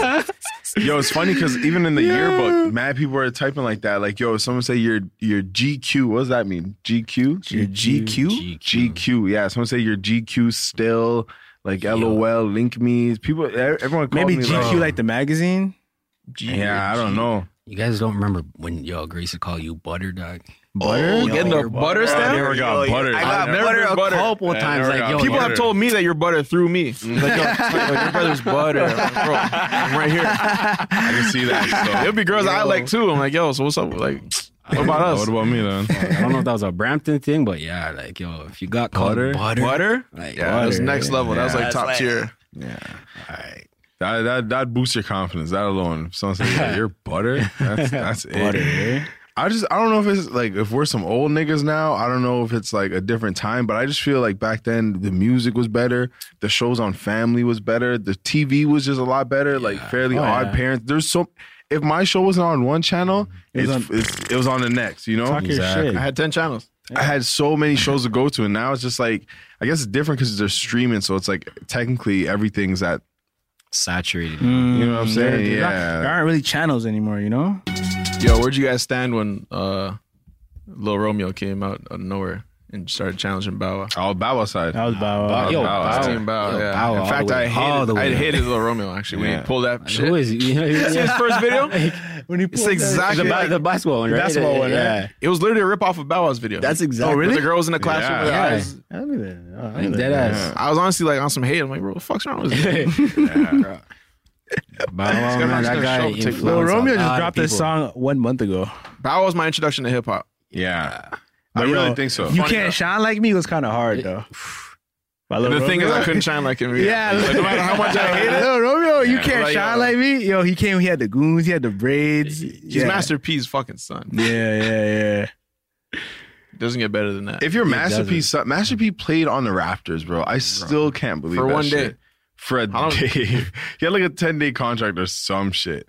[SPEAKER 7] [LAUGHS]
[SPEAKER 2] Yeah. yo, it's funny because even in the yearbook, mad people are typing like that. Like, yo, if someone say your your GQ, what does that mean? GQ? Your GQ? GQ. Yeah. Someone say your GQ still. Like LOL, link me. People, e- everyone called
[SPEAKER 7] Maybe
[SPEAKER 2] me
[SPEAKER 7] GQ like the magazine.
[SPEAKER 2] yeah, I don't know.
[SPEAKER 4] You guys don't remember when yo Grace would call you butter dog?
[SPEAKER 3] Butter? Oh, getting the butter stamp?
[SPEAKER 2] I never got
[SPEAKER 3] Yo,
[SPEAKER 2] buttered.
[SPEAKER 3] I got
[SPEAKER 2] never
[SPEAKER 3] butter
[SPEAKER 2] been
[SPEAKER 3] a
[SPEAKER 2] buttered.
[SPEAKER 4] couple
[SPEAKER 2] I
[SPEAKER 4] times, like,
[SPEAKER 2] never got
[SPEAKER 4] yo,
[SPEAKER 3] People have
[SPEAKER 2] buttered.
[SPEAKER 3] told me that your butter through me. Like, yo, your brother's butter. I'm like, bro, I'm right here.
[SPEAKER 2] I can see that. So.
[SPEAKER 3] There'll be girls I like too. I'm like, yo, so what's up? Like, what about us?
[SPEAKER 2] What about me then?
[SPEAKER 4] [LAUGHS] I don't know if that was a Brampton thing, but yeah, like yo, if you got called
[SPEAKER 2] Butter?
[SPEAKER 4] butter,
[SPEAKER 3] Butter?
[SPEAKER 4] like
[SPEAKER 3] Yeah, that was
[SPEAKER 4] butter,
[SPEAKER 3] next
[SPEAKER 4] yeah.
[SPEAKER 3] level. That was like
[SPEAKER 4] That's
[SPEAKER 3] top
[SPEAKER 4] like-
[SPEAKER 3] tier.
[SPEAKER 2] That that that boosts your confidence. That alone. If someone says yeah, you're
[SPEAKER 3] [LAUGHS]
[SPEAKER 2] butter, that's that's it. I just I don't know if it's like if we're some old niggas now. I don't know if it's like a different time, but I just feel like back then the music was better, the shows on Family was better, the TV was just a lot better. Like Fairly
[SPEAKER 7] Oh,
[SPEAKER 2] Odd
[SPEAKER 7] yeah.
[SPEAKER 2] Parents. There's so if my show wasn't on one channel,
[SPEAKER 7] It
[SPEAKER 2] it
[SPEAKER 7] was
[SPEAKER 2] was, it's, it was on the next. You know,
[SPEAKER 7] Talk your shit.
[SPEAKER 3] I had 10 channels.
[SPEAKER 2] I had so [LAUGHS] many shows to go to, and now it's just like I guess it's different because they're streaming, so it's like technically everything's at
[SPEAKER 4] saturated.
[SPEAKER 2] you know what I'm saying?
[SPEAKER 7] There- there aren't-
[SPEAKER 2] Mm, yeah.
[SPEAKER 7] there aren't really channels anymore. You know.
[SPEAKER 3] Yo, where'd you guys stand when uh Lil Romeo came out out of nowhere and started challenging Bow Wow?
[SPEAKER 2] Oh, Bawa side.
[SPEAKER 7] That was Bow Wow.
[SPEAKER 4] Yo,
[SPEAKER 2] Yo, Bow
[SPEAKER 3] Team Bow,
[SPEAKER 4] Yo,
[SPEAKER 3] yeah.
[SPEAKER 4] Bow
[SPEAKER 3] In
[SPEAKER 4] all
[SPEAKER 3] fact,
[SPEAKER 4] the
[SPEAKER 3] I
[SPEAKER 4] way, all
[SPEAKER 3] hated,
[SPEAKER 4] the
[SPEAKER 3] I
[SPEAKER 4] way. [LAUGHS]
[SPEAKER 3] hated Lil Romeo actually when
[SPEAKER 2] Yeah.
[SPEAKER 3] he pulled that shit.
[SPEAKER 4] Who is he? [LAUGHS]
[SPEAKER 3] You see [LAUGHS] his first video?
[SPEAKER 7] When he
[SPEAKER 3] It's
[SPEAKER 7] pulled that-
[SPEAKER 3] exactly
[SPEAKER 4] the, ba-
[SPEAKER 3] like-
[SPEAKER 4] the basketball one, right?
[SPEAKER 7] basketball one, right?
[SPEAKER 4] yeah.
[SPEAKER 3] it was literally a rip off of Bow Wow's video. Oh,
[SPEAKER 11] That's exactly-
[SPEAKER 3] With The girl was in the classroom.
[SPEAKER 2] Yeah.
[SPEAKER 3] with her
[SPEAKER 4] Yeah.
[SPEAKER 3] eyes.
[SPEAKER 7] I remember that. Oh, I
[SPEAKER 4] Like
[SPEAKER 7] remember
[SPEAKER 4] dead
[SPEAKER 7] that.
[SPEAKER 4] ass.
[SPEAKER 3] I was honestly like on some hate. I'm like, bro, what the fuck's wrong with this?
[SPEAKER 4] Bow Wow,
[SPEAKER 3] gonna-
[SPEAKER 4] man,
[SPEAKER 3] he's
[SPEAKER 4] that
[SPEAKER 3] gonna
[SPEAKER 4] guy
[SPEAKER 3] show up and take-
[SPEAKER 4] influenced
[SPEAKER 7] Well,
[SPEAKER 4] a
[SPEAKER 7] Romeo
[SPEAKER 4] lot
[SPEAKER 7] just
[SPEAKER 4] of
[SPEAKER 7] dropped this
[SPEAKER 4] people.
[SPEAKER 7] song Uh, one month ago.
[SPEAKER 3] Bow Wow was my introduction to hip hop.
[SPEAKER 2] Yeah. I
[SPEAKER 7] But,
[SPEAKER 2] really
[SPEAKER 7] yo,
[SPEAKER 2] think so.
[SPEAKER 7] You
[SPEAKER 3] Funny
[SPEAKER 7] can't
[SPEAKER 3] though.
[SPEAKER 7] shine like me was kind of hard though. By
[SPEAKER 3] The
[SPEAKER 7] Lil
[SPEAKER 3] thing is,
[SPEAKER 7] Romeo.
[SPEAKER 3] I couldn't shine like him.
[SPEAKER 7] Yeah,
[SPEAKER 3] Like, no matter how much I hate it,
[SPEAKER 7] Lil Romeo, you
[SPEAKER 2] Yeah.
[SPEAKER 7] can't
[SPEAKER 3] Like,
[SPEAKER 7] shine
[SPEAKER 3] yo.
[SPEAKER 7] like me. Yo, he came. He had the goons. He had the braids.
[SPEAKER 3] he's
[SPEAKER 7] yeah.
[SPEAKER 3] Master P's fucking son.
[SPEAKER 7] Yeah, yeah, yeah.
[SPEAKER 3] Doesn't get better than that.
[SPEAKER 2] If you're Master P, son- Master P played on the Raptors, bro. I still can't believe
[SPEAKER 3] For
[SPEAKER 2] that
[SPEAKER 3] one
[SPEAKER 2] shit.
[SPEAKER 3] day.
[SPEAKER 2] For a
[SPEAKER 3] How long-
[SPEAKER 2] day. [LAUGHS] he had like a 10 day contract or some shit.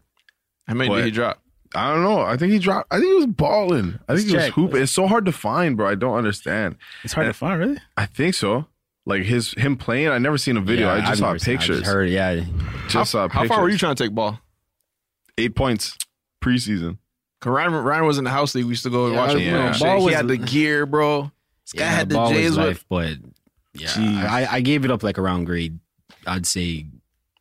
[SPEAKER 3] how many did he
[SPEAKER 2] But-
[SPEAKER 3] drop?
[SPEAKER 2] I don't know. I think he dropped. I think he was balling. I think he was
[SPEAKER 7] check.
[SPEAKER 2] hooping. It's so hard to find, bro. I don't understand.
[SPEAKER 7] It's hard to find, really.
[SPEAKER 2] I think so. Like his him playing, I never seen a video.
[SPEAKER 4] Yeah,
[SPEAKER 2] I
[SPEAKER 4] I've
[SPEAKER 2] just saw
[SPEAKER 4] never seen- I
[SPEAKER 2] pictures.
[SPEAKER 4] heard, yeah.
[SPEAKER 2] Just saw
[SPEAKER 3] how,
[SPEAKER 2] pictures.
[SPEAKER 3] how far were you trying to take ball?
[SPEAKER 2] Eight points preseason.
[SPEAKER 3] Cause Ryan, Ryan was in the house league. We used to go
[SPEAKER 4] Yeah,
[SPEAKER 3] watch him.
[SPEAKER 2] yeah.
[SPEAKER 3] play and shit.
[SPEAKER 4] Ball
[SPEAKER 3] He
[SPEAKER 4] was-
[SPEAKER 3] had the gear, bro. This guy
[SPEAKER 4] Yeah,
[SPEAKER 3] had
[SPEAKER 4] the
[SPEAKER 3] the
[SPEAKER 4] ball was
[SPEAKER 3] J's with.
[SPEAKER 4] life, but yeah, I, I gave it up like around grade, I'd say,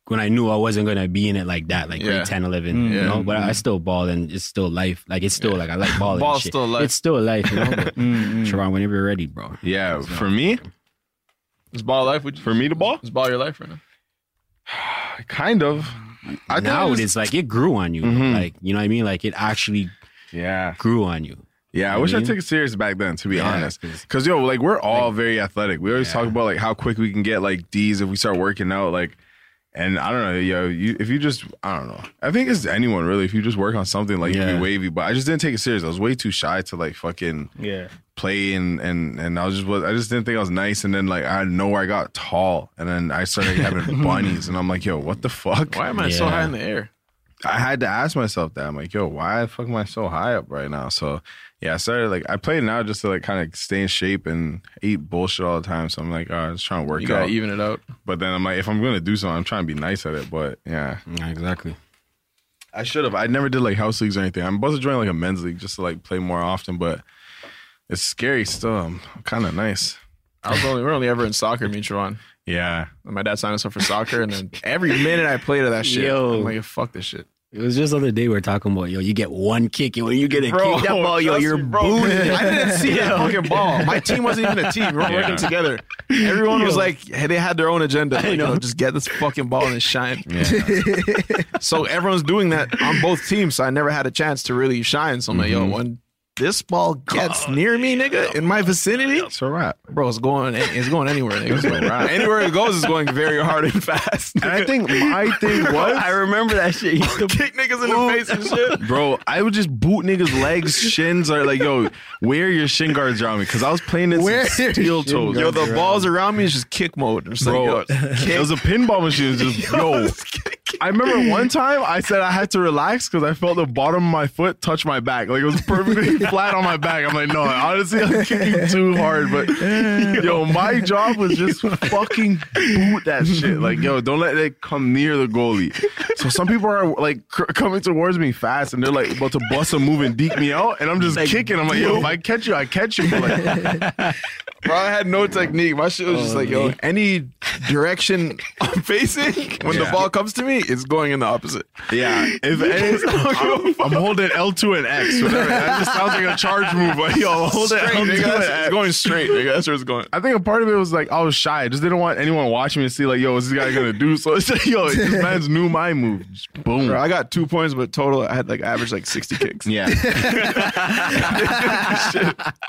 [SPEAKER 4] when I knew I wasn't gonna be in it like that, like
[SPEAKER 3] Yeah.
[SPEAKER 4] grade 10, 11, you
[SPEAKER 2] Mm,
[SPEAKER 3] Yeah.
[SPEAKER 4] know. But
[SPEAKER 2] Mm-hmm.
[SPEAKER 4] I still ball and it's still life. Like it's still like I like balling. and
[SPEAKER 3] Ball's
[SPEAKER 4] shit.
[SPEAKER 3] still life.
[SPEAKER 4] It's still life, you know.
[SPEAKER 2] [LAUGHS]
[SPEAKER 4] But,
[SPEAKER 2] Mm-hmm.
[SPEAKER 4] Sharon, whenever you're ready, bro.
[SPEAKER 2] Yeah, for me,
[SPEAKER 3] Is ball life? Would you,
[SPEAKER 2] for me to ball,
[SPEAKER 3] is ball your life right now?
[SPEAKER 2] kind of. I think I
[SPEAKER 4] now
[SPEAKER 2] just- Mm-hmm.
[SPEAKER 4] it's like it grew on you, like you know what I mean. Like it actually
[SPEAKER 2] Yeah.
[SPEAKER 4] grew on you.
[SPEAKER 2] Yeah, I
[SPEAKER 4] You
[SPEAKER 2] wish I
[SPEAKER 4] mean?
[SPEAKER 2] took it serious back then, to be
[SPEAKER 4] Yeah,
[SPEAKER 2] honest.
[SPEAKER 4] 'cause-
[SPEAKER 2] Because, yo, like, we're all very athletic. We always talk about, like, how quick we can get, like, D's if we start working out. Like, and I don't know, yo, you, if you just, I don't know. I think it's anyone, really. If you just work on something, like, you
[SPEAKER 4] Yeah.
[SPEAKER 2] be wavy. But I just didn't take it serious. I was way too shy to, like, fucking
[SPEAKER 7] Yeah.
[SPEAKER 2] play. And, and, and I was just, was- I just didn't think I was nice. And then, like, I know I got tall. And then I started
[SPEAKER 4] [LAUGHS]
[SPEAKER 2] having bunnies. And I'm like, yo, what the fuck?
[SPEAKER 3] Why am I so
[SPEAKER 4] Yeah.
[SPEAKER 3] high in the air?
[SPEAKER 2] I had to ask myself that. I'm like, yo, why the fuck am I so high up right now? So yeah, I started like I play now just to like kind of stay in shape and eat bullshit all the time. So I'm like, oh, I'm just trying to work
[SPEAKER 3] You
[SPEAKER 2] out.
[SPEAKER 3] gotta even it out.
[SPEAKER 2] But then I'm like, if I'm gonna do something, I'm trying to be nice at it. But yeah,
[SPEAKER 4] Yeah, exactly.
[SPEAKER 2] I should have. I never did like house leagues or anything. I'm about to join like a men's league just to like play more often. But it's scary still. I'm kind of nice.
[SPEAKER 3] I was only we're only ever in soccer, me and Sharon.
[SPEAKER 2] Yeah,
[SPEAKER 3] And my dad signed us up for soccer, and then every minute I played of that shit,
[SPEAKER 4] Yo.
[SPEAKER 3] I'm like, fuck this shit.
[SPEAKER 4] It was just the other day we were talking about yo, you get one kick and when you get a
[SPEAKER 3] Bro,
[SPEAKER 4] kick that ball, yo,
[SPEAKER 3] trust
[SPEAKER 4] you're
[SPEAKER 3] me, bro.
[SPEAKER 2] [LAUGHS]
[SPEAKER 3] [LAUGHS]
[SPEAKER 4] booted.
[SPEAKER 3] I didn't see that fucking ball. My team wasn't even a team. We were
[SPEAKER 2] Yeah.
[SPEAKER 3] working together. Everyone was like, hey, they had their own agenda. Like, yo, just get this fucking ball and shine.
[SPEAKER 2] [LAUGHS] Mm-hmm.
[SPEAKER 3] So everyone's doing that on both teams. So I never had a chance to really shine. So I'm like, yo, one this ball gets near me, nigga, in my vicinity, it's
[SPEAKER 2] a wrap.
[SPEAKER 3] Bro, it's going it's going anywhere, nigga. It's a wrap. Anywhere it goes, it's going very hard and fast. And
[SPEAKER 2] I think my thing was
[SPEAKER 11] I remember that shit. He used to
[SPEAKER 3] kick niggas in the face and shit.
[SPEAKER 2] Bro, I would just boot
[SPEAKER 3] [LAUGHS]
[SPEAKER 2] niggas' legs, shins, or like, yo, wear your shin guards around me. Cause I was playing in
[SPEAKER 3] Wear
[SPEAKER 2] some steel toes.
[SPEAKER 3] Yo, the balls around me is just kick mode. It's like,
[SPEAKER 2] Bro,
[SPEAKER 3] yo,
[SPEAKER 2] [LAUGHS] it was a pinball machine. It was just, [LAUGHS] yo. I remember one time I said I had to relax because I felt the bottom of my foot touch my back. Like it was [LAUGHS] perfectly flat on my back. I'm like, no, honestly, I'm [LAUGHS] kicking too hard. But yo, my job was [LAUGHS] just fucking boot that shit. Like, yo, don't let it come near the goalie. So some people are like cr- coming towards me fast and they're like about to bust a move and deke me out. And I'm just kicking. I'm like, yo, if I catch you, I catch you. But, like,
[SPEAKER 3] Bro, I had no technique. My shit was just like, yo, any direction I'm facing, when the
[SPEAKER 2] Yeah.
[SPEAKER 3] ball comes to me, it's going in the opposite.
[SPEAKER 2] Yeah, if
[SPEAKER 3] It's not
[SPEAKER 2] I'm,
[SPEAKER 3] good.
[SPEAKER 2] I'm holding L2 and X, whatever. That just sounds like a charge move, but yo, hold it
[SPEAKER 3] Straight, nigga.
[SPEAKER 2] L2 and
[SPEAKER 3] That's-
[SPEAKER 2] X.
[SPEAKER 3] It's going straight, nigga. That's where it's going.
[SPEAKER 2] I think a part of it was like I was shy. I just didn't want anyone watching me to see like, yo, what's this guy gonna do? So it's like, yo, this man's new mind move. Just boom.
[SPEAKER 3] [LAUGHS] Bro, I got two points, but total, I had like average like 60 kicks.
[SPEAKER 2] Yeah.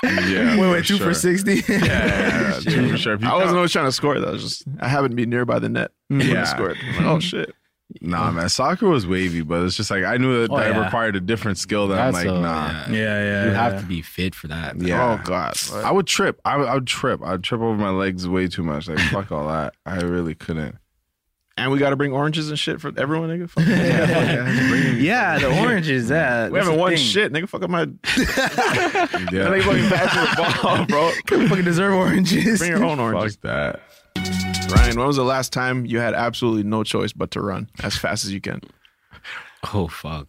[SPEAKER 2] yeah.
[SPEAKER 7] Wait, wait, two for
[SPEAKER 2] sure.
[SPEAKER 7] sixty.
[SPEAKER 2] Yeah, two for sure. If you
[SPEAKER 3] I wasn't
[SPEAKER 2] count-
[SPEAKER 3] always trying to score. That was just I happened to be nearby the net. when I
[SPEAKER 2] Yeah.
[SPEAKER 3] scored. I'm like, oh shit.
[SPEAKER 2] Nah, man, soccer was wavy, but it's just like I knew that
[SPEAKER 4] Oh,
[SPEAKER 2] that
[SPEAKER 4] yeah.
[SPEAKER 2] required a different skill. That
[SPEAKER 4] That's
[SPEAKER 2] I'm like,
[SPEAKER 4] a-
[SPEAKER 2] nah.
[SPEAKER 4] yeah.
[SPEAKER 7] Yeah, yeah.
[SPEAKER 4] You
[SPEAKER 7] yeah.
[SPEAKER 4] have to be fit for that. man.
[SPEAKER 2] Yeah.
[SPEAKER 3] Oh god.
[SPEAKER 2] I would trip. I would, I would trip. I'd trip over my legs way too much. Like fuck all that. I really
[SPEAKER 4] [LAUGHS]
[SPEAKER 2] couldn't.
[SPEAKER 3] And we got to bring oranges and shit for everyone, nigga. Fuck yeah.
[SPEAKER 2] [LAUGHS]
[SPEAKER 7] Yeah,
[SPEAKER 4] [LAUGHS]
[SPEAKER 7] the oranges. That
[SPEAKER 3] We
[SPEAKER 7] that's
[SPEAKER 3] haven't
[SPEAKER 7] the
[SPEAKER 3] won
[SPEAKER 7] thing.
[SPEAKER 3] shit, nigga. Fuck up my.
[SPEAKER 2] Yeah.
[SPEAKER 3] Nigga, fucking pass me the ball, bro.
[SPEAKER 7] We fucking deserve
[SPEAKER 3] [LAUGHS]
[SPEAKER 7] oranges.
[SPEAKER 3] Bring your own oranges.
[SPEAKER 2] Fuck that.
[SPEAKER 3] Ryan, when was the last time you had absolutely no choice but to run as fast as you can?
[SPEAKER 4] Oh
[SPEAKER 2] [LAUGHS]
[SPEAKER 4] fuck.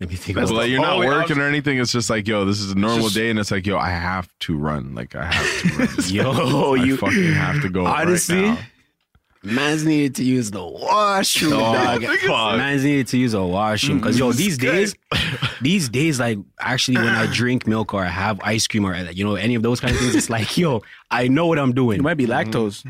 [SPEAKER 4] Let me think.
[SPEAKER 2] Well,
[SPEAKER 4] about
[SPEAKER 2] like you're not
[SPEAKER 3] Oh, yeah, I
[SPEAKER 2] working or anything. It's just like, yo, this is a normal
[SPEAKER 3] just-
[SPEAKER 2] day, and it's like, yo, I have to run. Like I have to
[SPEAKER 4] [LAUGHS]
[SPEAKER 2] run.
[SPEAKER 4] Yo,
[SPEAKER 2] I
[SPEAKER 4] you
[SPEAKER 2] fucking have to go. right
[SPEAKER 4] honestly, [LAUGHS]
[SPEAKER 2] now.
[SPEAKER 4] man's needed to use the washroom,
[SPEAKER 2] Oh,
[SPEAKER 4] dog.
[SPEAKER 2] fuck.
[SPEAKER 4] [LAUGHS] Man's needed to use a
[SPEAKER 2] Mm-hmm.
[SPEAKER 4] washroom because yo, these days, these days, like actually, when
[SPEAKER 2] [CLEARS THROAT]
[SPEAKER 4] I drink milk or I have ice cream or you know any of those kind of things, it's like yo, I know what I'm doing.
[SPEAKER 7] It might be lactose.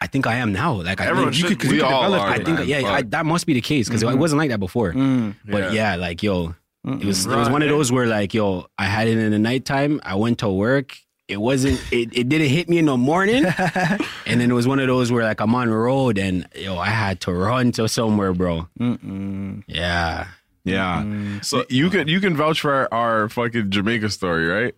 [SPEAKER 4] I think I am now. Like I
[SPEAKER 2] Mm-hmm. Everyone
[SPEAKER 4] think you
[SPEAKER 2] should-
[SPEAKER 4] could-
[SPEAKER 2] we
[SPEAKER 4] you could
[SPEAKER 2] all Mm-hmm.
[SPEAKER 4] develop-
[SPEAKER 2] are,
[SPEAKER 4] I think
[SPEAKER 2] man.
[SPEAKER 4] yeah, I,
[SPEAKER 2] Fuck.
[SPEAKER 4] that must be the case because it wasn't like that before.
[SPEAKER 2] Mm,
[SPEAKER 4] But yeah, like yo, it was it was
[SPEAKER 2] Mm-hmm.
[SPEAKER 4] one of those where like yo, I had it in the nighttime. I went to work. It wasn't. It, it didn't hit me in the
[SPEAKER 2] [LAUGHS]
[SPEAKER 4] morning. and then it was one of those where like I'm on the road and yo, I had to run to somewhere, bro. Yeah.
[SPEAKER 2] yeah.
[SPEAKER 4] Mm.
[SPEAKER 2] So you can you can vouch for our, our fucking Jamaica story, right?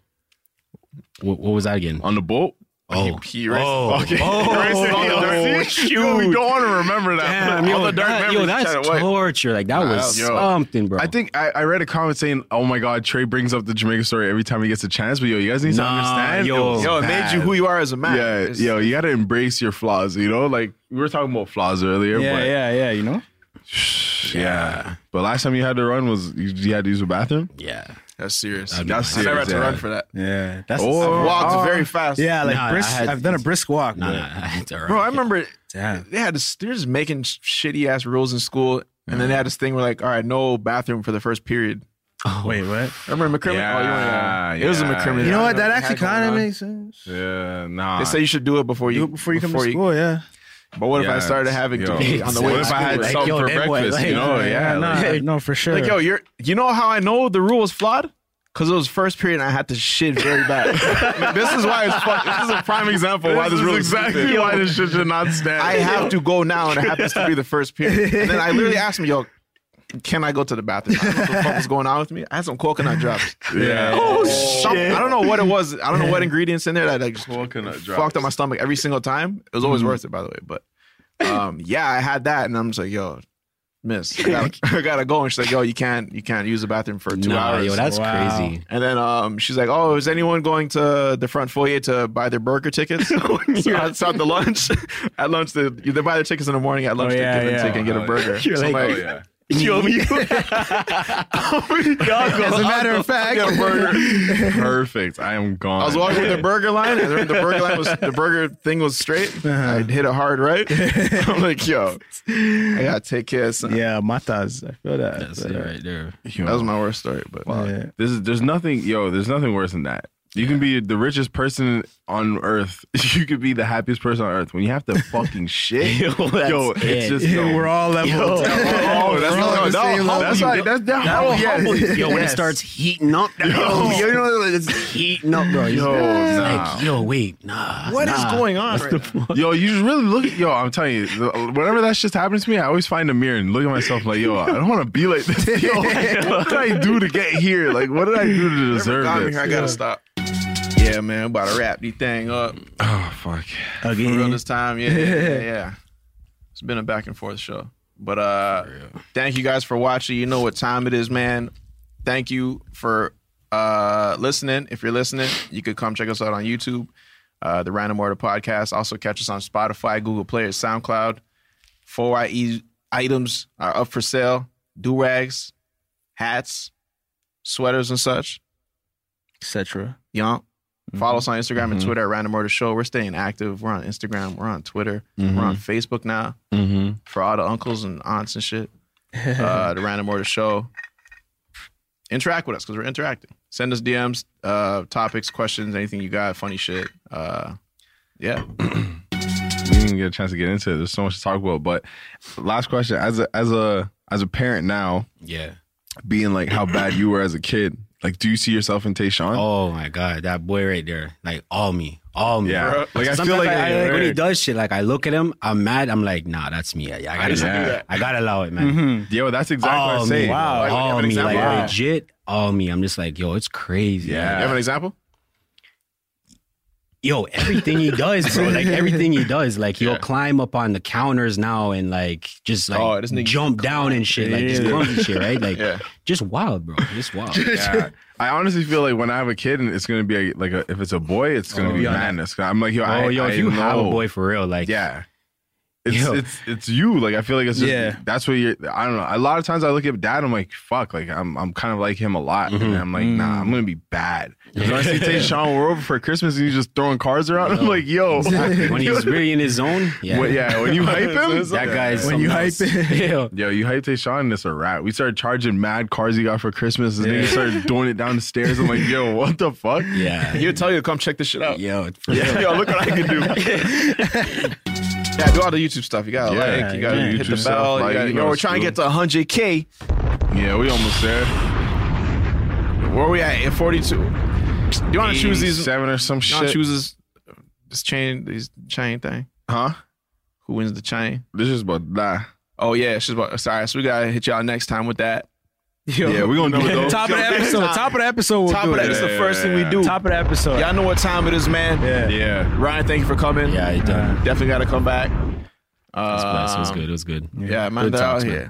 [SPEAKER 4] What, what was that again?
[SPEAKER 2] On the boat.
[SPEAKER 4] Oh,
[SPEAKER 3] He raced-
[SPEAKER 4] oh,
[SPEAKER 2] Okay.
[SPEAKER 4] oh,
[SPEAKER 2] [LAUGHS] Right, so on the
[SPEAKER 4] oh,
[SPEAKER 2] dark- Yo, [LAUGHS] we don't want to remember that.
[SPEAKER 4] damn,
[SPEAKER 2] All
[SPEAKER 4] yo,
[SPEAKER 2] the dark
[SPEAKER 4] that- yo,
[SPEAKER 2] memories
[SPEAKER 4] that's
[SPEAKER 2] China White.
[SPEAKER 4] torture. Like that
[SPEAKER 2] Nah,
[SPEAKER 4] was
[SPEAKER 2] yo.
[SPEAKER 4] something, bro.
[SPEAKER 2] I think I, I read a comment saying, "Oh my God, Trey brings up the Jamaica story every time he gets a chance." But yo, you guys need to
[SPEAKER 4] Nah,
[SPEAKER 2] understand,
[SPEAKER 4] yo.
[SPEAKER 2] it's
[SPEAKER 3] Yo, it made you
[SPEAKER 2] bad.
[SPEAKER 3] who you are as a man.
[SPEAKER 2] Oh, Yeah,
[SPEAKER 3] It's-
[SPEAKER 2] yo, you gotta embrace your flaws. You know, like we were talking about flaws earlier.
[SPEAKER 7] Yeah,
[SPEAKER 2] but
[SPEAKER 7] yeah, yeah. You know.
[SPEAKER 2] yeah, But last time you had to run was you, you had to use the bathroom.
[SPEAKER 4] yeah.
[SPEAKER 3] That's serious.
[SPEAKER 4] That'd be
[SPEAKER 2] That's
[SPEAKER 3] I never had
[SPEAKER 2] serious,
[SPEAKER 3] to
[SPEAKER 2] yeah.
[SPEAKER 3] run for that.
[SPEAKER 7] Yeah, that's
[SPEAKER 2] Oh,
[SPEAKER 3] Walked
[SPEAKER 2] oh.
[SPEAKER 3] very fast.
[SPEAKER 7] yeah. Like
[SPEAKER 4] Nah, I
[SPEAKER 7] brisk.
[SPEAKER 4] had-
[SPEAKER 7] I've done a brisk walk.
[SPEAKER 4] No,
[SPEAKER 7] but-
[SPEAKER 4] no, it's all right.
[SPEAKER 3] Bro, I remember
[SPEAKER 7] Damn.
[SPEAKER 3] they had this, they're just making shitty ass rules in school. And then they had this thing where like, all right, no bathroom for the first period.
[SPEAKER 7] [LAUGHS] Wait, what?
[SPEAKER 3] Remember McCrimmon? Oh, you
[SPEAKER 2] Yeah,
[SPEAKER 3] wanna- It was a
[SPEAKER 2] yeah,
[SPEAKER 3] McCrimmon.
[SPEAKER 2] yeah.
[SPEAKER 7] You know what?
[SPEAKER 3] I
[SPEAKER 7] That
[SPEAKER 3] they
[SPEAKER 7] actually
[SPEAKER 3] had going
[SPEAKER 7] kind of
[SPEAKER 3] on.
[SPEAKER 7] makes sense.
[SPEAKER 2] Yeah, nah.
[SPEAKER 3] They say you should do it before you
[SPEAKER 7] Do it before you come to school. Yeah.
[SPEAKER 3] But what if I
[SPEAKER 2] Yeah,
[SPEAKER 3] started
[SPEAKER 2] it's-
[SPEAKER 3] having
[SPEAKER 2] yo.
[SPEAKER 3] debate
[SPEAKER 7] [LAUGHS]
[SPEAKER 3] on the way
[SPEAKER 2] What
[SPEAKER 3] to
[SPEAKER 2] if I
[SPEAKER 3] school?
[SPEAKER 2] had
[SPEAKER 3] Like,
[SPEAKER 2] something
[SPEAKER 4] yo,
[SPEAKER 2] for
[SPEAKER 4] that boy,
[SPEAKER 2] breakfast? you
[SPEAKER 4] like-
[SPEAKER 2] know, yeah.
[SPEAKER 7] no,
[SPEAKER 2] like-
[SPEAKER 7] no, for sure.
[SPEAKER 3] Like, yo, you're you know how I know the rule was flawed? Cause it was first period and I had to shit very bad. [LAUGHS] this is why it's fucked. This is a
[SPEAKER 2] [LAUGHS]
[SPEAKER 3] prime example why this,
[SPEAKER 2] is
[SPEAKER 3] rule is
[SPEAKER 2] exactly
[SPEAKER 3] stupid.
[SPEAKER 2] [LAUGHS] why this shit should not stand. [LAUGHS]
[SPEAKER 3] I have to go now, and it happens to be the first period. And then I literally asked him, "Yo, can I go to the bathroom?" I don't know what the fuck was going on with me. I had some coconut drops.
[SPEAKER 2] Yeah.
[SPEAKER 3] Oh shit! I don't know what it was. I don't know what ingredients in there that like just
[SPEAKER 2] Coconut
[SPEAKER 3] fucked
[SPEAKER 2] drops.
[SPEAKER 3] up my stomach every single time. It was always worth it, by the way. But um, yeah, I had that, and I'm just like, "Yo, miss, I gotta, [LAUGHS] I gotta go." And she's like, "Yo, you can't, you can't use the bathroom for two
[SPEAKER 4] Nah,
[SPEAKER 3] hours."
[SPEAKER 4] yo, that's
[SPEAKER 7] Wow.
[SPEAKER 4] crazy.
[SPEAKER 3] And then um, she's like, "Oh, is anyone going to the front foyer to buy their burger
[SPEAKER 7] [LAUGHS]
[SPEAKER 3] tickets?" so it's at the lunch. [LAUGHS] At lunch, they, they buy their tickets in the morning. At lunch,
[SPEAKER 7] Oh, yeah,
[SPEAKER 3] they give
[SPEAKER 7] yeah.
[SPEAKER 3] a ticket and get a
[SPEAKER 2] [LAUGHS]
[SPEAKER 7] [LAUGHS]
[SPEAKER 3] burger.
[SPEAKER 4] You're
[SPEAKER 3] So I'm
[SPEAKER 4] like,
[SPEAKER 2] Oh, yeah.
[SPEAKER 4] Yo,
[SPEAKER 7] "Oh, As a matter of fact,
[SPEAKER 3] Get a burger.
[SPEAKER 2] Perfect. I am gone.
[SPEAKER 3] I was walking
[SPEAKER 7] [LAUGHS]
[SPEAKER 3] with the burger line, and the burger line was the burger thing was straight.
[SPEAKER 7] Uh-huh.
[SPEAKER 3] I hit it hard
[SPEAKER 7] [LAUGHS]
[SPEAKER 3] right. I'm like, yo, I gotta take care of something.
[SPEAKER 7] yeah, matas. I feel
[SPEAKER 4] [LAUGHS]
[SPEAKER 7] that.
[SPEAKER 4] That's
[SPEAKER 7] But,
[SPEAKER 4] it right there.
[SPEAKER 3] That was my worst story, but
[SPEAKER 7] yeah.
[SPEAKER 2] This is there's nothing, yo. There's nothing worse than that. You can be the richest person on earth. [LAUGHS] You could be the happiest person on earth. When you have to fucking shit, yo,
[SPEAKER 7] that's
[SPEAKER 2] it's
[SPEAKER 7] it.
[SPEAKER 2] just
[SPEAKER 7] Yeah,
[SPEAKER 2] yo,
[SPEAKER 7] we're all level. [LAUGHS]
[SPEAKER 2] Yo, we're all- that's
[SPEAKER 7] We're all
[SPEAKER 2] not-
[SPEAKER 7] on the
[SPEAKER 2] no,
[SPEAKER 7] same level.
[SPEAKER 2] that's not- that's- that-
[SPEAKER 7] That
[SPEAKER 2] oh,
[SPEAKER 7] was-
[SPEAKER 2] yes. [LAUGHS]
[SPEAKER 7] yes.
[SPEAKER 4] Yo, when it
[SPEAKER 7] Yes.
[SPEAKER 4] starts heating up, yo, yo, you know, it's [LAUGHS] heating up, bro. Yo,
[SPEAKER 2] Yo,
[SPEAKER 4] like, yo, wait, nah.
[SPEAKER 2] What is
[SPEAKER 3] going on?
[SPEAKER 4] What's the
[SPEAKER 2] Yo, you just really look at yo. I'm telling you, the- whenever that shit happens to me, I always find a mirror and look at myself like, yo, I don't want to be like this.
[SPEAKER 7] [LAUGHS]
[SPEAKER 2] Yo, what did I do to get here? Like, what did I do to deserve
[SPEAKER 3] got me
[SPEAKER 2] this?
[SPEAKER 3] here, I gotta stop. Yeah, man, I'm about to wrap the thing up.
[SPEAKER 2] Oh fuck.
[SPEAKER 3] For real this time, yeah, yeah, yeah, yeah. It's been a back and forth show. But uh thank you guys for watching. You know what time it is, man. Thank you for uh listening. If you're listening, you could come check us out on YouTube, uh the Random Order Podcast. Also catch us on Spotify, Google Play, SoundCloud. 4YE items are up for sale. Do rags, hats, sweaters and such.
[SPEAKER 7] etc.
[SPEAKER 3] Yeah.
[SPEAKER 2] Mm-hmm.
[SPEAKER 3] Follow us on Instagram and Twitter at Random Order Show. We're staying active. We're on Instagram. We're on Twitter.
[SPEAKER 2] Mhm.
[SPEAKER 3] We're on Facebook now
[SPEAKER 2] Mm-hmm.
[SPEAKER 3] for all the uncles and aunts and
[SPEAKER 2] [LAUGHS]
[SPEAKER 3] shit. Uh, the Random Order Show. Interact with us because we're interacting. Send us DMs, uh, topics, questions, anything you got, funny shit. Uh, yeah.
[SPEAKER 2] we didn't get a chance to get into it. There's so much to talk about. But last question: as a as a as a parent now,
[SPEAKER 4] Yeah.
[SPEAKER 2] being like how bad you were as a kid, like do you see yourself in Tayshawn?
[SPEAKER 4] Oh my god, that boy right there, like all me, all me.
[SPEAKER 2] Yeah.
[SPEAKER 4] bro.
[SPEAKER 2] Like, I feel
[SPEAKER 4] Sometimes
[SPEAKER 2] like-
[SPEAKER 4] I- I- like, when he does shit, like I look at him, I'm mad. I'm like, nah, that's me. I, I gotta,
[SPEAKER 2] used to do that.
[SPEAKER 4] I gotta allow it,
[SPEAKER 2] Mm-hmm.
[SPEAKER 4] man.
[SPEAKER 2] Yo, that's exactly what
[SPEAKER 4] All
[SPEAKER 2] I'm saying.
[SPEAKER 4] Oh. me,
[SPEAKER 2] Like, you have
[SPEAKER 4] all
[SPEAKER 2] an
[SPEAKER 4] me,
[SPEAKER 2] example?
[SPEAKER 4] like oh,
[SPEAKER 2] Wow.
[SPEAKER 4] legit, all me. I'm just like, yo, it's crazy.
[SPEAKER 2] Yeah.
[SPEAKER 3] You have an example?
[SPEAKER 4] yo, everything he does, bro, like everything he does, like he'll climb up on the counters now and like just like
[SPEAKER 3] Oh, this nigga-
[SPEAKER 4] jump down and shit, like just
[SPEAKER 3] Yeah.
[SPEAKER 4] clumsy shit, right? Like
[SPEAKER 3] Yeah.
[SPEAKER 4] just wild, bro, just
[SPEAKER 2] [LAUGHS]
[SPEAKER 4] wild.
[SPEAKER 2] Yeah. I honestly feel like when I have a kid, and it's gonna be a, like a, if it's a boy, it's gonna
[SPEAKER 4] Oh,
[SPEAKER 2] be
[SPEAKER 4] yeah.
[SPEAKER 2] madness. I'm like, yo,
[SPEAKER 4] oh,
[SPEAKER 2] I,
[SPEAKER 4] yo,
[SPEAKER 2] I
[SPEAKER 4] if you have a
[SPEAKER 2] know.
[SPEAKER 4] boy for real, like
[SPEAKER 2] yeah, it's
[SPEAKER 4] Yo.
[SPEAKER 2] it's it's you. Like I feel like it's just,
[SPEAKER 7] Yeah.
[SPEAKER 2] That's what you're. I don't know. A lot of times I look at dad, I'm like, fuck. Like I'm I'm kind of like him a lot, and I'm like, nah, I'm gonna be bad. 'Cause when I see Tate Sean, we're over for Christmas, and he's just throwing cars around. I'm like,
[SPEAKER 4] [LAUGHS]
[SPEAKER 2] yo,
[SPEAKER 4] when
[SPEAKER 2] [LAUGHS]
[SPEAKER 4] he's really in his zone, yeah,
[SPEAKER 2] When- yeah, when you hype him,
[SPEAKER 4] that guy's
[SPEAKER 7] When you hype
[SPEAKER 4] it. [LAUGHS] Yo,
[SPEAKER 2] Yo, you hyped Tay Sean and it's a wrap. We started charging mad cars he got for Christmas. and nigga started doing it down the stairs. I'm like, yo, what the fuck?
[SPEAKER 4] yeah,
[SPEAKER 3] He'll tell you to come check this shit out.
[SPEAKER 4] yo,
[SPEAKER 3] Yeah, [LAUGHS] yo, look what I
[SPEAKER 2] [LAUGHS]
[SPEAKER 3] can do. yeah, do all the YouTube stuff. You gotta
[SPEAKER 2] Yeah,
[SPEAKER 3] like,
[SPEAKER 2] do
[SPEAKER 3] you gotta
[SPEAKER 2] the
[SPEAKER 3] hit the
[SPEAKER 2] YouTube stuff,
[SPEAKER 3] bell.
[SPEAKER 2] like,
[SPEAKER 3] you gotta,
[SPEAKER 2] you
[SPEAKER 3] yo,
[SPEAKER 2] know,
[SPEAKER 3] we're trying to get to
[SPEAKER 2] it's
[SPEAKER 3] 100K.
[SPEAKER 2] Yeah, we almost there.
[SPEAKER 3] Where we at? At 42. Do you wanna choose these?
[SPEAKER 2] seven or some
[SPEAKER 3] You wanna
[SPEAKER 2] shit?
[SPEAKER 3] choose this, this chain, this chain thing?
[SPEAKER 2] huh?
[SPEAKER 3] Who wins the chain?
[SPEAKER 2] This is about that.
[SPEAKER 3] Oh yeah, she's about. Sorry, so we gotta hit y'all next time with that. [LAUGHS]
[SPEAKER 2] Yeah, we gonna do it though.
[SPEAKER 7] Top of the episode. Top of the episode. We'll
[SPEAKER 3] Top
[SPEAKER 7] do
[SPEAKER 3] of that,
[SPEAKER 7] it.
[SPEAKER 3] it's the
[SPEAKER 2] Yeah,
[SPEAKER 3] first
[SPEAKER 2] yeah,
[SPEAKER 3] thing we
[SPEAKER 2] yeah.
[SPEAKER 3] do.
[SPEAKER 7] Top of the episode.
[SPEAKER 3] Y'all know what time it is, man.
[SPEAKER 7] Yeah.
[SPEAKER 2] Yeah.
[SPEAKER 3] Ryan, thank you for coming.
[SPEAKER 4] yeah, he done.
[SPEAKER 3] Definitely gotta come back.
[SPEAKER 4] That's it was
[SPEAKER 3] Um,
[SPEAKER 4] good. It was good.
[SPEAKER 3] Yeah, man,
[SPEAKER 4] Good
[SPEAKER 3] they're out
[SPEAKER 4] times,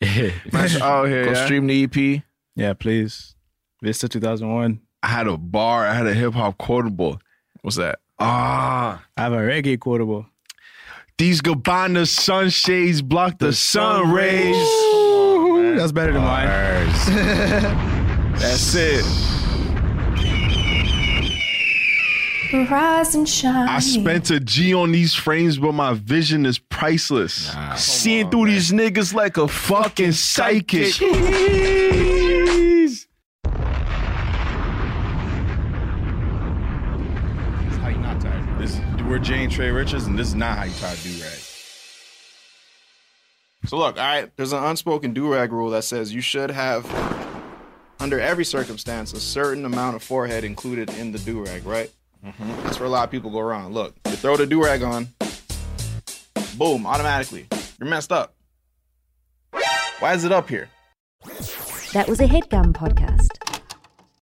[SPEAKER 3] here.
[SPEAKER 4] [LAUGHS] man.
[SPEAKER 2] [LAUGHS] Oh, yeah.
[SPEAKER 3] Go stream the E EP.
[SPEAKER 7] Yeah, please. Vista 2001.
[SPEAKER 2] I had a bar. I had a hip hop quotable.
[SPEAKER 3] What's that?
[SPEAKER 2] Ah,
[SPEAKER 7] I have a reggae quotable.
[SPEAKER 2] these Gabbana sunshades block the, sun rays.
[SPEAKER 7] That's better than mine.
[SPEAKER 2] [LAUGHS]
[SPEAKER 3] That's it.
[SPEAKER 5] Rise and shine.
[SPEAKER 2] I spent a G on these frames, but my vision is priceless.
[SPEAKER 3] Seeing through these niggas like a fucking psychic.
[SPEAKER 2] how you not tired. This we're Jane Trey Richards, and this is not how you try to do rag.
[SPEAKER 3] So look, all right, there's an unspoken do-rag rule that says you should have under every circumstance a certain amount of forehead included in the do-rag, right? That's where a lot of people go wrong. Look, you throw the do-rag on, boom, automatically. You're messed up. Why is it up here?
[SPEAKER 12] That was a headgum podcast.